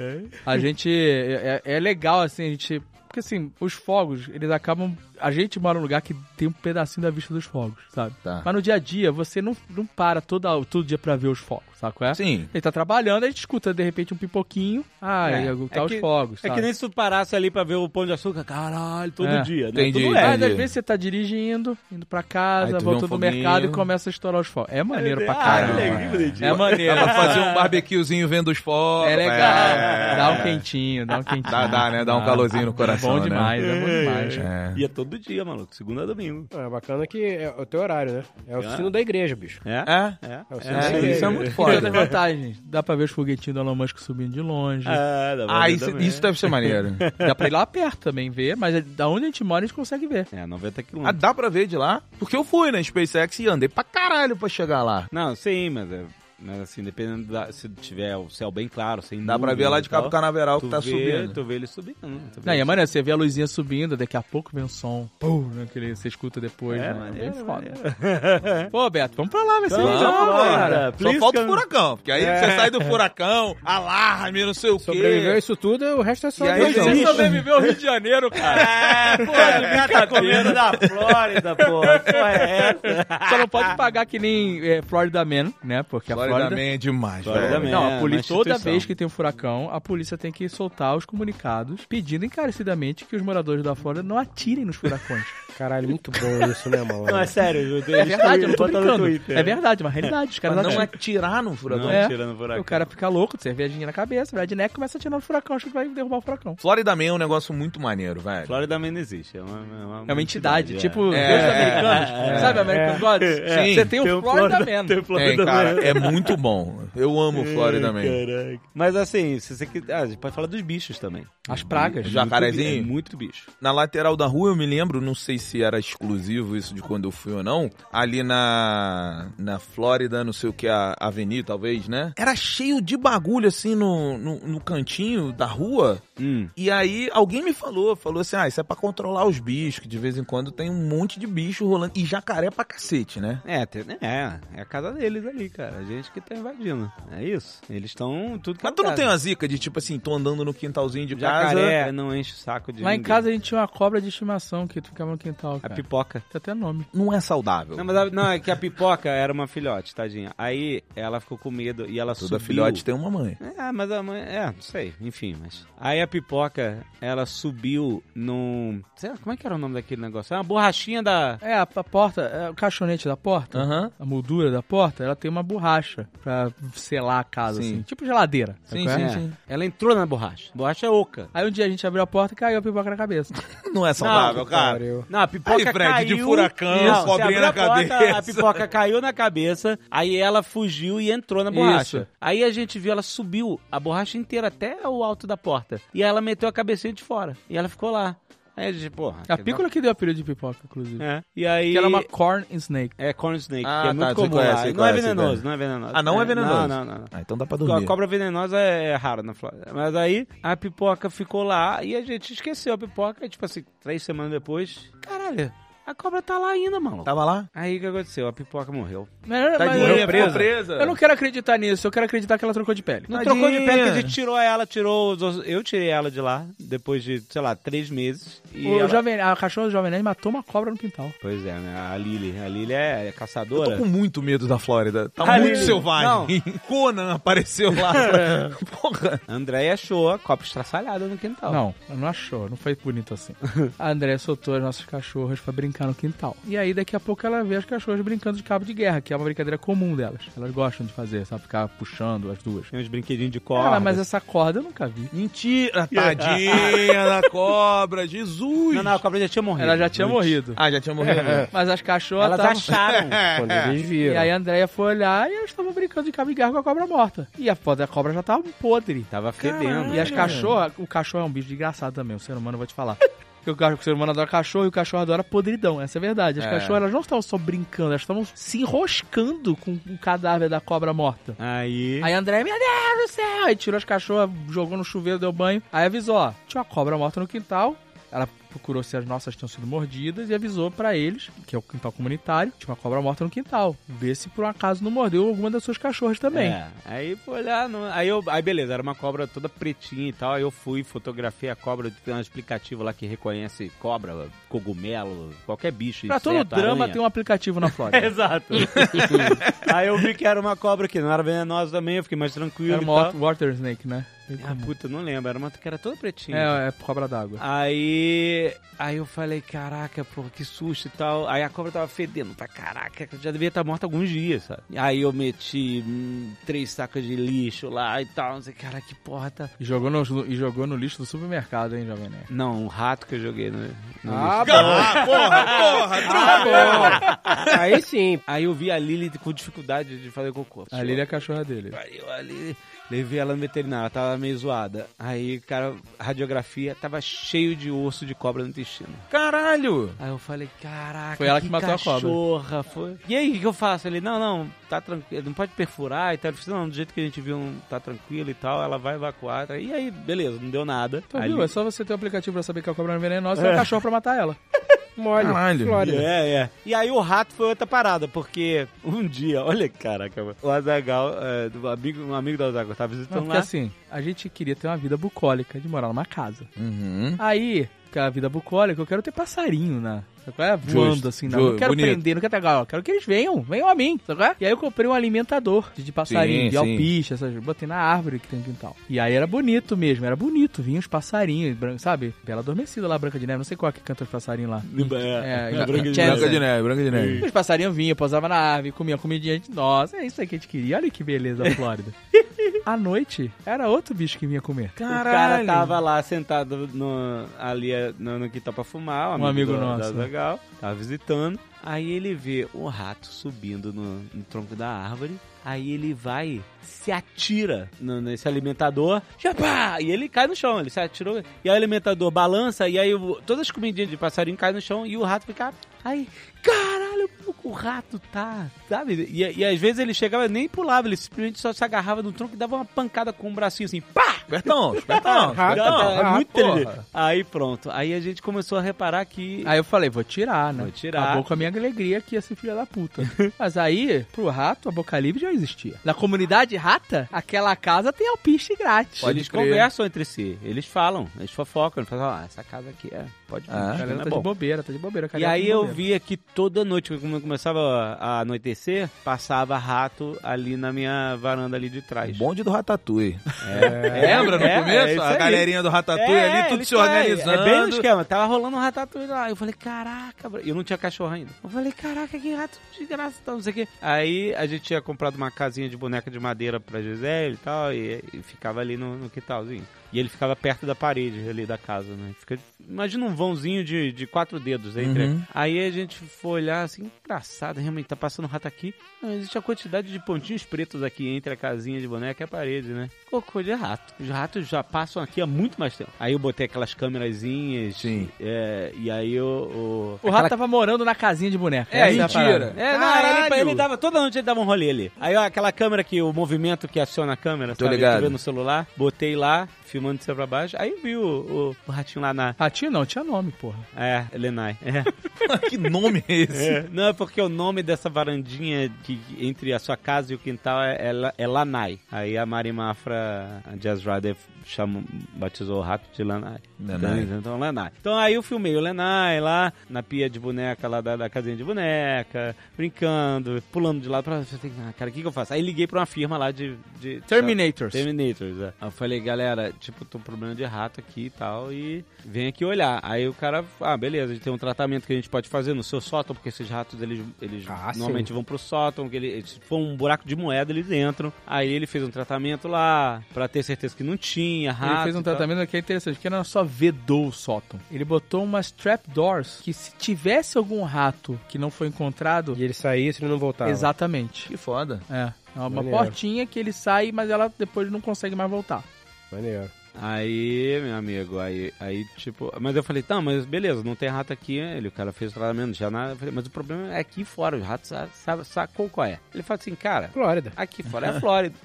[SPEAKER 3] A gente... É, é é legal, assim, a gente... Porque, assim, os fogos, eles acabam... A gente mora num lugar que tem um pedacinho da vista dos fogos, sabe?
[SPEAKER 5] [LAUGHS] Tá.
[SPEAKER 3] Mas no dia a dia, você não, não para toda, todo dia pra ver os fogos, sabe qual é?
[SPEAKER 5] Sim.
[SPEAKER 3] Ele tá trabalhando, a gente escuta, de repente, um pipoquinho. Ah,
[SPEAKER 1] É,
[SPEAKER 3] é, tá
[SPEAKER 1] é
[SPEAKER 3] os
[SPEAKER 1] que-
[SPEAKER 3] fogos,
[SPEAKER 1] É
[SPEAKER 3] sabe?
[SPEAKER 1] que nem se tu parasse ali pra ver o Pão de Açúcar, caralho, todo
[SPEAKER 3] É,
[SPEAKER 1] dia, né?
[SPEAKER 5] entendi.
[SPEAKER 1] Tudo
[SPEAKER 5] É,
[SPEAKER 3] Mas
[SPEAKER 5] entendi.
[SPEAKER 3] às vezes você tá dirigindo, indo pra
[SPEAKER 5] Aí
[SPEAKER 3] casa,
[SPEAKER 5] tu vê um
[SPEAKER 3] voltando do
[SPEAKER 5] foguinho.
[SPEAKER 3] mercado e começa a estourar os fogos. É maneiro pra
[SPEAKER 1] Ah,
[SPEAKER 3] caralho.
[SPEAKER 1] que legal, que bonitinho.
[SPEAKER 3] É maneiro.
[SPEAKER 5] Dá pra fazer um barbecuezinho vendo os fogos.
[SPEAKER 3] É legal.
[SPEAKER 5] É.
[SPEAKER 3] Dá um quentinho, dá um quentinho.
[SPEAKER 5] Dá, dá, né? Dá um calorzinho no coração,
[SPEAKER 3] Bom
[SPEAKER 5] né?
[SPEAKER 3] demais, é bom demais.
[SPEAKER 5] É.
[SPEAKER 1] Ia todo dia, maluco, segunda a domingo.
[SPEAKER 2] É bacana que é o teu horário, né? É o sino da igreja, bicho.
[SPEAKER 1] É?
[SPEAKER 5] É?
[SPEAKER 1] É,
[SPEAKER 2] É o sino da
[SPEAKER 5] É,
[SPEAKER 2] igreja.
[SPEAKER 5] isso é muito
[SPEAKER 3] E tem
[SPEAKER 5] foda.
[SPEAKER 3] outras vantagens. Dá pra ver os foguetinhos do Elon Musk subindo de longe.
[SPEAKER 1] Ah, dá pra
[SPEAKER 5] Ah,
[SPEAKER 1] ver
[SPEAKER 5] isso,
[SPEAKER 1] também.
[SPEAKER 5] isso deve ser maneiro.
[SPEAKER 3] Dá pra ir lá perto também ver, mas é da onde a gente mora a gente consegue ver.
[SPEAKER 1] É, 90
[SPEAKER 5] Ah,
[SPEAKER 1] quilômetros.
[SPEAKER 5] dá pra ver de lá? Porque eu fui na SpaceX e andei pra caralho pra chegar lá.
[SPEAKER 1] Não, sim, mas, é- mas assim, dependendo da, se tiver o céu bem claro, sem
[SPEAKER 5] Dá pra
[SPEAKER 1] nuvens
[SPEAKER 5] ver lá
[SPEAKER 1] e
[SPEAKER 5] de
[SPEAKER 1] tal,
[SPEAKER 5] Cabo Canaveral que
[SPEAKER 1] tu
[SPEAKER 5] tá
[SPEAKER 1] vê-
[SPEAKER 5] subindo. é
[SPEAKER 1] Tu vê ele subindo. né? tu vê
[SPEAKER 3] Não, e
[SPEAKER 1] ele
[SPEAKER 3] amanhã você vê a luzinha subindo, daqui a pouco vem um som. Pum, né, aquele você escuta depois. né? É bem foda. Pô, Beto, vamos pra lá, vai ser
[SPEAKER 1] Vamos,
[SPEAKER 3] legal,
[SPEAKER 1] vamos,
[SPEAKER 3] cara.
[SPEAKER 1] cara.
[SPEAKER 5] Então, Só
[SPEAKER 1] Please
[SPEAKER 5] falta o
[SPEAKER 1] come.
[SPEAKER 5] furacão, porque aí você sai do furacão, alarme, não sei o quê.
[SPEAKER 2] Sobreviveu a isso tudo, o resto é só.
[SPEAKER 5] E aí,
[SPEAKER 2] dois
[SPEAKER 5] gente?
[SPEAKER 2] anos.
[SPEAKER 3] Então, Você sobreviveu ao Rio de Janeiro, cara.
[SPEAKER 1] É, pô, o
[SPEAKER 5] [LAUGHS]
[SPEAKER 1] cara tá comendo da Flórida, pô. Qual é essa?
[SPEAKER 3] Só não pode pagar que nem é, Florida Man, né? Porque a
[SPEAKER 5] Florida
[SPEAKER 3] Florida...
[SPEAKER 5] Man é demais,
[SPEAKER 1] Florida
[SPEAKER 5] velho.
[SPEAKER 1] Man.
[SPEAKER 3] Não,
[SPEAKER 1] É,
[SPEAKER 3] a polícia,
[SPEAKER 1] uma
[SPEAKER 3] toda
[SPEAKER 1] instituição.
[SPEAKER 3] vez que tem um furacão, a polícia tem que soltar os comunicados pedindo encarecidamente que os moradores da Flórida não atirem nos furacões.
[SPEAKER 2] Caralho, muito bom isso, né, mano?
[SPEAKER 1] Não, é sério, eu dei
[SPEAKER 3] é verdade, eu não tô
[SPEAKER 1] bota no
[SPEAKER 3] brincando.
[SPEAKER 1] Twitter.
[SPEAKER 3] É verdade, uma realidade. Os caras
[SPEAKER 5] Mas não
[SPEAKER 3] atiram.
[SPEAKER 5] atirar no
[SPEAKER 1] Não,
[SPEAKER 5] furacão.
[SPEAKER 3] É.
[SPEAKER 1] tirando furacão.
[SPEAKER 3] O cara fica louco, de cervejinha na cabeça, redneck, começa a atirar no furacão, acha que vai derrubar o furacão.
[SPEAKER 5] Florida Man é um negócio muito maneiro, velho.
[SPEAKER 1] Flórida Man não existe. É uma, é uma,
[SPEAKER 3] É uma entidade,
[SPEAKER 1] é. [LAUGHS]
[SPEAKER 3] tipo
[SPEAKER 5] É.
[SPEAKER 3] Deus Americanos,
[SPEAKER 5] É.
[SPEAKER 3] sabe American Gods?
[SPEAKER 5] Sim.
[SPEAKER 3] Você tem o
[SPEAKER 1] Tem o
[SPEAKER 3] Florida
[SPEAKER 1] Florida-
[SPEAKER 3] Man.
[SPEAKER 1] tem um o Florida
[SPEAKER 5] Tem, cara,
[SPEAKER 1] Man.
[SPEAKER 5] é muito bom. Eu
[SPEAKER 1] É,
[SPEAKER 5] amo Florida Man.
[SPEAKER 1] Caraca. Mas assim, se você quiser. Ah, a gente pode falar dos bichos também.
[SPEAKER 3] As pragas.
[SPEAKER 5] Já- Jacarezinho?
[SPEAKER 1] Muito, bi- é muito bicho.
[SPEAKER 5] Na lateral da rua, eu me lembro, não sei se era exclusivo isso de quando eu fui ou não, ali na na Flórida, não sei o que, a Avenida, talvez, né? Era cheio de bagulho, assim, no, no, no cantinho da rua.
[SPEAKER 1] Hum.
[SPEAKER 5] E aí, alguém me falou, falou assim, ah, isso é pra controlar os bichos, que de vez em quando tem um monte de bicho rolando. E jacaré pra cacete, né?
[SPEAKER 1] É, tem- é, é a casa deles ali, cara. A gente que tá invadindo. É isso. Eles estão tudo que
[SPEAKER 5] Mas
[SPEAKER 1] é
[SPEAKER 5] tu não
[SPEAKER 1] lugar.
[SPEAKER 5] tem uma zica de, tipo assim, tô andando no quintalzinho de
[SPEAKER 1] jacaré,
[SPEAKER 5] casa...
[SPEAKER 1] não enche o saco de.
[SPEAKER 3] Lá em
[SPEAKER 1] ninguém.
[SPEAKER 3] casa a gente tinha uma cobra de estimação que ficava no quintal,
[SPEAKER 1] A
[SPEAKER 5] é.
[SPEAKER 3] cara.
[SPEAKER 1] pipoca.
[SPEAKER 3] Tem até nome.
[SPEAKER 5] Não é saudável.
[SPEAKER 1] Não, mas a- não, é que a pipoca era uma filhote, tadinha. Aí ela ficou com medo e ela
[SPEAKER 5] Toda
[SPEAKER 1] subiu.
[SPEAKER 5] filhote tem um uma mãe. [LAUGHS]
[SPEAKER 1] É, mas a mãe. É, não sei, enfim, mas. Aí a pipoca, ela subiu num. Sei lá, como é que era o nome daquele negócio? É uma borrachinha da.
[SPEAKER 3] É, a, a porta, é, o caixonete da porta,
[SPEAKER 5] Aham.
[SPEAKER 3] a moldura da porta, ela tem uma borracha pra selar a casa,
[SPEAKER 5] Sim.
[SPEAKER 3] assim. Tipo geladeira. sabe
[SPEAKER 5] Sim,
[SPEAKER 3] qual é?
[SPEAKER 1] É. Ela entrou na borracha. Borracha é oca.
[SPEAKER 5] [LAUGHS]
[SPEAKER 3] Aí um dia a gente abriu a porta e caiu a pipoca na cabeça.
[SPEAKER 5] Não é saudável, cara.
[SPEAKER 2] Pariu.
[SPEAKER 1] Não, a a pipoca
[SPEAKER 5] Aí, Fred,
[SPEAKER 1] caiu.
[SPEAKER 5] de furacão,
[SPEAKER 1] você
[SPEAKER 5] cobrinha
[SPEAKER 1] abriu
[SPEAKER 5] na
[SPEAKER 1] a porta,
[SPEAKER 5] cabeça.
[SPEAKER 1] A pipoca caiu na cabeça, aí ela fugiu e entrou na borracha.
[SPEAKER 5] Isso.
[SPEAKER 1] Aí a gente viu, ela subiu a borracha inteira até o alto da porta. E aí ela meteu a cabecinha de fora. E ela ficou lá. Aí a gente,
[SPEAKER 5] É
[SPEAKER 1] porra.
[SPEAKER 3] É A
[SPEAKER 1] que
[SPEAKER 3] pícola que deu o apelido de pipoca, inclusive.
[SPEAKER 1] da- É. E aí.
[SPEAKER 3] Que era uma corn snake.
[SPEAKER 1] É corn snake,
[SPEAKER 5] Ah,
[SPEAKER 1] que é
[SPEAKER 5] tá,
[SPEAKER 1] muito
[SPEAKER 5] você
[SPEAKER 1] comum
[SPEAKER 5] conhece,
[SPEAKER 1] lá.
[SPEAKER 5] você
[SPEAKER 1] Não é
[SPEAKER 5] conhece,
[SPEAKER 1] venenoso,
[SPEAKER 5] né?
[SPEAKER 1] não é venenoso.
[SPEAKER 5] Ah, não é
[SPEAKER 1] Não,
[SPEAKER 5] venenoso?
[SPEAKER 1] não, não.
[SPEAKER 5] Ah, então dá pra
[SPEAKER 1] A
[SPEAKER 5] dormir.
[SPEAKER 1] cobra venenosa é rara na Flórida. Mas aí a pipoca ficou lá e a gente esqueceu a pipoca. E, tipo assim, três semanas depois, caralho, a cobra tá lá ainda, mano.
[SPEAKER 5] Tava lá?
[SPEAKER 1] Aí o que aconteceu? A pipoca morreu.
[SPEAKER 5] Tá
[SPEAKER 3] Mas, mas- é
[SPEAKER 5] Tadinha,
[SPEAKER 3] eu,
[SPEAKER 5] ficou
[SPEAKER 3] eu não quero acreditar nisso, eu quero acreditar que ela trocou de pele.
[SPEAKER 1] Não
[SPEAKER 5] Tadinha.
[SPEAKER 1] trocou de pé, porque a gente tirou ela, tirou os ossos. Eu tirei ela de lá, depois de, sei lá, três meses. E
[SPEAKER 3] o
[SPEAKER 1] ela-
[SPEAKER 3] jovem, a cachorra do Jovem Nerd matou uma cobra no quintal.
[SPEAKER 1] Pois é, né? A Lily. A Lily é, é
[SPEAKER 5] Eu
[SPEAKER 1] caçadora.
[SPEAKER 5] tô com muito medo da Flórida. Tá
[SPEAKER 1] Ah,
[SPEAKER 5] muito
[SPEAKER 1] ele-
[SPEAKER 5] selvagem. Conan apareceu lá. [LAUGHS] Porra.
[SPEAKER 1] André achou a cobra estraçalhada no quintal.
[SPEAKER 3] Não, não achou, não foi bonito assim. [LAUGHS] A André soltou as nossas cachorras pra brincar no quintal. E aí, daqui a pouco, ela vê as cachorras brincando de cabo de guerra, que é uma brincadeira comum delas. Elas gostam de fazer, sabe? Ficar puxando as duas.
[SPEAKER 1] Tem uns brinquedinhos de cobra.
[SPEAKER 3] Cara, mas essa corda eu nunca vi.
[SPEAKER 5] Mentira. [LAUGHS] Tadinha da cobra. Jesus.
[SPEAKER 1] Não, não, a cobra já tinha morrido.
[SPEAKER 3] Ela já tinha morrido.
[SPEAKER 5] Ah, já tinha morrido. né?
[SPEAKER 3] Mas as cachorras
[SPEAKER 1] Elas
[SPEAKER 3] tavam-
[SPEAKER 1] acharam.
[SPEAKER 2] Quando eles
[SPEAKER 3] É. E
[SPEAKER 2] viram.
[SPEAKER 3] aí a Andrea foi olhar e elas estavam brincando de cabo de guerra com a cobra morta. E a foda da cobra já tava podre.
[SPEAKER 1] Tava fedendo.
[SPEAKER 3] E as cachorras, o cachorro é um bicho desgraçado também, o ser humano eu vou te falar. Porque o ca- o ser humano adora cachorro e o cachorro adora podridão, essa é a verdade. As
[SPEAKER 5] É.
[SPEAKER 3] cachorras elas não estavam só brincando, elas estavam se enroscando com o cadáver da cobra morta.
[SPEAKER 1] Aí.
[SPEAKER 3] Aí a André, meu Deus do céu! Aí tirou as cachorras, jogou no chuveiro, deu banho. Aí avisou, ó, tinha uma cobra morta no quintal. Ela procurou se as nossas tinham sido mordidas e avisou pra eles, que é o quintal comunitário, tinha uma cobra morta no quintal. Vê se por um acaso não mordeu alguma das suas cachorras também.
[SPEAKER 1] É, aí foi olhar, não- aí, eu, aí beleza, era uma cobra toda pretinha e tal, aí eu fui, fotografei a cobra, tem um aplicativo lá que reconhece cobra, cogumelo, qualquer bicho,
[SPEAKER 3] Pra todo
[SPEAKER 1] inseto,
[SPEAKER 3] drama
[SPEAKER 1] aranha.
[SPEAKER 3] tem um [LAUGHS] aplicativo
[SPEAKER 1] [LAUGHS]
[SPEAKER 3] na Flórida.
[SPEAKER 1] Exato. aí eu vi que era uma cobra que não era venenosa também, eu fiquei mais tranquilo
[SPEAKER 3] Era
[SPEAKER 1] e
[SPEAKER 3] uma
[SPEAKER 1] tal.
[SPEAKER 3] wat- water snake, né?
[SPEAKER 1] Ah, puta, não lembro, era uma que era toda pretinha.
[SPEAKER 3] É, é cobra d'água.
[SPEAKER 1] Aí, aí eu falei, caraca, pô, que susto e tal. Aí a cobra tava fedendo pra caraca, já devia estar morta alguns dias, sabe? Aí eu meti hum, três sacos de lixo lá e tal, não sei, cara, que porra tá...
[SPEAKER 3] E jogou, no, e jogou no lixo do supermercado, hein, Jovem Nerd?
[SPEAKER 1] [LAUGHS] Não, um rato que eu joguei no, no lixo.
[SPEAKER 5] Ah, porra, porra.
[SPEAKER 2] Aí sim.
[SPEAKER 1] Aí eu vi a Lily com dificuldade de fazer cocô.
[SPEAKER 3] A Lili é a cachorra dele.
[SPEAKER 1] Aí eu ali levei ela no veterinário, ela tava meio zoada. Aí, cara, radiografia tava cheio de osso de cobra no intestino.
[SPEAKER 5] Caralho.
[SPEAKER 1] Aí eu falei, caraca,
[SPEAKER 3] Foi ela que matou a cobra.
[SPEAKER 1] cachorra, Foi. E aí, o que eu faço? Ele, não, não, tá tranquilo, não pode perfurar e tal. Ele falou, assim, não, do jeito que a gente viu, não tá tranquilo e tal, ela vai evacuar. E aí, beleza, não deu nada.
[SPEAKER 3] Então,
[SPEAKER 1] Ali-
[SPEAKER 3] viu? É só você ter o aplicativo pra saber que a cobra não é venenosa e é o cachorro pra matar ela.
[SPEAKER 2] Mole.
[SPEAKER 5] Caralho.
[SPEAKER 2] Flórida.
[SPEAKER 1] É, é. E aí o rato foi outra parada, porque um dia, [LAUGHS] olha, caraca, mano, o Azagal, um, amigo, um amigo do Azagal, tava
[SPEAKER 3] Não,
[SPEAKER 1] visitando
[SPEAKER 3] porque
[SPEAKER 1] lá.
[SPEAKER 3] assim, a gente queria ter uma vida bucólica, de morar numa casa.
[SPEAKER 5] Uhum.
[SPEAKER 3] Aí, com a vida bucólica, eu quero ter passarinho, né? Sabe qual é? Voando
[SPEAKER 5] Justo,
[SPEAKER 3] assim, não.
[SPEAKER 5] ju-
[SPEAKER 3] não quero
[SPEAKER 5] bonito.
[SPEAKER 3] prender, não quero pegar, ó, quero que eles venham, venham a mim, sabe qual é? E aí eu comprei um alimentador de, de passarinho,
[SPEAKER 5] Sim,
[SPEAKER 3] de
[SPEAKER 5] sim.
[SPEAKER 3] alpiste, essas botei na árvore que tem no quintal. E aí era bonito mesmo, era bonito, vinham os passarinhos, bran- sabe? Bela adormecida lá, Branca de Neve, não sei qual é que canta os passarinhos lá.
[SPEAKER 1] É,
[SPEAKER 3] É,
[SPEAKER 1] é, branca de
[SPEAKER 3] Chaz-
[SPEAKER 1] Neve.
[SPEAKER 5] Branca de neve, branca de neve.
[SPEAKER 3] Os passarinhos vinham, pousavam na árvore, comiam comidinha. a gente- Nossa, é isso aí que a gente queria. Olha que beleza a
[SPEAKER 5] [LAUGHS]
[SPEAKER 3] Flórida. à noite, era outro bicho que vinha comer.
[SPEAKER 1] O cara tava lá sentado no- ali eh, no, no quintal pra fumar, um,
[SPEAKER 3] Um
[SPEAKER 1] amigo,
[SPEAKER 3] amigo
[SPEAKER 1] do-
[SPEAKER 3] nosso.
[SPEAKER 1] da Zagal, tava visitando. Aí ele vê o rato subindo no, no tronco da árvore. Aí ele vai, se atira no- nesse alimentador. Já pá! E ele cai no chão, ele se atirou. E aí o alimentador balança, e aí o- todas as comidinhas de passarinho caem no chão e o rato fica. Aí, caralho, o rato tá, sabe? E, e às vezes ele chegava nem pulava, ele simplesmente só se agarrava no tronco e dava uma pancada com o bracinho assim, pá!
[SPEAKER 5] Espertão, [LAUGHS] espertão.
[SPEAKER 2] Rato,
[SPEAKER 3] Tá,
[SPEAKER 1] Não, é
[SPEAKER 2] Ah,
[SPEAKER 1] muito
[SPEAKER 5] porra.
[SPEAKER 1] inteligente. Aí pronto. Aí a gente começou a reparar que.
[SPEAKER 3] Aí eu falei, vou tirar, né?
[SPEAKER 1] Vou tirar.
[SPEAKER 3] Acabou com a minha alegria que esse filho da puta. Mas aí, pro rato, a boca livre já existia. Na comunidade rata, aquela casa tem alpiste grátis.
[SPEAKER 5] Pode
[SPEAKER 1] eles
[SPEAKER 5] crer.
[SPEAKER 1] conversam entre si. Eles falam, eles fofocam, eles falam, ah, essa casa aqui é. Pode
[SPEAKER 5] Ah.
[SPEAKER 3] A
[SPEAKER 1] vir,
[SPEAKER 3] galera
[SPEAKER 1] não é
[SPEAKER 3] tá de
[SPEAKER 1] bom.
[SPEAKER 3] bobeira, tá de bobeira. a
[SPEAKER 1] E
[SPEAKER 3] galera tá
[SPEAKER 1] aí
[SPEAKER 3] de
[SPEAKER 1] eu
[SPEAKER 3] bobeira.
[SPEAKER 1] via que toda noite, quando começava a anoitecer, passava rato ali na minha varanda ali de
[SPEAKER 5] O
[SPEAKER 1] trás.
[SPEAKER 5] É bonde do Ratatouille.
[SPEAKER 1] É,
[SPEAKER 5] Lembra no
[SPEAKER 1] é, é
[SPEAKER 5] começo?
[SPEAKER 1] isso
[SPEAKER 5] a
[SPEAKER 1] aí.
[SPEAKER 5] galerinha do Ratatouille
[SPEAKER 1] É,
[SPEAKER 5] ali, tudo
[SPEAKER 1] eles
[SPEAKER 5] se
[SPEAKER 1] caem.
[SPEAKER 5] organizando.
[SPEAKER 1] É bem
[SPEAKER 5] [LAUGHS]
[SPEAKER 1] no esquema. Tava rolando um ratatouille lá. Eu falei, caraca, bro. eu não tinha cachorro ainda. Eu falei, caraca, que rato de graça, tal, não sei o quê. Aí a gente tinha comprado uma casinha de boneca de madeira pra Gisele e tal, e, e ficava ali no, no quintalzinho. E ele ficava perto da parede ali da casa, né? Fica- imagina um vãozinho de, de quatro dedos aí.
[SPEAKER 5] Uhum.
[SPEAKER 1] entre- Aí a gente foi olhar assim, engraçado, realmente tá passando rato aqui. Não, existe a quantidade de pontinhos pretos aqui entre a casinha de boneca e a parede, né? Cocô de rato. Os ratos já passam aqui há muito mais tempo. Aí eu botei aquelas câmerazinhas.
[SPEAKER 5] Sim.
[SPEAKER 1] é, e aí eu.
[SPEAKER 3] O rato tava morando na casinha de boneca.
[SPEAKER 5] É,
[SPEAKER 3] Essa a
[SPEAKER 5] mentira.
[SPEAKER 3] parada.
[SPEAKER 1] É, não, era ele,
[SPEAKER 5] Caralho!
[SPEAKER 1] ele dava, toda noite ele dava um rolê ali. Aí, ó, aquela câmera que, o movimento que aciona a câmera,
[SPEAKER 5] Tô
[SPEAKER 1] sabe?
[SPEAKER 5] ligado.
[SPEAKER 1] Que vê no celular, botei lá, filmando de cima pra baixo, aí viu o, o ratinho lá na...
[SPEAKER 3] Ratinho não, tinha nome, porra.
[SPEAKER 1] É, Lenai. É.
[SPEAKER 5] que nome é esse?
[SPEAKER 1] É. Não, é porque o nome dessa varandinha que, que entre a sua casa e o quintal é, é, La- é Lanai. Aí a Mari Mafra, a Jazz Rider, chamou, batizou o rato de Lanai.
[SPEAKER 5] Lanai.
[SPEAKER 1] Então, Então, Lanai. Então aí eu filmei o Lanai lá na pia de boneca, lá da, da casinha de boneca, brincando, pulando de lado pra lá. Eu falei, "Ah, Cara, o que, que eu faço? Aí liguei pra uma firma lá de... de
[SPEAKER 3] Terminators.
[SPEAKER 1] Terminators, é. Aí eu falei, galera, tipo, tô com problema de rato aqui e tal, e vem aqui olhar. Aí o cara, ah, beleza, a gente tem um tratamento que a gente pode fazer no seu sótão, porque esses ratos, eles, eles
[SPEAKER 2] Ah, sim.
[SPEAKER 1] normalmente vão pro sótão, porque ele, se for um buraco de moeda, eles entram. Aí ele fez um tratamento lá, pra ter certeza que não tinha rato. tá.
[SPEAKER 3] ele fez um
[SPEAKER 1] e tal.
[SPEAKER 3] tratamento que é interessante, que não só vedou o sótão. Ele botou umas trapdoors que se tivesse algum rato que não foi encontrado,
[SPEAKER 2] E ele saía se ele não voltava.
[SPEAKER 3] exatamente.
[SPEAKER 5] Que foda.
[SPEAKER 3] É. É uma
[SPEAKER 2] Maneiro.
[SPEAKER 3] portinha que ele sai, mas ela depois não consegue mais voltar.
[SPEAKER 2] Maneiro.
[SPEAKER 1] Aí, meu amigo, aí, aí tipo. Mas eu falei, tá, mas beleza, não tem rato aqui. Ele, o cara fez o tratamento, já nada. Eu falei, mas o problema é aqui fora, os ratos sa- sa- sacou qual é. Ele falou assim, cara.
[SPEAKER 2] Flórida.
[SPEAKER 1] Aqui fora é a
[SPEAKER 3] [LAUGHS]
[SPEAKER 1] Flórida.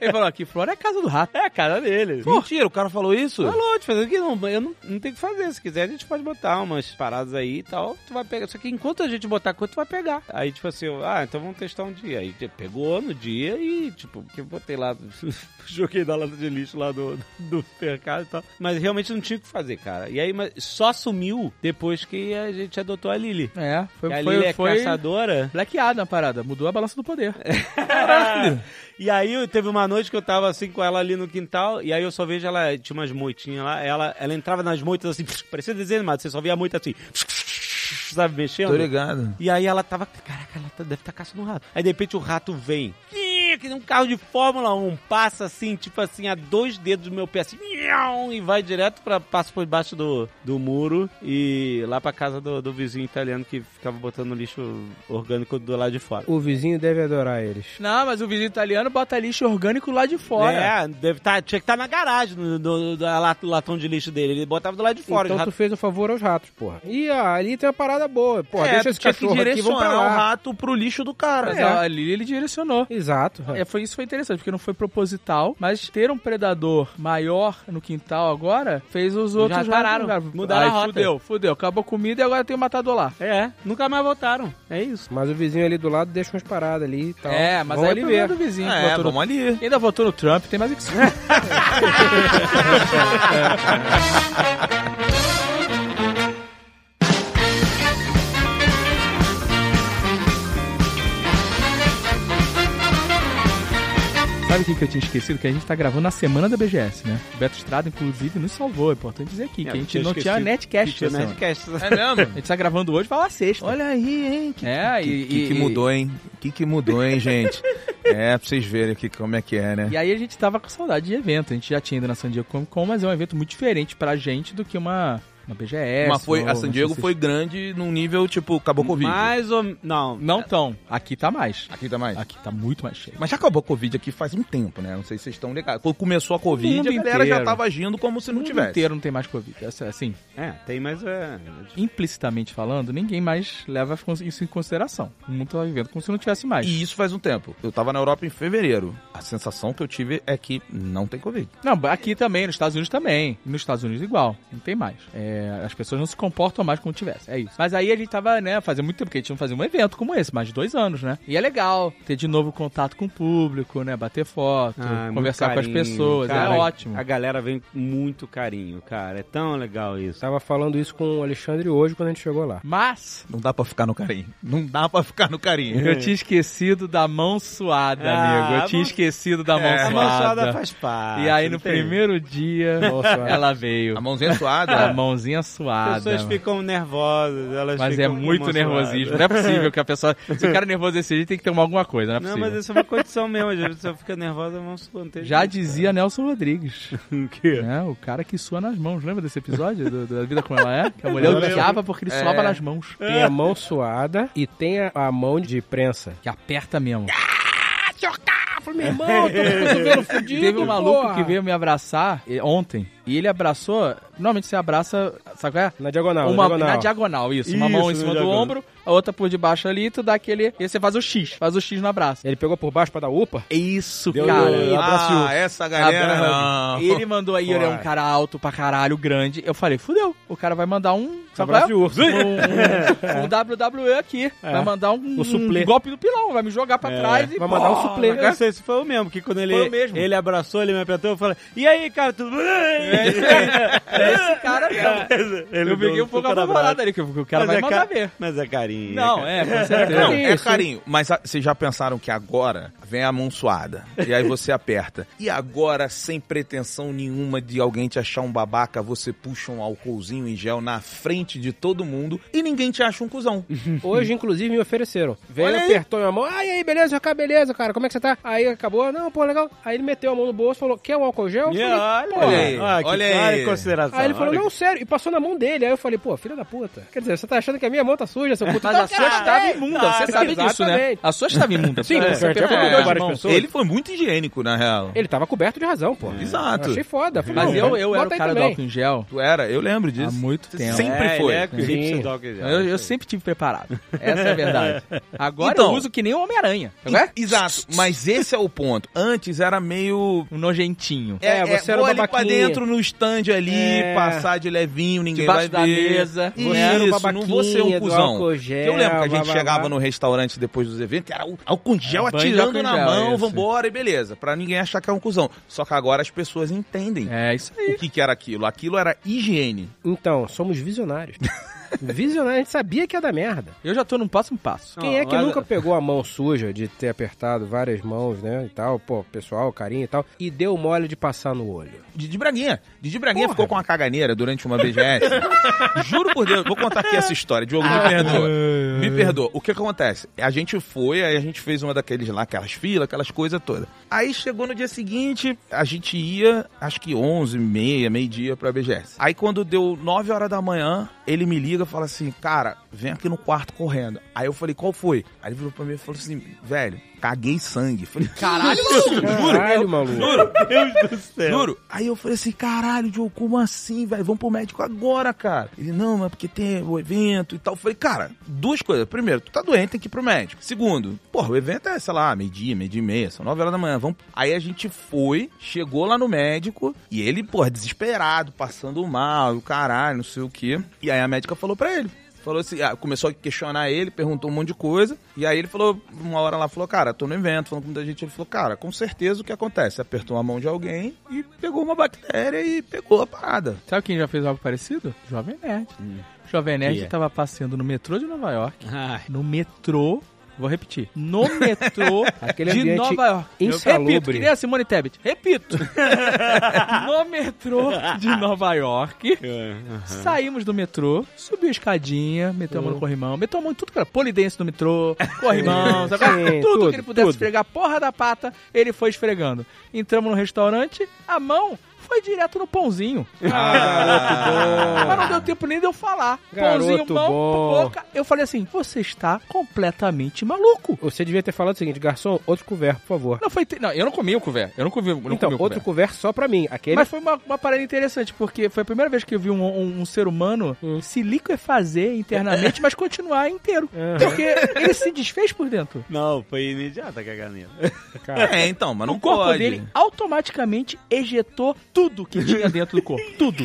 [SPEAKER 3] Ele falou aqui, Flora é a casa do rato.
[SPEAKER 1] É a casa dele.
[SPEAKER 5] Mentira, o cara falou isso?
[SPEAKER 1] Falou, te fazer aqui, não, eu não, não tenho o que fazer. Se quiser, a gente pode botar umas paradas aí e tal. Tu vai pegar. Só que enquanto a gente botar quanto, tu vai pegar. Aí, tipo assim, eu, ah, então vamos testar um dia. Aí te- pegou no dia e, tipo, que eu botei lá, [LAUGHS] joguei na lata de lixo lá do, do mercado e tal. Mas realmente não tinha o que fazer, cara. E aí, mas só sumiu depois que a gente adotou a Lily.
[SPEAKER 3] É, foi,
[SPEAKER 1] E a Lily
[SPEAKER 3] foi,
[SPEAKER 1] é
[SPEAKER 3] foi
[SPEAKER 1] caçadora.
[SPEAKER 3] blaqueado na parada. Mudou a balança do poder.
[SPEAKER 1] É. [LAUGHS] E aí eu- teve uma noite que eu tava assim com ela ali no quintal, e aí eu só vejo ela, tinha umas moitinhas lá, ela, ela entrava nas moitas assim, [LAUGHS] parecia desenho animado, você só via a moita assim, [LAUGHS] sabe,
[SPEAKER 5] Tô
[SPEAKER 1] mexendo.
[SPEAKER 5] ligado.
[SPEAKER 1] E aí ela tava, caraca, ela tá- deve estar caçando um rato. Aí de repente o rato vem, que nem um carro de Fórmula 1, passa assim, tipo assim, a dois dedos do meu pé, assim, e vai direto pra, passa por baixo do, do muro e lá pra casa do, do vizinho italiano que ficava botando lixo orgânico do lado de fora.
[SPEAKER 2] O vizinho deve adorar eles.
[SPEAKER 3] Não, mas o vizinho italiano bota lixo orgânico lá de fora.
[SPEAKER 1] É, deve tá, tinha que estar na garagem do, do, do- la- do latão de lixo dele. Ele botava do lado de fora.
[SPEAKER 2] então
[SPEAKER 1] os
[SPEAKER 2] tu
[SPEAKER 1] ratos-
[SPEAKER 2] fez um favor aos ratos, porra. E ah, ali tem uma parada boa,
[SPEAKER 1] É,
[SPEAKER 2] porra. deixa esse
[SPEAKER 5] tinha que
[SPEAKER 2] cachorro aqui, vamos pra
[SPEAKER 5] direcionar
[SPEAKER 2] lá.
[SPEAKER 5] o rato pro lixo do cara.
[SPEAKER 3] Mas
[SPEAKER 2] É.
[SPEAKER 3] ali ele direcionou.
[SPEAKER 2] Exato.
[SPEAKER 3] É, foi, isso foi interessante, porque não foi proposital, mas ter um predador maior no quintal agora fez os outros
[SPEAKER 1] pararam,
[SPEAKER 3] ratos-
[SPEAKER 1] mudaram
[SPEAKER 3] Aí
[SPEAKER 1] a rota.
[SPEAKER 3] Fudeu, fudeu. Acabou a comida e agora tem o matador lá.
[SPEAKER 1] É, nunca mais voltaram. É isso.
[SPEAKER 2] Mas o vizinho ali do lado deixa umas paradas ali e tal.
[SPEAKER 3] é, mas
[SPEAKER 2] Vão
[SPEAKER 3] aí
[SPEAKER 2] ali
[SPEAKER 3] o
[SPEAKER 2] ver.
[SPEAKER 3] problema do vizinho que
[SPEAKER 5] É,
[SPEAKER 3] votou no-
[SPEAKER 5] vamos ali.
[SPEAKER 3] Ainda votou no Trump, tem mais o que ser. [LAUGHS] Sabe o que, que eu tinha esquecido? Que a gente tá gravando na semana da BGS, né? O Beto Estrada, inclusive, nos salvou. É importante dizer aqui, que a gente não tinha netcast.
[SPEAKER 1] Tinha
[SPEAKER 3] essa semana.
[SPEAKER 1] netcast.
[SPEAKER 5] É mesmo? [LAUGHS]
[SPEAKER 3] A gente tá gravando hoje, vai lá sexta.
[SPEAKER 5] Olha aí, hein? Que,
[SPEAKER 3] É,
[SPEAKER 5] que,
[SPEAKER 3] e-
[SPEAKER 5] que, que
[SPEAKER 3] e-
[SPEAKER 5] mudou, hein? Que que mudou, hein, gente?
[SPEAKER 3] [LAUGHS]
[SPEAKER 5] é, pra vocês verem aqui como é que é, né?
[SPEAKER 3] E aí a gente tava com saudade de evento. A gente já tinha ido na San Diego Comic Con, mas é um evento muito diferente pra gente do que uma, uma BGS.
[SPEAKER 5] Mas foi,
[SPEAKER 3] ou
[SPEAKER 5] a San
[SPEAKER 3] uma
[SPEAKER 5] Diego
[SPEAKER 3] CCXP.
[SPEAKER 5] foi grande num nível, tipo, acabou Covid.
[SPEAKER 1] Mais ou... Não.
[SPEAKER 3] Não tão. Aqui tá mais.
[SPEAKER 5] Aqui tá mais.
[SPEAKER 3] Aqui tá muito mais cheio.
[SPEAKER 5] Mas já acabou a Covid aqui faz um tempo, né? Não sei se vocês estão ligados. Quando começou a Covid,
[SPEAKER 3] mundo
[SPEAKER 5] a galera já
[SPEAKER 3] inteiro.
[SPEAKER 5] tava agindo como se
[SPEAKER 3] O
[SPEAKER 5] não
[SPEAKER 3] mundo
[SPEAKER 5] tivesse.
[SPEAKER 3] inteiro não tem mais Covid. Essa- Assim,
[SPEAKER 1] É, tem mais... É...
[SPEAKER 3] implicitamente falando, ninguém mais leva isso em consideração. O mundo tá vivendo como se não tivesse mais.
[SPEAKER 5] E isso faz um tempo. Eu tava na Europa em fevereiro. A sensação que eu tive é que não tem Covid.
[SPEAKER 3] Não, aqui também, nos Estados Unidos também. Nos Estados Unidos igual, não tem mais. É, as pessoas não se comportam mais como tivesse, é isso. Mas aí a gente tava, né, fazia muito tempo que a gente não fazia um evento como esse, mais de dois anos, né? E é legal ter de novo contato com o público, né, bater foto,
[SPEAKER 1] Ah, muito
[SPEAKER 3] conversar com
[SPEAKER 1] carinho,
[SPEAKER 3] as pessoas,
[SPEAKER 1] cara.
[SPEAKER 3] é ótimo.
[SPEAKER 1] A galera vem com muito carinho, cara. É tão legal isso.
[SPEAKER 2] Tava falando isso com o Alexandre hoje quando a gente chegou lá.
[SPEAKER 3] Mas...
[SPEAKER 5] Não dá pra ficar no carinho. Não dá pra ficar no carinho.
[SPEAKER 1] [LAUGHS]
[SPEAKER 3] [LAUGHS] Eu tinha esquecido da mão suada,
[SPEAKER 1] Ah,
[SPEAKER 3] amigo. Eu tinha
[SPEAKER 1] a mão- Ah, [LAUGHS]
[SPEAKER 3] esquecido da mão
[SPEAKER 5] É.
[SPEAKER 1] A
[SPEAKER 3] suada.
[SPEAKER 1] manchada faz parte.
[SPEAKER 3] E aí no
[SPEAKER 1] não tem?
[SPEAKER 3] primeiro dia,
[SPEAKER 2] Nossa,
[SPEAKER 3] ela veio.
[SPEAKER 5] A mãozinha
[SPEAKER 3] A [LAUGHS]
[SPEAKER 5] suada.
[SPEAKER 3] mãozinha suada.
[SPEAKER 1] As pessoas
[SPEAKER 3] mano.
[SPEAKER 1] ficam nervosas, elas
[SPEAKER 3] Mas é
[SPEAKER 1] ficam com
[SPEAKER 3] muito
[SPEAKER 1] emoções.
[SPEAKER 3] nervosismo. Não é possível que
[SPEAKER 2] [LAUGHS]
[SPEAKER 3] a pessoa. Se o cara é nervoso desse jeito, tem que ter uma- alguma coisa, não é
[SPEAKER 1] Não,
[SPEAKER 3] possível.
[SPEAKER 1] mas isso é uma condição mesmo, a pessoa fica nervosa, vamos
[SPEAKER 2] assim,
[SPEAKER 1] manter.
[SPEAKER 3] Já
[SPEAKER 2] é.
[SPEAKER 3] dizia Nelson Rodrigues,
[SPEAKER 1] que
[SPEAKER 3] né? O cara que sua nas mãos. Lembra desse episódio do- da vida como ela é? Que a mulher
[SPEAKER 2] Eu lembro. É.
[SPEAKER 3] odiava porque ele suava nas mãos.
[SPEAKER 2] Tem a mão suada e tem a, a mão de prensa.
[SPEAKER 3] Que aperta mesmo.
[SPEAKER 2] Meu irmão, tô com o [LAUGHS] cotovelo fudido,
[SPEAKER 3] Teve um maluco
[SPEAKER 2] porra.
[SPEAKER 3] que veio me abraçar eh, ontem. E ele abraçou. Normalmente você abraça. Sabe qual é?
[SPEAKER 2] Na diagonal,
[SPEAKER 3] uma,
[SPEAKER 2] na diagonal.
[SPEAKER 3] Na diagonal, isso. Uma
[SPEAKER 1] Isso,
[SPEAKER 3] mão em
[SPEAKER 1] na
[SPEAKER 3] cima do
[SPEAKER 1] diagonal.
[SPEAKER 3] ombro, a outra por debaixo ali, tu dá aquele. E você faz o X, faz o X no abraço.
[SPEAKER 2] Ele pegou por baixo pra dar upa.
[SPEAKER 3] É isso,
[SPEAKER 2] Deu-
[SPEAKER 3] cara.
[SPEAKER 2] deu- um abraço.
[SPEAKER 5] Ah, essa galera
[SPEAKER 3] Abraço.
[SPEAKER 5] não.
[SPEAKER 3] Ele mandou aí, ele é um
[SPEAKER 2] Fora.
[SPEAKER 3] cara alto pra caralho, grande. Eu falei, fudeu, o cara vai mandar um. Sabe
[SPEAKER 2] Abraço
[SPEAKER 3] qual é?
[SPEAKER 2] de urso.
[SPEAKER 3] [LAUGHS] Um, um- um WWE aqui. Vai mandar um,
[SPEAKER 2] O suplê.
[SPEAKER 3] um golpe no pilão, vai me jogar pra trás e.
[SPEAKER 2] Vai mandar um suplê.
[SPEAKER 1] Eu não sei se foi o mesmo, que quando ele,
[SPEAKER 3] Foi o mesmo.
[SPEAKER 1] ele abraçou, ele me apertou, eu falei, e aí, cara, tudo bem? [LAUGHS]
[SPEAKER 3] É esse cara mesmo.
[SPEAKER 1] Ele
[SPEAKER 3] Eu
[SPEAKER 1] deu
[SPEAKER 3] peguei um pouco
[SPEAKER 1] super abraço.
[SPEAKER 3] apavorado ali, que o
[SPEAKER 1] Mas
[SPEAKER 3] cara vai
[SPEAKER 1] é
[SPEAKER 3] mandar
[SPEAKER 1] ca-
[SPEAKER 3] ver.
[SPEAKER 1] Mas é carinho.
[SPEAKER 3] Não,
[SPEAKER 1] é.
[SPEAKER 3] é, com certeza.
[SPEAKER 5] Não, é
[SPEAKER 2] Isso.
[SPEAKER 5] carinho. Mas ah, vocês já pensaram que agora vem a mão suada. E aí você [LAUGHS] aperta. E agora, sem pretensão nenhuma de alguém te achar um babaca, você puxa um álcoolzinho em gel na frente de todo mundo e ninguém te acha
[SPEAKER 3] [LAUGHS]
[SPEAKER 5] um cuzão.
[SPEAKER 2] [LAUGHS] Hoje, inclusive, me ofereceram. Veio,
[SPEAKER 5] Olha aí.
[SPEAKER 2] apertou minha mão. Ai, aí, beleza, cara, beleza, cara. Como é que você tá? Aí acabou. Não, pô, legal. Aí ele meteu a mão no bolso, falou, quer um álcool gel? Eu
[SPEAKER 1] E
[SPEAKER 2] falei,
[SPEAKER 1] olha,
[SPEAKER 2] "Pô".
[SPEAKER 5] aí,
[SPEAKER 1] olha, que
[SPEAKER 5] olha aí.
[SPEAKER 1] cara de consideração.
[SPEAKER 2] Aí ele falou,
[SPEAKER 1] olha
[SPEAKER 2] não, sério. E passou na mão dele. Aí eu falei, pô, filha da puta. Quer dizer, você tá achando que a minha mão tá suja, seu puta?
[SPEAKER 3] [LAUGHS] Mas a sua estava
[SPEAKER 1] é
[SPEAKER 3] imunda, você sabe disso, né?
[SPEAKER 2] exatamente.
[SPEAKER 3] A sua estava imunda. É
[SPEAKER 2] Sim, porque
[SPEAKER 3] você
[SPEAKER 2] eu tinha
[SPEAKER 3] pegou
[SPEAKER 2] acompanhado
[SPEAKER 3] as
[SPEAKER 2] várias
[SPEAKER 3] mãos.
[SPEAKER 2] pessoas.
[SPEAKER 5] Ele foi muito higiênico, na real.
[SPEAKER 2] Ele tava coberto de razão, pô.
[SPEAKER 5] Exato.
[SPEAKER 2] Eu achei foda. Falei,
[SPEAKER 3] Mas
[SPEAKER 2] não,
[SPEAKER 3] eu, eu era o
[SPEAKER 2] bota aí
[SPEAKER 3] cara do
[SPEAKER 2] também.
[SPEAKER 3] álcool em gel.
[SPEAKER 5] Tu era, eu lembro disso.
[SPEAKER 3] Há muito tempo.
[SPEAKER 5] Sempre
[SPEAKER 1] É,
[SPEAKER 5] foi.
[SPEAKER 1] ele é egípcio,
[SPEAKER 2] Sim.
[SPEAKER 1] Doc, já. né?
[SPEAKER 3] Eu, eu sempre tive preparado. Essa é a verdade. Agora
[SPEAKER 5] Então.
[SPEAKER 3] eu uso que nem o Homem-Aranha.
[SPEAKER 5] E-
[SPEAKER 3] Não é?
[SPEAKER 5] Exato, mas esse é o ponto. Antes era meio.
[SPEAKER 3] Um nojentinho.
[SPEAKER 2] É, você era
[SPEAKER 5] vou
[SPEAKER 2] o
[SPEAKER 5] ali pra
[SPEAKER 2] babaquinha.
[SPEAKER 5] dentro no stand ali,
[SPEAKER 2] É.
[SPEAKER 5] passar de levinho, ninguém
[SPEAKER 3] Debaixo da
[SPEAKER 5] vai ver.
[SPEAKER 3] mesa.
[SPEAKER 5] Isso,
[SPEAKER 2] Você era o
[SPEAKER 5] não
[SPEAKER 2] babaquinha
[SPEAKER 5] vou ser um
[SPEAKER 2] do
[SPEAKER 5] cuzão.
[SPEAKER 2] álcool gel,
[SPEAKER 5] eu lembro que a
[SPEAKER 2] blá,
[SPEAKER 5] gente
[SPEAKER 2] blá,
[SPEAKER 5] chegava
[SPEAKER 2] blá.
[SPEAKER 5] no restaurante depois dos eventos, era o álcool em gel
[SPEAKER 3] É, banho de álcool
[SPEAKER 5] atirando
[SPEAKER 3] em
[SPEAKER 5] na
[SPEAKER 3] gel,
[SPEAKER 5] mão,
[SPEAKER 3] isso.
[SPEAKER 5] vambora e beleza. Pra ninguém achar que é um cuzão. Só que agora as pessoas entendem
[SPEAKER 3] É isso aí.
[SPEAKER 5] o que, que era aquilo. Aquilo era higiene.
[SPEAKER 2] Então, somos
[SPEAKER 3] [LAUGHS]
[SPEAKER 2] visionários. Visionário, a gente sabia que ia dar merda.
[SPEAKER 3] Eu já tô num passo um passo.
[SPEAKER 2] Quem é que
[SPEAKER 1] olha-
[SPEAKER 2] nunca pegou a mão suja de ter apertado várias mãos, né? E tal, pô, pessoal, carinho e tal, e deu mole de passar no olho.
[SPEAKER 5] Didi Braguinha. Didi Braguinha ficou com uma caganeira durante uma BGS. Juro por Deus, vou contar aqui essa história. Diogo, me perdoa. Me perdoa. O que acontece? A gente foi, aí a gente fez uma daqueles lá, aquelas filas, aquelas coisas todas. Aí chegou no dia seguinte, a gente ia, acho que 11, meia, meio-dia pra BGS. Aí quando deu 9 horas da manhã, ele me liga e fala assim, cara, vem aqui no quarto correndo. Aí eu falei, qual foi? Aí ele virou pra mim e falou assim, velho, caguei sangue. Falei, caralho, juro.
[SPEAKER 2] Caralho, maluco.
[SPEAKER 5] Juro,
[SPEAKER 1] Meu Deus do céu.
[SPEAKER 5] Juro. Aí eu falei assim, caralho, Diogo, como assim, velho? Vamos pro médico agora, cara. Ele, não, mas porque tem o evento e tal. Eu falei, cara, duas coisas. Primeiro, tu tá doente, tem que ir pro médico. Segundo, porra, o evento é, sei lá, meio-dia, meio-dia e meia, são nove horas da manhã. Vamos... Aí a gente foi, chegou lá no médico e ele, porra, desesperado, passando mal, o caralho, não sei o quê. E aí a médica falou pra ele, Falou assim, ah, começou a questionar ele, perguntou um monte de coisa. E aí ele falou, uma hora lá, falou, cara, tô no evento, falando com muita gente. Ele falou, cara, com certeza o que acontece? Apertou a mão de alguém e pegou uma bactéria e pegou a parada.
[SPEAKER 3] Sabe quem já fez algo parecido? Jovem Nerd. Jovem Nerd
[SPEAKER 1] Yeah.
[SPEAKER 3] tava passeando no metrô de Nova York.
[SPEAKER 1] Ai,
[SPEAKER 3] é? No metrô. Vou repetir. [LAUGHS] No metrô
[SPEAKER 2] Aquele
[SPEAKER 3] de
[SPEAKER 2] ambiente
[SPEAKER 3] Nova York. Eu
[SPEAKER 2] insalubre.
[SPEAKER 3] Repito, que nem a Simone Tebet. [LAUGHS] Repito. no metrô de Nova York.
[SPEAKER 1] É.
[SPEAKER 3] Saímos do metrô, subiu a escadinha, meteu a mão no corrimão, meteu a mão em tudo, cara. Polidense no
[SPEAKER 2] [LAUGHS]
[SPEAKER 3] metrô, corrimão, sabe?
[SPEAKER 2] É. Sim,
[SPEAKER 3] tudo,
[SPEAKER 2] tudo,
[SPEAKER 3] que ele pudesse
[SPEAKER 2] tudo.
[SPEAKER 3] esfregar, a porra da pata, ele foi esfregando. Entramos no restaurante, a mão foi direto no pãozinho. Ah. [LAUGHS] Mas não deu tempo nem de eu falar.
[SPEAKER 2] Ah, Garoto
[SPEAKER 3] pãozinho, mão,
[SPEAKER 2] bom.
[SPEAKER 3] boca. Eu falei assim: você está completamente maluco.
[SPEAKER 2] Você devia ter falado o seguinte, garçom, outro couvert, por favor.
[SPEAKER 3] Não, foi. te- Não,
[SPEAKER 2] [LAUGHS]
[SPEAKER 3] eu não comi o couvert. Eu não comi, eu não
[SPEAKER 2] então,
[SPEAKER 3] comi o
[SPEAKER 2] outro
[SPEAKER 3] couvert.
[SPEAKER 2] couvert só pra mim. Aquele...
[SPEAKER 3] Mas foi uma, uma parada interessante, porque foi a primeira vez que eu vi um, um- um ser humano
[SPEAKER 2] Hum.
[SPEAKER 3] se liquefazer internamente,
[SPEAKER 2] [LAUGHS]
[SPEAKER 3] mas continuar inteiro.
[SPEAKER 2] Aham.
[SPEAKER 3] Porque ele se desfez por dentro.
[SPEAKER 1] Não, foi imediata a caganeira.
[SPEAKER 2] Cara,
[SPEAKER 5] É, então, mas não
[SPEAKER 3] o corpo
[SPEAKER 5] pode.
[SPEAKER 3] dele automaticamente ejetou tudo que tinha dentro do corpo. Tudo.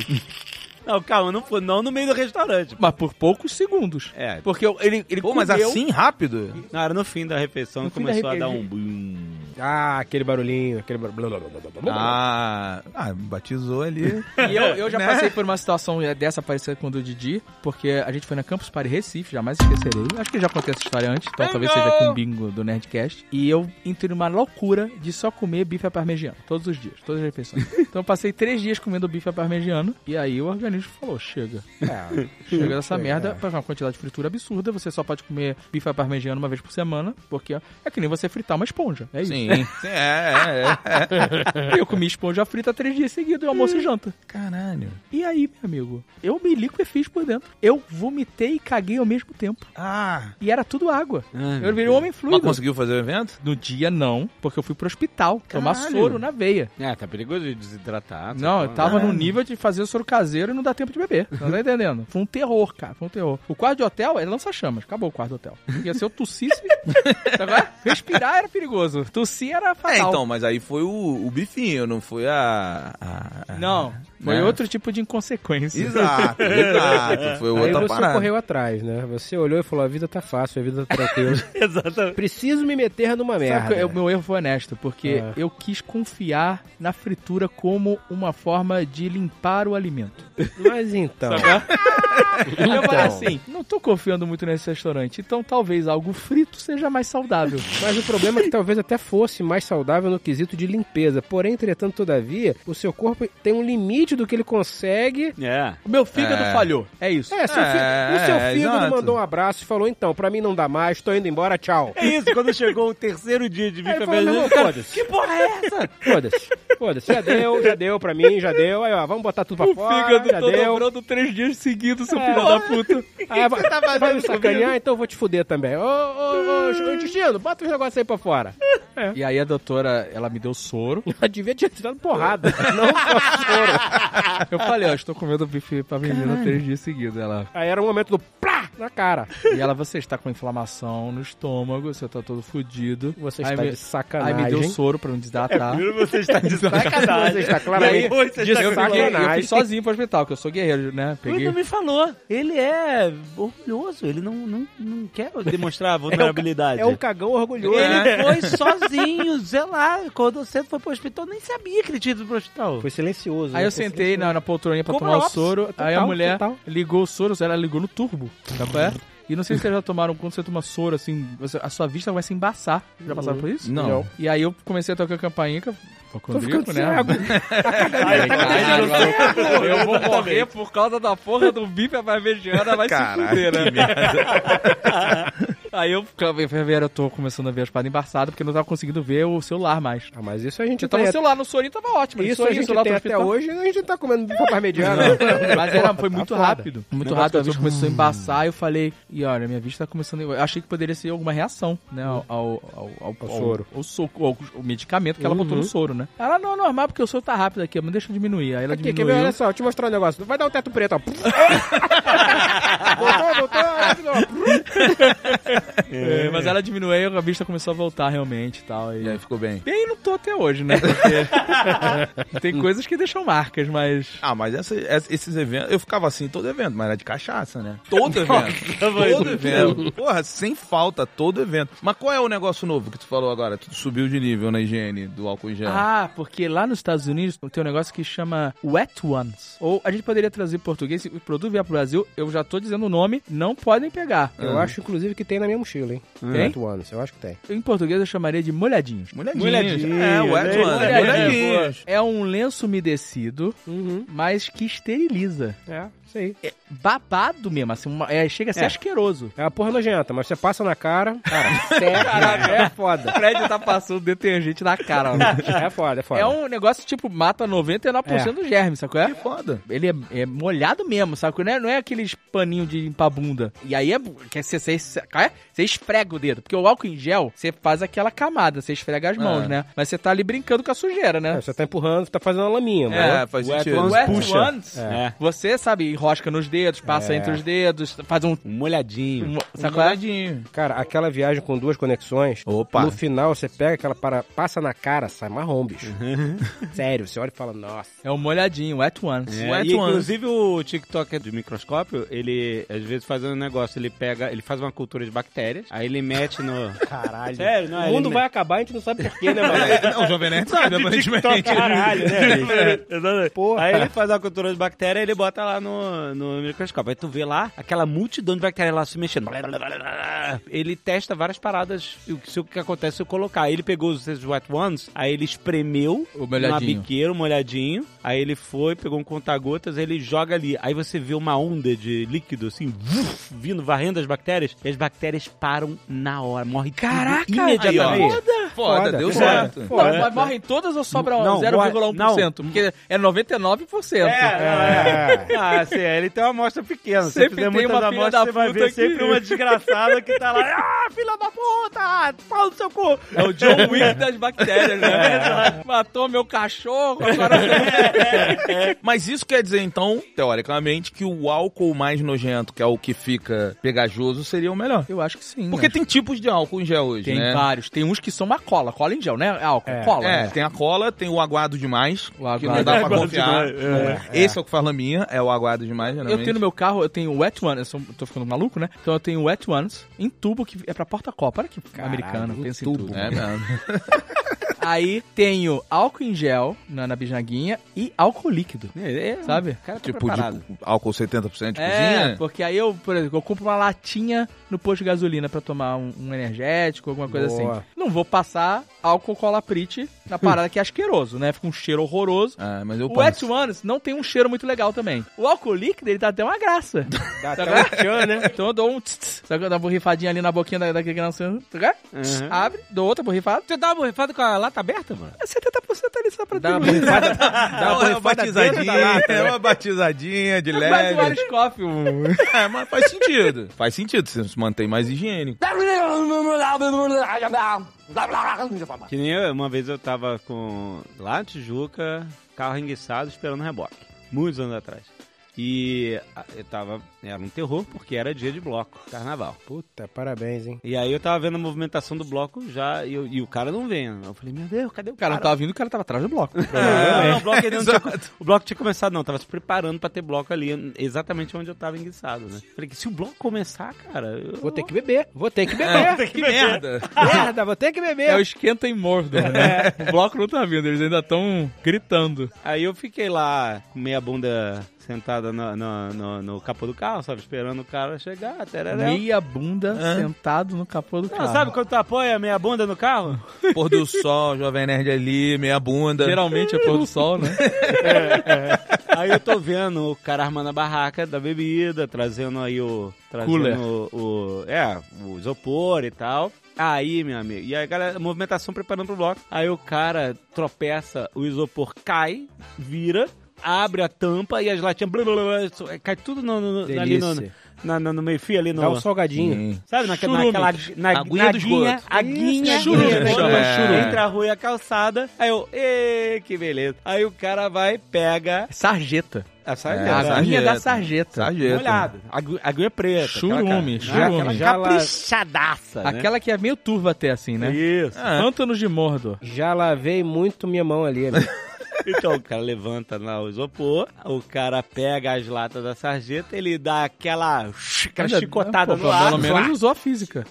[SPEAKER 1] Não, calma, não, foi, não no meio do restaurante.
[SPEAKER 3] Mas por poucos segundos.
[SPEAKER 1] É.
[SPEAKER 3] Porque ele, ele
[SPEAKER 5] Pô, mas
[SPEAKER 3] comeu-
[SPEAKER 5] assim, rápido?
[SPEAKER 1] Não, era no fim da refeição
[SPEAKER 3] No
[SPEAKER 1] que
[SPEAKER 3] fim da
[SPEAKER 1] começou a
[SPEAKER 3] refe-
[SPEAKER 1] dar um bum.
[SPEAKER 2] Ah, aquele barulhinho, aquele barulhinho.
[SPEAKER 5] Ah, ah, batizou ali.
[SPEAKER 3] E eu, eu já passei por uma situação é, dessa parecida com o do Didi, porque a gente foi na Campus Party Recife, jamais esquecerei. Acho que eu já contei essa história antes, então talvez seja aqui um bingo do Nerdcast. E eu entrei numa loucura de só comer bife à parmegiana, todos os dias, todas as refeições. Então eu passei três dias comendo bife à parmegiana, e aí o organismo falou, chega. [LAUGHS] Chega dessa merda, faz uma quantidade de fritura absurda, você só pode comer bife à parmegiana uma vez por semana, porque é que nem você fritar uma esponja, é isso.
[SPEAKER 5] Sim, sim, é, é,
[SPEAKER 3] [LAUGHS]
[SPEAKER 5] é.
[SPEAKER 3] Eu comi esponja frita três dias seguidos, almoço e janta.
[SPEAKER 5] Caralho.
[SPEAKER 3] E aí, meu amigo, eu me liquefiz por dentro. Eu vomitei e caguei ao mesmo tempo.
[SPEAKER 5] Ah,
[SPEAKER 3] E era tudo água.
[SPEAKER 1] Ai,
[SPEAKER 3] eu virei um homem
[SPEAKER 5] mas
[SPEAKER 3] fluido.
[SPEAKER 5] conseguiu fazer o evento?
[SPEAKER 3] No dia, não, porque eu fui pro hospital tomar
[SPEAKER 5] Caralho.
[SPEAKER 3] soro na veia.
[SPEAKER 1] É, tá perigoso de desidratar.
[SPEAKER 3] Não, eu tava no nível de fazer soro caseiro e não dá tempo de beber. Não
[SPEAKER 5] [LAUGHS]
[SPEAKER 3] tá entendendo? Foi um terror, cara. Foi um terror. O quarto de hotel é lança-chamas. Acabou o quarto de hotel. Ia ser eu
[SPEAKER 5] [LAUGHS]
[SPEAKER 3] tossisse. tá vendo? Respirar era perigoso. Tossir era fatal.
[SPEAKER 5] É, então, mas aí foi o, o bifinho, não foi a. a- a-
[SPEAKER 3] Não, foi
[SPEAKER 5] Né?
[SPEAKER 3] outro tipo de inconsequência.
[SPEAKER 5] Exato, exato. Foi
[SPEAKER 2] Aí
[SPEAKER 5] outra
[SPEAKER 3] tá
[SPEAKER 2] você
[SPEAKER 5] parada.
[SPEAKER 2] correu atrás, né? Você olhou e falou, a vida tá fácil, a vida tá tranquila.
[SPEAKER 1] [LAUGHS]
[SPEAKER 3] [LAUGHS]
[SPEAKER 1] Exatamente.
[SPEAKER 2] Preciso me meter numa
[SPEAKER 3] Sabe
[SPEAKER 2] merda.
[SPEAKER 3] que eu- meu erro foi honesto, porque
[SPEAKER 2] É.
[SPEAKER 3] eu quis confiar na fritura como uma forma de limpar o alimento.
[SPEAKER 2] [LAUGHS] Mas então...
[SPEAKER 3] Eu falei assim, não tô confiando muito nesse restaurante, então talvez algo frito seja mais saudável.
[SPEAKER 2] Mas o problema é que talvez até fosse mais saudável no quesito de limpeza. Porém, entretanto, todavia, o seu corpo tem um limite do que ele consegue.
[SPEAKER 1] É.
[SPEAKER 3] O meu fígado
[SPEAKER 5] É.
[SPEAKER 3] falhou, é isso.
[SPEAKER 2] É, seu
[SPEAKER 5] É,
[SPEAKER 2] fi- o seu
[SPEAKER 5] é,
[SPEAKER 2] fígado
[SPEAKER 5] exato.
[SPEAKER 2] mandou um abraço e falou: então, pra mim não dá mais, tô indo embora, tchau.
[SPEAKER 1] É isso, quando chegou o terceiro dia de
[SPEAKER 2] Aí
[SPEAKER 1] bife
[SPEAKER 2] ele
[SPEAKER 1] à
[SPEAKER 2] falou, meu irmão,
[SPEAKER 1] parmegiana,
[SPEAKER 2] foda-se,
[SPEAKER 1] que porra é essa?
[SPEAKER 2] foda-se, foda-se, já deu, já deu pra mim, já deu, aí ó, vamos botar tudo pra
[SPEAKER 3] O
[SPEAKER 2] fora,
[SPEAKER 3] fígado
[SPEAKER 2] já
[SPEAKER 3] tô
[SPEAKER 2] deu.
[SPEAKER 3] dobrando três dias seguidos, seu
[SPEAKER 2] É.
[SPEAKER 3] filho da
[SPEAKER 2] [LAUGHS]
[SPEAKER 3] puta. [LAUGHS]
[SPEAKER 2] Ah, vai, vai me sacanear, então eu vou te fuder também. Ô, ô, ô, ô, intestino, bota os negócios aí pra fora. [LAUGHS]
[SPEAKER 3] E aí a doutora, ela me deu soro.
[SPEAKER 2] Eu devia ter tirado porrada, não só soro.
[SPEAKER 3] Eu falei, ó, estou comendo bife pra menina três dias seguidos. Ela,
[SPEAKER 2] Aí era o momento do plá na cara.
[SPEAKER 3] E ela, você está com inflamação no estômago, você está todo fudido.
[SPEAKER 2] Você está de sacanagem. É
[SPEAKER 3] Aí me deu soro pra não
[SPEAKER 1] [LAUGHS]
[SPEAKER 3] desidratar.
[SPEAKER 1] Primeiro você está de sacanagem.
[SPEAKER 2] Você está claramente
[SPEAKER 1] Depois você
[SPEAKER 2] de
[SPEAKER 1] está
[SPEAKER 3] eu, fiquei, eu
[SPEAKER 2] sacanagem.
[SPEAKER 3] fui sozinho pro hospital, que eu sou guerreiro, né?
[SPEAKER 1] Ele
[SPEAKER 3] Peguei.
[SPEAKER 1] não me falou. Ele é orgulhoso. Ele não, não, não quer [LAUGHS] demonstrar a vulnerabilidade.
[SPEAKER 2] É um cagão orgulhoso.
[SPEAKER 1] Ele
[SPEAKER 5] É.
[SPEAKER 1] [LAUGHS] foi sozinho, sei lá. Quando cedo foi pro hospital, nem sabia que ele tinha ido pro hospital.
[SPEAKER 2] Foi silencioso.
[SPEAKER 3] Aí
[SPEAKER 2] né?
[SPEAKER 3] eu
[SPEAKER 2] Foi
[SPEAKER 3] sentei na, na poltroninha pra
[SPEAKER 2] Como
[SPEAKER 3] tomar o
[SPEAKER 2] Lopes,
[SPEAKER 3] soro, aí a
[SPEAKER 2] total,
[SPEAKER 3] mulher
[SPEAKER 2] total.
[SPEAKER 3] ligou o soro, ela ligou no turbo, tá qual é? E não sei se vocês já tomaram, quando você toma soro, assim, você- a sua vista começa a embaçar. Já passaram por isso?
[SPEAKER 5] Não.
[SPEAKER 2] Não.
[SPEAKER 3] E aí eu comecei a tocar a campainha, que eu tô com
[SPEAKER 2] Tô ficando
[SPEAKER 3] gripe,
[SPEAKER 2] sem
[SPEAKER 3] né?
[SPEAKER 2] água.
[SPEAKER 3] tá
[SPEAKER 1] Ai,
[SPEAKER 5] [LAUGHS]
[SPEAKER 3] Caralho, maluco. Eu vou morrer por causa da porra do bife parmegiana, vai se
[SPEAKER 5] Caralho,
[SPEAKER 3] fuder, né? Aí eu, enfermeira, eu tô começando a ver as paradas embaçadas, porque eu não tava conseguindo ver o celular mais.
[SPEAKER 2] Ah, mas isso a gente tem
[SPEAKER 3] Eu tava no
[SPEAKER 2] até...
[SPEAKER 3] celular, no sorinho tava ótimo.
[SPEAKER 2] Isso a
[SPEAKER 3] no sorinho,
[SPEAKER 2] gente
[SPEAKER 3] celular,
[SPEAKER 2] tem
[SPEAKER 3] outro
[SPEAKER 2] até
[SPEAKER 3] hospital.
[SPEAKER 2] hoje, né? a gente não tá comendo papai mediana.
[SPEAKER 3] Mas era, foi muito
[SPEAKER 2] foda.
[SPEAKER 3] rápido. Muito
[SPEAKER 1] Negócio
[SPEAKER 3] rápido. A
[SPEAKER 1] da
[SPEAKER 3] vista começou a embaçar e eu falei, e olha, minha vista tá começando a... Eu achei que poderia ser alguma reação, né, ao, ao, ao, ao,
[SPEAKER 2] Ao soro.
[SPEAKER 3] Ao, soco- ao- ao medicamento que ela botou
[SPEAKER 2] Uhum.
[SPEAKER 3] no soro, né? Ela, não, é normal, porque o soro tá rápido aqui, mas deixa eu diminuir. Aí ela
[SPEAKER 2] Aqui, quer ver?
[SPEAKER 3] diminuiu.
[SPEAKER 2] Olha só, eu te mostrar um negócio. Vai dar um teto [LAUGHS] preto, ó. voltou, voltou. aí de novo.
[SPEAKER 3] É, mas ela diminuiu e a vista começou a voltar realmente e tal.
[SPEAKER 2] É.
[SPEAKER 5] E aí
[SPEAKER 3] E...
[SPEAKER 5] ficou bem.
[SPEAKER 3] Bem, não tô até hoje, né?
[SPEAKER 2] [LAUGHS]
[SPEAKER 3] Porque [LAUGHS] tem coisas que deixam marcas, mas.
[SPEAKER 5] Ah, mas essa- essa- esses eventos. Eu ficava assim em todo evento, mas era de cachaça, né?
[SPEAKER 3] Todo
[SPEAKER 5] evento. todo evento. Porra, sem falta, todo evento. Mas qual é o negócio novo que tu falou agora? Tu subiu de nível na higiene do álcool em gel.
[SPEAKER 3] Ah, porque lá nos Estados Unidos tem um negócio que chama Wet Ones. Ou a gente poderia trazer em português, se o produto vier pro Brasil, eu já tô dizendo o nome, não podem pegar.
[SPEAKER 2] Eu acho, inclusive, que tem na minha mochila, hein?
[SPEAKER 3] Tem?
[SPEAKER 2] Oito Ah. Hum. anos, eu acho que tem.
[SPEAKER 3] Em português eu chamaria de molhadinhos.
[SPEAKER 5] Molhadinhos.
[SPEAKER 1] Molhadinhos,
[SPEAKER 5] É, o
[SPEAKER 1] né?
[SPEAKER 5] Edson.
[SPEAKER 1] Molhadinhos.
[SPEAKER 5] Molhadinhos.
[SPEAKER 3] É um lenço umedecido, mas que esteriliza.
[SPEAKER 2] É, Uhum. isso aí.
[SPEAKER 3] É babado mesmo, assim, uma- é, chega a ser
[SPEAKER 1] É.
[SPEAKER 3] asqueroso.
[SPEAKER 2] É uma porra nojenta, mas você passa na cara, cara, [LAUGHS] sério, é foda.
[SPEAKER 3] O Fred tá passando [LAUGHS] detergente na cara, ó.
[SPEAKER 2] [LAUGHS] É foda, é foda.
[SPEAKER 3] É um negócio tipo mata 99% do germe, sacou?
[SPEAKER 5] Que
[SPEAKER 3] É?
[SPEAKER 5] foda.
[SPEAKER 3] Ele é, é molhado mesmo, sacou? Não é, não é aqueles paninho de limpar bunda. E aí é. Que você, você, você esfrega o dedo. Porque o álcool em gel, você faz aquela camada, você esfrega as mãos,
[SPEAKER 5] É.
[SPEAKER 3] né? Mas você tá ali brincando com a sujeira,
[SPEAKER 2] É,
[SPEAKER 3] né?
[SPEAKER 2] Você tá empurrando, você tá fazendo uma laminha, mano.
[SPEAKER 5] É, faz
[SPEAKER 1] o Edson
[SPEAKER 5] sentido.
[SPEAKER 1] Puxa.
[SPEAKER 3] ones,
[SPEAKER 1] É.
[SPEAKER 3] Você sabe, enrosca nos dedos, passa entre os dedos, faz um.
[SPEAKER 1] Um molhadinho.
[SPEAKER 3] um
[SPEAKER 5] Um
[SPEAKER 3] sabe qual é?
[SPEAKER 5] molhadinho.
[SPEAKER 2] Cara, aquela viagem com duas conexões.
[SPEAKER 5] Opa.
[SPEAKER 2] No final, você pega aquela para passa na cara, sai marrom, bicho. Sério, você olha e fala, nossa.
[SPEAKER 3] É um molhadinho, wet once.
[SPEAKER 1] É,
[SPEAKER 5] Wet
[SPEAKER 1] e,
[SPEAKER 5] ones.
[SPEAKER 1] inclusive o TikTok do microscópio, ele às vezes faz um negócio, ele pega, ele faz uma cultura de bactérias, aí ele mete no.
[SPEAKER 2] Caralho.
[SPEAKER 1] Sério, não é?
[SPEAKER 2] O mundo
[SPEAKER 1] Ele-
[SPEAKER 2] vai acabar, a gente não sabe porquê, né, mano?
[SPEAKER 5] É, [LAUGHS] não, o Jovem Nerd sabe, aparentemente.
[SPEAKER 1] Caralho, né?
[SPEAKER 3] É.
[SPEAKER 1] Exatamente.
[SPEAKER 2] Porra.
[SPEAKER 1] Aí ele faz uma cultura de bactéria e ele bota lá no, no microscópio. Aí tu vê lá aquela multidão de bactérias lá se mexendo. Ele testa várias paradas. e o que- Se o que acontece se eu colocar. Aí ele pegou os esses wet ones, aí ele espremeu
[SPEAKER 3] O
[SPEAKER 1] na
[SPEAKER 3] molhadinho.
[SPEAKER 1] biqueira, um molhadinho. Aí ele foi, pegou um conta-gotas, aí ele joga ali. Aí você vê uma onda de líquido assim, vuf, vindo, varrendo as bactérias. E as bactérias param na hora. Morre tudo
[SPEAKER 3] Caraca,
[SPEAKER 1] imediatamente.
[SPEAKER 3] aí, ó.
[SPEAKER 5] Foda, Foda, deu
[SPEAKER 2] foda,
[SPEAKER 5] certo.
[SPEAKER 2] foda.
[SPEAKER 3] Não, mas morrem todas ou sobra
[SPEAKER 1] Não,
[SPEAKER 3] 0,1%? Porque é 99%.
[SPEAKER 2] É.
[SPEAKER 1] Ah, assim, é, ele tem uma amostra pequena. Se
[SPEAKER 3] Sempre
[SPEAKER 1] você fizer
[SPEAKER 3] tem
[SPEAKER 1] muitas
[SPEAKER 3] uma filha
[SPEAKER 1] amostras,
[SPEAKER 3] da
[SPEAKER 1] você vai
[SPEAKER 3] puta
[SPEAKER 1] ver
[SPEAKER 3] aqui.
[SPEAKER 1] sempre uma desgraçada que tá lá.
[SPEAKER 3] [LAUGHS]
[SPEAKER 1] Ah, filha da puta! Pau no seu cu!
[SPEAKER 3] É o John Wick das bactérias, né? Matou meu cachorro, agora...
[SPEAKER 5] Mas isso quer dizer, então, teoricamente, que o álcool mais nojento, que é o que fica pegajoso, seria o melhor.
[SPEAKER 3] Eu acho que sim.
[SPEAKER 5] Porque tem tipos de álcool em gel hoje,
[SPEAKER 3] tem
[SPEAKER 5] né?
[SPEAKER 3] vários. Tem uns que são uma cola, cola em gel, né? Álcool,
[SPEAKER 2] É.
[SPEAKER 3] cola.
[SPEAKER 5] É,
[SPEAKER 3] né?
[SPEAKER 5] tem a cola, tem o aguado demais,
[SPEAKER 3] O aguado.
[SPEAKER 5] que não dá pra
[SPEAKER 1] Aguado
[SPEAKER 5] confiar.
[SPEAKER 1] demais, é.
[SPEAKER 5] Esse é o que fala minha, é o aguado demais, geralmente.
[SPEAKER 3] Eu tenho no meu carro, eu tenho wet one, eu sou- tô ficando maluco, né? Então eu tenho wet ones em tubo que é pra porta-copa. Olha que americano,
[SPEAKER 2] em
[SPEAKER 3] pensa em
[SPEAKER 2] tubo.
[SPEAKER 3] tudo.
[SPEAKER 5] É,
[SPEAKER 3] [LAUGHS]
[SPEAKER 5] mesmo.
[SPEAKER 3] Aí tenho álcool em gel na, na bijaguinha e álcool líquido. Sabe?
[SPEAKER 1] Cara,
[SPEAKER 5] tipo de álcool 70% de
[SPEAKER 3] É,
[SPEAKER 5] cozinha.
[SPEAKER 3] porque aí eu, por exemplo, eu compro uma latinha no posto de gasolina pra tomar um, um energético, alguma coisa
[SPEAKER 2] Boa.
[SPEAKER 3] assim. Não vou passar álcool colaprite na parada que é asqueroso, né? Fica um cheiro horroroso.
[SPEAKER 5] Ah, mas eu
[SPEAKER 3] O Wet
[SPEAKER 5] passo.
[SPEAKER 3] Ones não tem um cheiro muito legal também. O álcool líquido, ele dá até uma graça. [LAUGHS]
[SPEAKER 2] Dá até
[SPEAKER 3] Sabe?
[SPEAKER 2] um tchan, né?
[SPEAKER 3] Então eu dou um tss, tss. Só que eu dou uma borrifadinha ali na boquinha da, da criança. Tá? Tss,
[SPEAKER 1] Uhum.
[SPEAKER 3] Abre, dou outra borrifada.
[SPEAKER 1] Você dá uma borrifada com a lata aberta, mano?
[SPEAKER 3] É 70% ali só pra
[SPEAKER 2] Dá uma
[SPEAKER 3] ter um- [LAUGHS]
[SPEAKER 2] borrifada, dá uma
[SPEAKER 5] É uma
[SPEAKER 2] borrifada dentro da
[SPEAKER 5] batizadinha,
[SPEAKER 2] lata,
[SPEAKER 5] é
[SPEAKER 2] né?
[SPEAKER 5] uma batizadinha de
[SPEAKER 3] Faz um
[SPEAKER 5] leve.
[SPEAKER 3] Ariscoff, um...
[SPEAKER 5] [LAUGHS] É, mas faz sentido. Faz sentido, você se mantém mais higiênico.
[SPEAKER 1] Que nem eu, uma vez eu tava com lá na Tijuca, carro enguiçado esperando reboque. Muitos anos atrás. E ah, eu tava. Era um terror porque era dia de bloco, carnaval.
[SPEAKER 2] Puta, parabéns, hein?
[SPEAKER 1] E aí eu tava vendo a movimentação do bloco já e, eu- e o cara não vendo. Eu falei, meu Deus, cadê o
[SPEAKER 3] O cara
[SPEAKER 1] cara?
[SPEAKER 3] não tava vindo, o cara tava atrás do bloco.
[SPEAKER 1] [LAUGHS] É, não, o, bloco ainda não tinha, o bloco tinha começado, não. Tava se preparando pra ter bloco ali, exatamente onde eu tava enguiçado, né? Falei que se o bloco começar, cara. Eu...
[SPEAKER 2] Vou ter que beber, vou ter que beber.
[SPEAKER 5] Que merda.
[SPEAKER 2] Merda, vou ter que
[SPEAKER 3] É o
[SPEAKER 2] beber.
[SPEAKER 3] esquenta e mordo, né? O bloco não tá vindo, eles ainda estão gritando.
[SPEAKER 1] Aí eu fiquei lá, com meia bunda sentada no, no, no- no capô do carro, sabe? Esperando o cara chegar. Tereré.
[SPEAKER 3] Meia bunda sentado no capô do
[SPEAKER 1] Não,
[SPEAKER 3] carro.
[SPEAKER 1] sabe quando tu apoia a meia bunda no carro?
[SPEAKER 5] Pôr do sol, jovem nerd ali, meia bunda.
[SPEAKER 3] Geralmente é pôr do sol, né?
[SPEAKER 1] [LAUGHS] Aí eu tô vendo o cara armando a barraca da bebida, trazendo aí o. Trazendo
[SPEAKER 3] Cooler.
[SPEAKER 1] O, o- É, o isopor e tal. Aí, meu amigo. E aí, galera, movimentação preparando pro bloco. Aí o cara tropeça, o isopor cai, vira, abre a tampa e as latinhas. Blá, blá, blá, so- cai tudo no, no- no- ali no,
[SPEAKER 2] Delícia.
[SPEAKER 1] na- na- no meio-fio ali no.
[SPEAKER 2] Dá um salgadinho.
[SPEAKER 5] Hum.
[SPEAKER 1] Sabe, naquela,
[SPEAKER 3] Churume.
[SPEAKER 1] naquela na,
[SPEAKER 5] Aguinha do
[SPEAKER 1] naguinha,
[SPEAKER 5] esgoto.
[SPEAKER 1] aguinha,
[SPEAKER 2] Churume,
[SPEAKER 1] aguinha,
[SPEAKER 2] né?
[SPEAKER 1] chama
[SPEAKER 5] É.
[SPEAKER 1] churume. entre a rua e a calçada. Aí eu, ê, que beleza. Aí o cara vai, pega
[SPEAKER 3] [LAUGHS] Sarjeta.
[SPEAKER 1] a
[SPEAKER 5] É,
[SPEAKER 3] A
[SPEAKER 5] a
[SPEAKER 1] sarjeta.
[SPEAKER 3] aguinha da
[SPEAKER 5] sarjeta.
[SPEAKER 3] sarjeta.
[SPEAKER 5] Sarjeta.
[SPEAKER 1] molhada. Agu- Aguinha preta.
[SPEAKER 3] Churume,
[SPEAKER 1] aquela, cara- né?
[SPEAKER 3] churume.
[SPEAKER 1] Aquela
[SPEAKER 2] Já lá-
[SPEAKER 1] caprichadaça, né?
[SPEAKER 3] Aquela que é meio turva até, assim, né?
[SPEAKER 1] Isso.
[SPEAKER 5] É.
[SPEAKER 3] Pântanos de Mordo.
[SPEAKER 2] Já lavei muito minha mão ali, amigo.
[SPEAKER 1] Então o cara levanta lá o isopor, o cara pega as latas da sarjeta, ele dá aquela, aquela
[SPEAKER 3] Ainda-
[SPEAKER 1] chicotada
[SPEAKER 3] é, Pô,
[SPEAKER 1] no ar,
[SPEAKER 3] Pelo menos usou a física.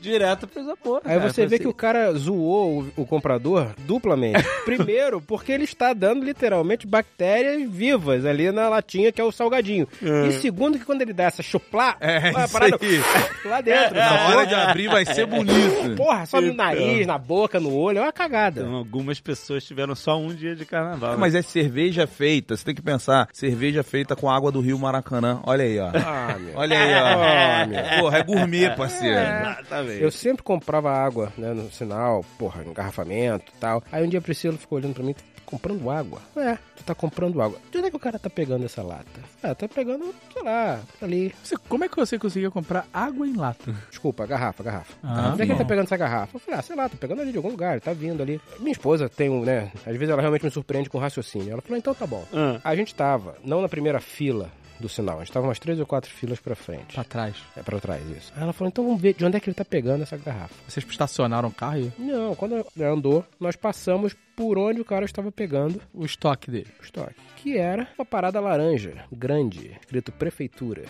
[SPEAKER 1] direto pro isopor. assim,
[SPEAKER 2] Aí você vê que o
[SPEAKER 1] o
[SPEAKER 2] cara zoou o, o comprador duplamente. Primeiro, porque ele está dando literalmente bactérias vivas ali na latinha que é o salgadinho. E segundo, que quando ele dá essa chuplá,
[SPEAKER 5] É,
[SPEAKER 2] a
[SPEAKER 5] isso
[SPEAKER 2] parada
[SPEAKER 5] aí. É.
[SPEAKER 2] lá dentro.
[SPEAKER 5] Na
[SPEAKER 2] sabe?
[SPEAKER 5] hora de abrir vai ser [LAUGHS] bonito.
[SPEAKER 2] Porra, só no nariz, na boca, no olho, é uma cagada.
[SPEAKER 1] Então, algumas pessoas tiveram só um dia de carnaval. né?
[SPEAKER 5] Mas é cerveja feita, você tem que pensar, cerveja feita com água do Rio Maracanã. Olha aí, ó.
[SPEAKER 2] Ah, meu.
[SPEAKER 5] Olha aí, ó. Porra, é gourmet, parceiro.
[SPEAKER 1] né? Exatamente.
[SPEAKER 2] Eu sempre comprava água, né, no sinal, porra, no engarrafamento e tal. Aí um dia a Priscila ficou olhando pra mim, tá comprando água? É, tu tá comprando água. De onde é que o cara tá pegando essa lata? Ah, tá pegando, sei lá, ali.
[SPEAKER 3] Você- como é que você conseguia comprar água em lata?
[SPEAKER 2] Desculpa, garrafa, garrafa.
[SPEAKER 3] Ah,
[SPEAKER 2] Onde é que ele tá
[SPEAKER 3] bom.
[SPEAKER 2] pegando essa garrafa? Eu falei, ah, sei lá, tá pegando ali de algum lugar, ele tá vindo ali. Minha esposa tem um, né? Às vezes ela realmente me surpreende com raciocínio. Ela falou, então tá bom.
[SPEAKER 1] Ah.
[SPEAKER 2] A gente tava, não na primeira fila do sinal. A gente tava umas três ou quatro filas pra frente.
[SPEAKER 3] Pra trás.
[SPEAKER 2] É pra trás, isso. Aí ela falou, então vamos ver de onde é que ele tá pegando essa garrafa.
[SPEAKER 3] Vocês estacionaram o carro e
[SPEAKER 2] Não, quando ela andou, nós passamos por onde o cara estava pegando
[SPEAKER 3] o estoque dele.
[SPEAKER 2] o estoque. Que era uma parada laranja, grande, escrito
[SPEAKER 3] [LAUGHS]
[SPEAKER 2] prefeitura.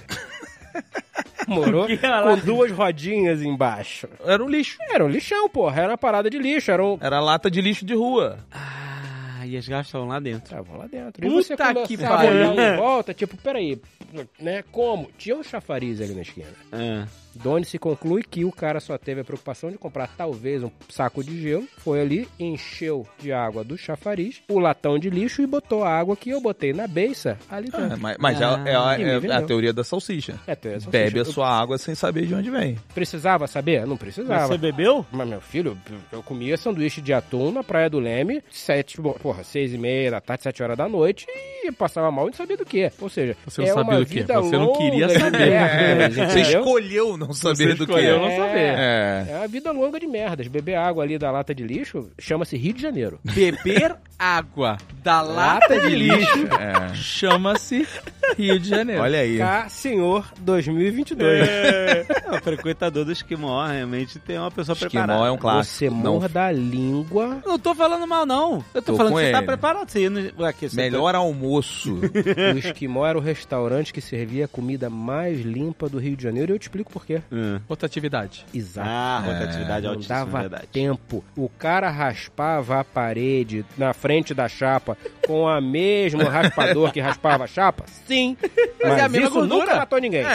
[SPEAKER 2] Morou com duas rodinhas embaixo.
[SPEAKER 5] Era um lixo.
[SPEAKER 2] Era um lixão, porra. Era uma parada de lixo. Era um...
[SPEAKER 5] Era lata de lixo de rua.
[SPEAKER 1] Ah, e as garrafas estavam lá dentro.
[SPEAKER 2] Estavam Ah, lá dentro.
[SPEAKER 3] Puta
[SPEAKER 2] quando
[SPEAKER 3] que
[SPEAKER 2] você tava
[SPEAKER 3] pariu.
[SPEAKER 2] olhando em volta, tipo, peraí, né? Como? Tinha um chafariz ali na esquina.
[SPEAKER 1] Ah.
[SPEAKER 2] Donde se conclui que o cara só teve a preocupação de comprar talvez um saco de gelo, foi ali, encheu de água do chafariz, o latão de lixo e botou a água que eu botei na beça ali
[SPEAKER 5] É,
[SPEAKER 2] dentro.
[SPEAKER 5] mas mas já é, a-
[SPEAKER 2] que
[SPEAKER 5] é
[SPEAKER 2] nível,
[SPEAKER 5] a
[SPEAKER 2] não.
[SPEAKER 5] teoria da salsicha.
[SPEAKER 2] É, tu era só
[SPEAKER 5] Bebe a
[SPEAKER 2] sujo.
[SPEAKER 5] sua água sem saber de onde [LAUGHS] vem.
[SPEAKER 2] Eu Precisava saber? Não precisava.
[SPEAKER 1] Você bebeu?
[SPEAKER 2] Mas, meu filho, eu comia sanduíche de atum na Praia do Leme, sete, bo- porra, seis e meia da tarde, sete horas da noite, e passava mal e não sabia do que. Ou seja,
[SPEAKER 3] Você não
[SPEAKER 2] é
[SPEAKER 3] sabia
[SPEAKER 2] uma
[SPEAKER 3] do quê?
[SPEAKER 2] vida
[SPEAKER 3] Você não queria
[SPEAKER 2] longa de
[SPEAKER 3] saber. [LAUGHS]
[SPEAKER 2] merdas,
[SPEAKER 5] É, Você
[SPEAKER 2] entendeu?
[SPEAKER 5] escolheu não saber do que
[SPEAKER 3] escolheu não
[SPEAKER 5] é.
[SPEAKER 3] saber.
[SPEAKER 5] É.
[SPEAKER 2] É uma vida longa de merdas. Beber água ali da lata de lixo chama-se Rio de Janeiro.
[SPEAKER 3] Beber água da lata de lixo
[SPEAKER 5] É.
[SPEAKER 3] chama-se Rio de Janeiro.
[SPEAKER 5] Olha aí.
[SPEAKER 2] Cá, senhor
[SPEAKER 1] É.
[SPEAKER 2] 2022.
[SPEAKER 1] Não, o frequentador do esquimó realmente tem uma pessoa
[SPEAKER 5] Esquimó
[SPEAKER 1] preparada.
[SPEAKER 5] é um clássico.
[SPEAKER 2] Você
[SPEAKER 5] Não
[SPEAKER 2] morda a língua.
[SPEAKER 1] Não tô falando mal, não. Eu tô,
[SPEAKER 5] Tô
[SPEAKER 1] falando
[SPEAKER 5] com
[SPEAKER 1] que você tá
[SPEAKER 5] ele.
[SPEAKER 1] preparado. Você ia no- aqui, você
[SPEAKER 5] Melhor almoço.
[SPEAKER 2] O Esquimó era o restaurante que servia a comida mais limpa do Rio de Janeiro e eu te explico por quê.
[SPEAKER 1] Tá... Hum.
[SPEAKER 3] Outra atividade.
[SPEAKER 2] Exato.
[SPEAKER 1] Ah,
[SPEAKER 5] É.
[SPEAKER 1] rotatividade
[SPEAKER 2] Não
[SPEAKER 1] altíssima,
[SPEAKER 2] dava
[SPEAKER 1] verdade.
[SPEAKER 2] tempo. O cara raspava a parede na frente da chapa com a mesmo raspador que raspava a chapa? Sim. Mas,
[SPEAKER 3] é a mesma
[SPEAKER 2] isso
[SPEAKER 3] gordura.
[SPEAKER 2] nunca matou ninguém.
[SPEAKER 5] É,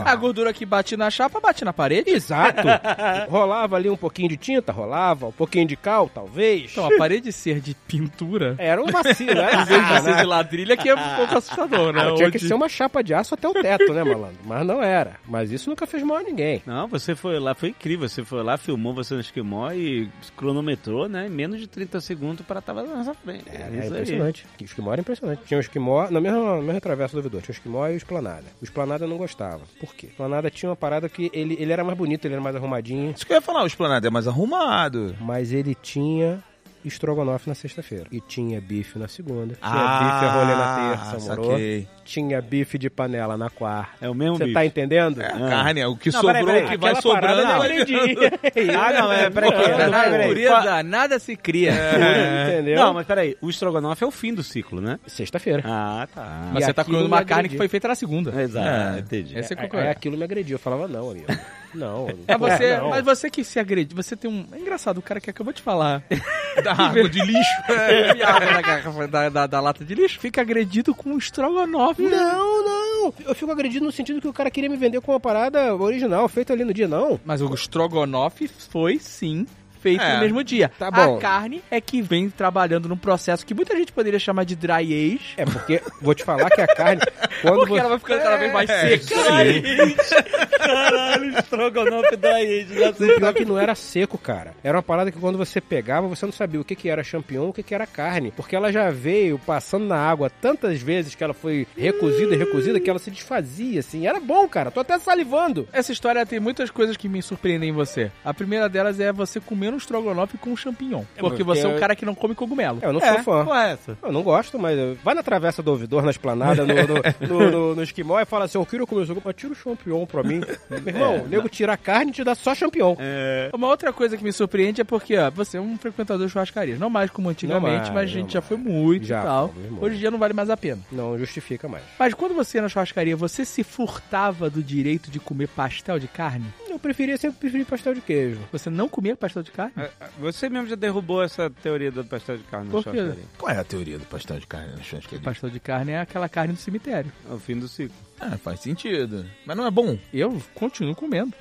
[SPEAKER 5] é,
[SPEAKER 3] A gordura que bate na chapa bate na parede.
[SPEAKER 2] Exato.
[SPEAKER 3] É.
[SPEAKER 2] rolava ali um pouquinho de tinta, rolava um pouquinho de cal, talvez.
[SPEAKER 3] Então, a parede ser de pintura,
[SPEAKER 2] Era um vacilo,
[SPEAKER 3] [LAUGHS]
[SPEAKER 2] era
[SPEAKER 3] em vez de
[SPEAKER 2] né?
[SPEAKER 3] ser de ladrilha, que é um pouco assustador, né?
[SPEAKER 2] Ah, tinha
[SPEAKER 3] Ou
[SPEAKER 2] que
[SPEAKER 3] de-
[SPEAKER 2] ser uma chapa de aço até o teto, né, malandro? Mas não era. Mas isso nunca fez mal a ninguém.
[SPEAKER 1] Não, você foi lá, foi incrível. Você foi lá, filmou você no esquimó e cronometrou, né? Em menos de 30 segundos para tava na nossa frente. É,
[SPEAKER 2] Era
[SPEAKER 1] isso aí.
[SPEAKER 2] impressionante. O esquimó era impressionante. Tinha o esquimó, na mesma, na mesma travessa do Vidor, tinha o esquimó e o esplanada. O esplanada eu não gostava. Por quê? O esplanada tinha uma parada que ele, ele era mais bonito, ele era mais arrumadinho,
[SPEAKER 5] Isso que eu ia falar, o esplanado é mais arrumado.
[SPEAKER 2] mas ele tinha estrogonofe na sexta-feira. E tinha bife na segunda. Tinha
[SPEAKER 1] Ah,
[SPEAKER 2] bife a rolê na terça, moro?
[SPEAKER 5] saquei.
[SPEAKER 2] Tinha bife de panela na quarta.
[SPEAKER 1] É o mesmo
[SPEAKER 2] Você
[SPEAKER 1] bife.
[SPEAKER 2] tá entendendo?
[SPEAKER 5] É, a carne, é o que
[SPEAKER 2] Não,
[SPEAKER 5] sobrou,
[SPEAKER 2] peraí, peraí.
[SPEAKER 5] o que vai
[SPEAKER 2] Aquela
[SPEAKER 5] sobrando.
[SPEAKER 2] parada
[SPEAKER 5] vai-
[SPEAKER 2] eu entendi.
[SPEAKER 1] [LAUGHS] Ah, não, é, peraí.
[SPEAKER 2] Não,
[SPEAKER 1] peraí, peraí.
[SPEAKER 3] Guria danada se cria.
[SPEAKER 2] É. Entendeu?
[SPEAKER 1] Não, mas peraí. O estrogonofe é o fim do ciclo, né?
[SPEAKER 2] Sexta-feira.
[SPEAKER 1] Ah, tá.
[SPEAKER 3] Mas
[SPEAKER 2] E
[SPEAKER 3] você tá
[SPEAKER 2] aquilo
[SPEAKER 3] comendo uma
[SPEAKER 2] me
[SPEAKER 3] carne que
[SPEAKER 2] agrediu.
[SPEAKER 3] foi feita na segunda.
[SPEAKER 1] Exato,
[SPEAKER 5] É.
[SPEAKER 1] entendi. [LAUGHS]
[SPEAKER 3] Essa é
[SPEAKER 2] Aí,
[SPEAKER 3] qual é.
[SPEAKER 2] aquilo me agrediu. Eu falava, não,
[SPEAKER 3] [LAUGHS]
[SPEAKER 2] amigo. Não.
[SPEAKER 3] Mas É você,
[SPEAKER 2] É, não.
[SPEAKER 3] mas você que se agrediu, você tem um. É engraçado, o cara que acabou de falar.
[SPEAKER 2] [LAUGHS]
[SPEAKER 5] Da água de lixo.
[SPEAKER 3] [LAUGHS] Bebe água da, garrafa- da- da- da lata de lixo, fica agredido com um estrogonofe.
[SPEAKER 2] Não, não. Eu fico agredido no sentido que o cara queria me vender com uma parada original, feita ali no dia, não.
[SPEAKER 3] Mas o estrogonofe foi sim feito
[SPEAKER 5] É.
[SPEAKER 3] no mesmo dia.
[SPEAKER 2] Tá bom.
[SPEAKER 3] A carne é que vem trabalhando num processo que muita gente poderia chamar de dry age. É
[SPEAKER 2] É porque, vou te falar que a
[SPEAKER 3] [LAUGHS]
[SPEAKER 2] carne, quando
[SPEAKER 3] Porque
[SPEAKER 2] você... É,
[SPEAKER 3] ela vai ficando cada vez mais seca.
[SPEAKER 1] Caralho, estrogonofe da Ed. já sei.
[SPEAKER 2] O pior é que não era seco, cara. Era uma parada que quando você pegava, você não sabia o que, que era champignon, o que, que era carne. Porque ela já veio passando na água tantas vezes que ela foi recozida e recozida que ela se desfazia, assim. Era bom, cara. Tô até salivando.
[SPEAKER 3] Essa história tem muitas coisas que me surpreendem em você. A primeira delas é você comer um estrogonofe com um champignon. Porque
[SPEAKER 2] porque
[SPEAKER 3] você é um
[SPEAKER 2] eu-
[SPEAKER 3] cara que não come cogumelo.
[SPEAKER 2] Eu não
[SPEAKER 1] É,
[SPEAKER 2] sou fã.
[SPEAKER 1] qual é essa?
[SPEAKER 2] Eu não gosto, mas eu- vai na travessa do ouvidor, na esplanada, no, no,
[SPEAKER 3] [LAUGHS]
[SPEAKER 2] no, no- no esquimó e fala assim, eu quero comer o mas tira o champignon pra mim. Meu irmão,
[SPEAKER 3] É.
[SPEAKER 2] o nego tira a carne e te dá só champignon.
[SPEAKER 3] Uma outra coisa que me surpreende é porque ó, você é um frequentador de churrascarias. Não mais como antigamente,
[SPEAKER 2] Não mais,
[SPEAKER 3] mas a gente
[SPEAKER 2] não
[SPEAKER 3] já
[SPEAKER 2] mais.
[SPEAKER 3] foi muito
[SPEAKER 2] Já
[SPEAKER 3] e tal.
[SPEAKER 2] foi, meu irmão.
[SPEAKER 3] Hoje em dia não vale mais a pena.
[SPEAKER 2] Não justifica mais.
[SPEAKER 3] Mas quando você ia na churrascaria, você se furtava do direito de comer pastel de carne?
[SPEAKER 2] Eu preferia sempre preferir pastel de queijo.
[SPEAKER 3] Você não comia pastel de carne?
[SPEAKER 1] Você mesmo já derrubou essa teoria do pastel de carne na
[SPEAKER 3] Por quê?
[SPEAKER 1] churrascaria.
[SPEAKER 5] Qual é a teoria do pastel de carne né, na churrascaria?
[SPEAKER 3] Pastel de carne é aquela carne do cemitério.
[SPEAKER 1] É o fim do ciclo.
[SPEAKER 5] Ah, faz sentido. Mas não é bom.
[SPEAKER 3] Eu
[SPEAKER 2] [LAUGHS]
[SPEAKER 3] continuo comendo.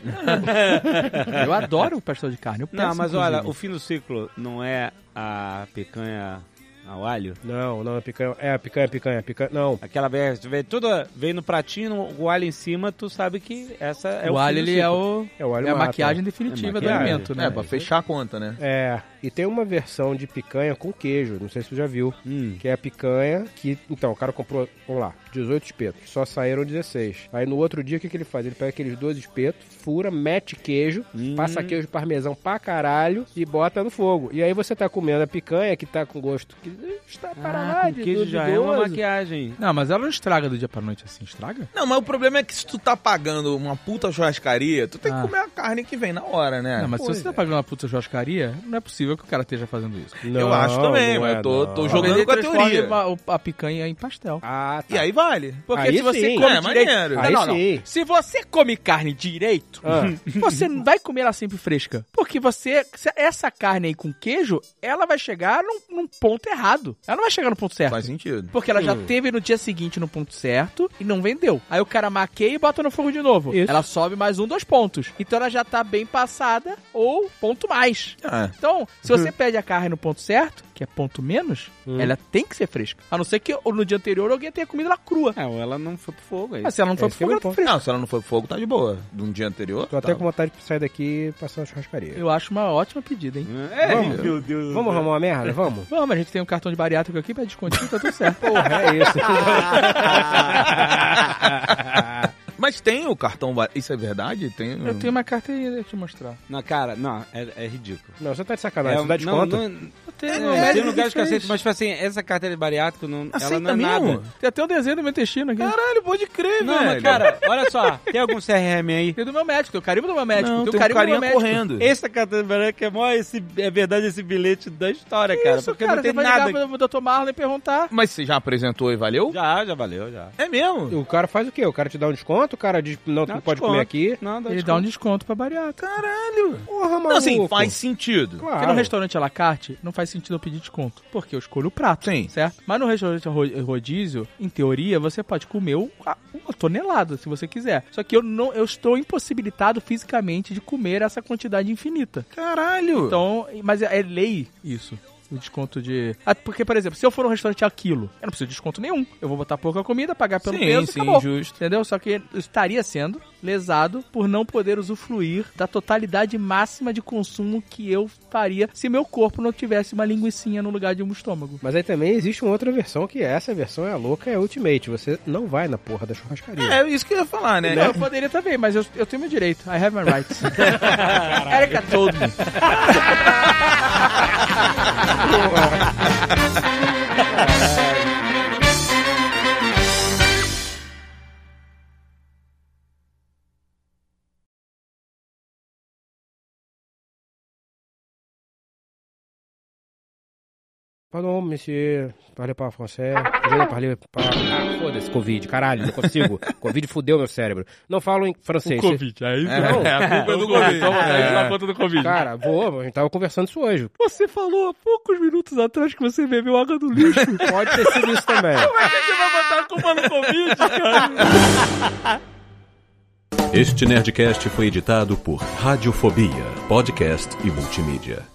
[SPEAKER 3] eu adoro o pastel de carne. Eu peço,
[SPEAKER 1] Não, mas
[SPEAKER 3] inclusive.
[SPEAKER 1] olha, o fim do ciclo não é a picanha ao alho?
[SPEAKER 2] Não, não, é picanha, é picanha, picanha, picanha. Não,
[SPEAKER 1] Aquela vem, vem toda, vem no pratinho, o alho em cima, tu sabe que essa é
[SPEAKER 3] o
[SPEAKER 1] o fim
[SPEAKER 3] alho
[SPEAKER 1] do
[SPEAKER 3] ele é,
[SPEAKER 1] ciclo.
[SPEAKER 3] o,
[SPEAKER 2] é o alho
[SPEAKER 3] é a
[SPEAKER 2] mata.
[SPEAKER 3] maquiagem definitiva
[SPEAKER 1] É
[SPEAKER 3] do
[SPEAKER 1] maquiagem.
[SPEAKER 3] alimento, né?
[SPEAKER 5] É, pra fechar a conta, né?
[SPEAKER 2] É, E tem uma versão de picanha com queijo, não sei se você já viu.
[SPEAKER 1] Hum.
[SPEAKER 2] Que é a picanha que. Então, o cara comprou, vamos lá, 18 espetos. Só saíram 16. Aí no outro dia, o que, que ele faz? Ele pega aqueles dois espetos, fura, mete queijo,
[SPEAKER 5] Hum.
[SPEAKER 2] passa queijo parmesão pra caralho e bota no fogo. E aí você tá comendo a picanha que tá com gosto que está para lá
[SPEAKER 1] Ah, com
[SPEAKER 2] de
[SPEAKER 1] queijo já é uma
[SPEAKER 2] duvidoso.
[SPEAKER 1] maquiagem.
[SPEAKER 3] Não, mas ela não estraga do dia pra noite assim, estraga?
[SPEAKER 5] Não, mas o problema é que se tu tá pagando uma puta churrascaria, tu tem que
[SPEAKER 3] Ah.
[SPEAKER 5] comer a carne que vem na hora, né?
[SPEAKER 3] não, mas se
[SPEAKER 5] Pois
[SPEAKER 3] você
[SPEAKER 2] é.
[SPEAKER 3] tá pagando uma puta churrascaria, não é possível que o cara esteja fazendo isso.
[SPEAKER 5] eu
[SPEAKER 2] Não,
[SPEAKER 5] acho também,
[SPEAKER 2] não
[SPEAKER 5] mas
[SPEAKER 2] é,
[SPEAKER 5] tô,
[SPEAKER 2] não.
[SPEAKER 5] tô
[SPEAKER 3] Talvez
[SPEAKER 5] jogando
[SPEAKER 3] ele
[SPEAKER 5] com a
[SPEAKER 3] transforme
[SPEAKER 5] teoria.
[SPEAKER 3] uma- a picanha em pastel.
[SPEAKER 2] Ah, tá.
[SPEAKER 5] E aí vale. Porque
[SPEAKER 2] Aí
[SPEAKER 5] se você
[SPEAKER 2] sim.
[SPEAKER 5] come
[SPEAKER 2] É,
[SPEAKER 5] direito...
[SPEAKER 2] maneiro.
[SPEAKER 5] Não,
[SPEAKER 2] Aí
[SPEAKER 5] não, não.
[SPEAKER 2] sim.
[SPEAKER 3] Se você come carne direito,
[SPEAKER 2] Ah.
[SPEAKER 3] [LAUGHS] você não vai comer ela sempre fresca. Porque você. se Essa carne aí com queijo, ela vai chegar num, num ponto errado. Ela não vai chegar no ponto certo.
[SPEAKER 5] Faz sentido.
[SPEAKER 3] Porque ela já teve no dia seguinte no ponto certo e não vendeu. Aí o cara maqueia e bota no fogo de novo.
[SPEAKER 2] Isso.
[SPEAKER 3] Ela sobe mais um, dois pontos. Então ela já tá bem passada ou ponto mais.
[SPEAKER 5] É.
[SPEAKER 3] Então, se você pede a carne no ponto certo, que é ponto menos, ela tem que ser fresca. A não ser que ou no dia anterior alguém tenha comido ela crua.
[SPEAKER 1] É, ou ela não foi pro fogo aí.
[SPEAKER 3] Mas se ela não foi
[SPEAKER 2] Esse
[SPEAKER 3] pro
[SPEAKER 2] que é o
[SPEAKER 3] fogo, ela tá
[SPEAKER 2] meu
[SPEAKER 3] fresca.
[SPEAKER 5] Não, se ela não foi pro fogo, tá de boa. De um dia anterior.
[SPEAKER 2] Tô até com vontade de sair daqui e passar na churrascaria.
[SPEAKER 3] Eu acho uma ótima pedida, hein?
[SPEAKER 5] [LAUGHS]
[SPEAKER 1] É,
[SPEAKER 2] Vamos.
[SPEAKER 1] meu Deus. do
[SPEAKER 2] Vamos
[SPEAKER 1] céu.
[SPEAKER 2] arrumar uma merda? Vamos?
[SPEAKER 3] Vamos, a gente tem um cartão de bariátrico aqui, pede descontinho, tá tudo certo.
[SPEAKER 2] Porra, é isso.
[SPEAKER 5] Mas tem o cartão. va- Isso é verdade? Tem.
[SPEAKER 3] Eu tenho uma carteirinha pra te mostrar.
[SPEAKER 1] Não, cara, não, é, é ridículo.
[SPEAKER 2] Não, você tá de
[SPEAKER 1] É,
[SPEAKER 2] sacanagem, você dá desconto?
[SPEAKER 1] Não, não,
[SPEAKER 3] Eu tenho,
[SPEAKER 5] É,
[SPEAKER 1] é,
[SPEAKER 3] o médico
[SPEAKER 1] tem
[SPEAKER 3] que
[SPEAKER 1] lugar de
[SPEAKER 3] fez.
[SPEAKER 1] cacete, mas tipo assim, essa carteira de bariátrico, não, ela
[SPEAKER 5] Aceita
[SPEAKER 1] não é
[SPEAKER 5] mesmo?
[SPEAKER 1] nada.
[SPEAKER 3] Tem até o desenho do meu intestino aqui.
[SPEAKER 5] Caralho, pode crer,
[SPEAKER 1] Não, mas
[SPEAKER 5] velho.
[SPEAKER 1] cara, olha só, tem algum CRM aí?
[SPEAKER 3] Tem do meu médico, tem o carimbo do meu médico,
[SPEAKER 5] não,
[SPEAKER 3] tem
[SPEAKER 5] tem
[SPEAKER 3] o
[SPEAKER 5] um
[SPEAKER 3] carimbo do meu
[SPEAKER 5] carinha
[SPEAKER 3] médico.
[SPEAKER 5] correndo.
[SPEAKER 1] Essa carteira de bariátrico é mó esse, é verdade esse bilhete da história, cara,
[SPEAKER 3] Isso,
[SPEAKER 1] porque
[SPEAKER 3] cara,
[SPEAKER 1] não tem
[SPEAKER 3] você vai ligar
[SPEAKER 1] nada.
[SPEAKER 3] pro doutor Marlon e perguntar.
[SPEAKER 5] Mas você já apresentou e valeu?
[SPEAKER 1] Já, já valeu, já.
[SPEAKER 5] É mesmo?
[SPEAKER 2] O cara faz o quê? O cara te dá um desconto, o cara diz, não, tu
[SPEAKER 1] Dá
[SPEAKER 2] não pode
[SPEAKER 1] desconto.
[SPEAKER 2] comer aqui.
[SPEAKER 1] Não, dá
[SPEAKER 3] Ele
[SPEAKER 1] desconto.
[SPEAKER 3] dá um desconto pra bariátrica.
[SPEAKER 5] Caralho.
[SPEAKER 2] Porra, maluco.
[SPEAKER 5] Não, assim, faz sentido.
[SPEAKER 3] Porque
[SPEAKER 2] Claro.
[SPEAKER 3] no restaurante à la carte, não faz sentido eu pedir desconto. Porque eu escolho o prato,
[SPEAKER 5] Sim.
[SPEAKER 3] certo? Mas no restaurante ro- rodízio, em teoria, você pode comer o- a- uma tonelada, se você quiser. Só que eu não, eu estou impossibilitado fisicamente de comer essa quantidade infinita.
[SPEAKER 5] Caralho.
[SPEAKER 3] Então, mas é é lei isso. O desconto de. Ah, porque, por exemplo, se eu for num restaurante a quilo, eu não preciso de desconto nenhum. Eu vou botar pouca comida, pagar pelo
[SPEAKER 5] sim,
[SPEAKER 3] peso e
[SPEAKER 5] sim,
[SPEAKER 3] acabou.
[SPEAKER 5] justo.
[SPEAKER 3] Entendeu? Só que eu estaria sendo lesado por não poder usufruir da totalidade máxima de consumo que eu faria se meu corpo não tivesse uma linguiçinha no lugar de um estômago.
[SPEAKER 2] Mas aí também existe uma outra versão, que essa versão é a louca, é a Ultimate. Você não vai na porra da churrascaria.
[SPEAKER 5] É isso que eu ia falar, né?
[SPEAKER 3] Não, eu poderia também, mas eu, eu tenho meu direito. I have my
[SPEAKER 5] [LAUGHS]
[SPEAKER 3] rights. Erika
[SPEAKER 5] É
[SPEAKER 3] told me.
[SPEAKER 2] Pardon, monsieur. Parlez pas français. Je ne parle pas... Ah, foda-se, Covid, caralho, não consigo. Covid fudeu meu cérebro. Não falo em francês.
[SPEAKER 3] é isso?
[SPEAKER 5] É, a culpa é do governo. É.
[SPEAKER 3] conta do Covid.
[SPEAKER 2] Cara, boa, a gente tava conversando isso hoje.
[SPEAKER 3] Você falou há poucos minutos atrás que você bebeu água do lixo.
[SPEAKER 2] Pode ter sido isso também.
[SPEAKER 3] você vai botar a culpa no Covid,
[SPEAKER 5] [LAUGHS]
[SPEAKER 3] cara?
[SPEAKER 4] Este Nerdcast foi editado por Radiofobia, podcast e multimídia.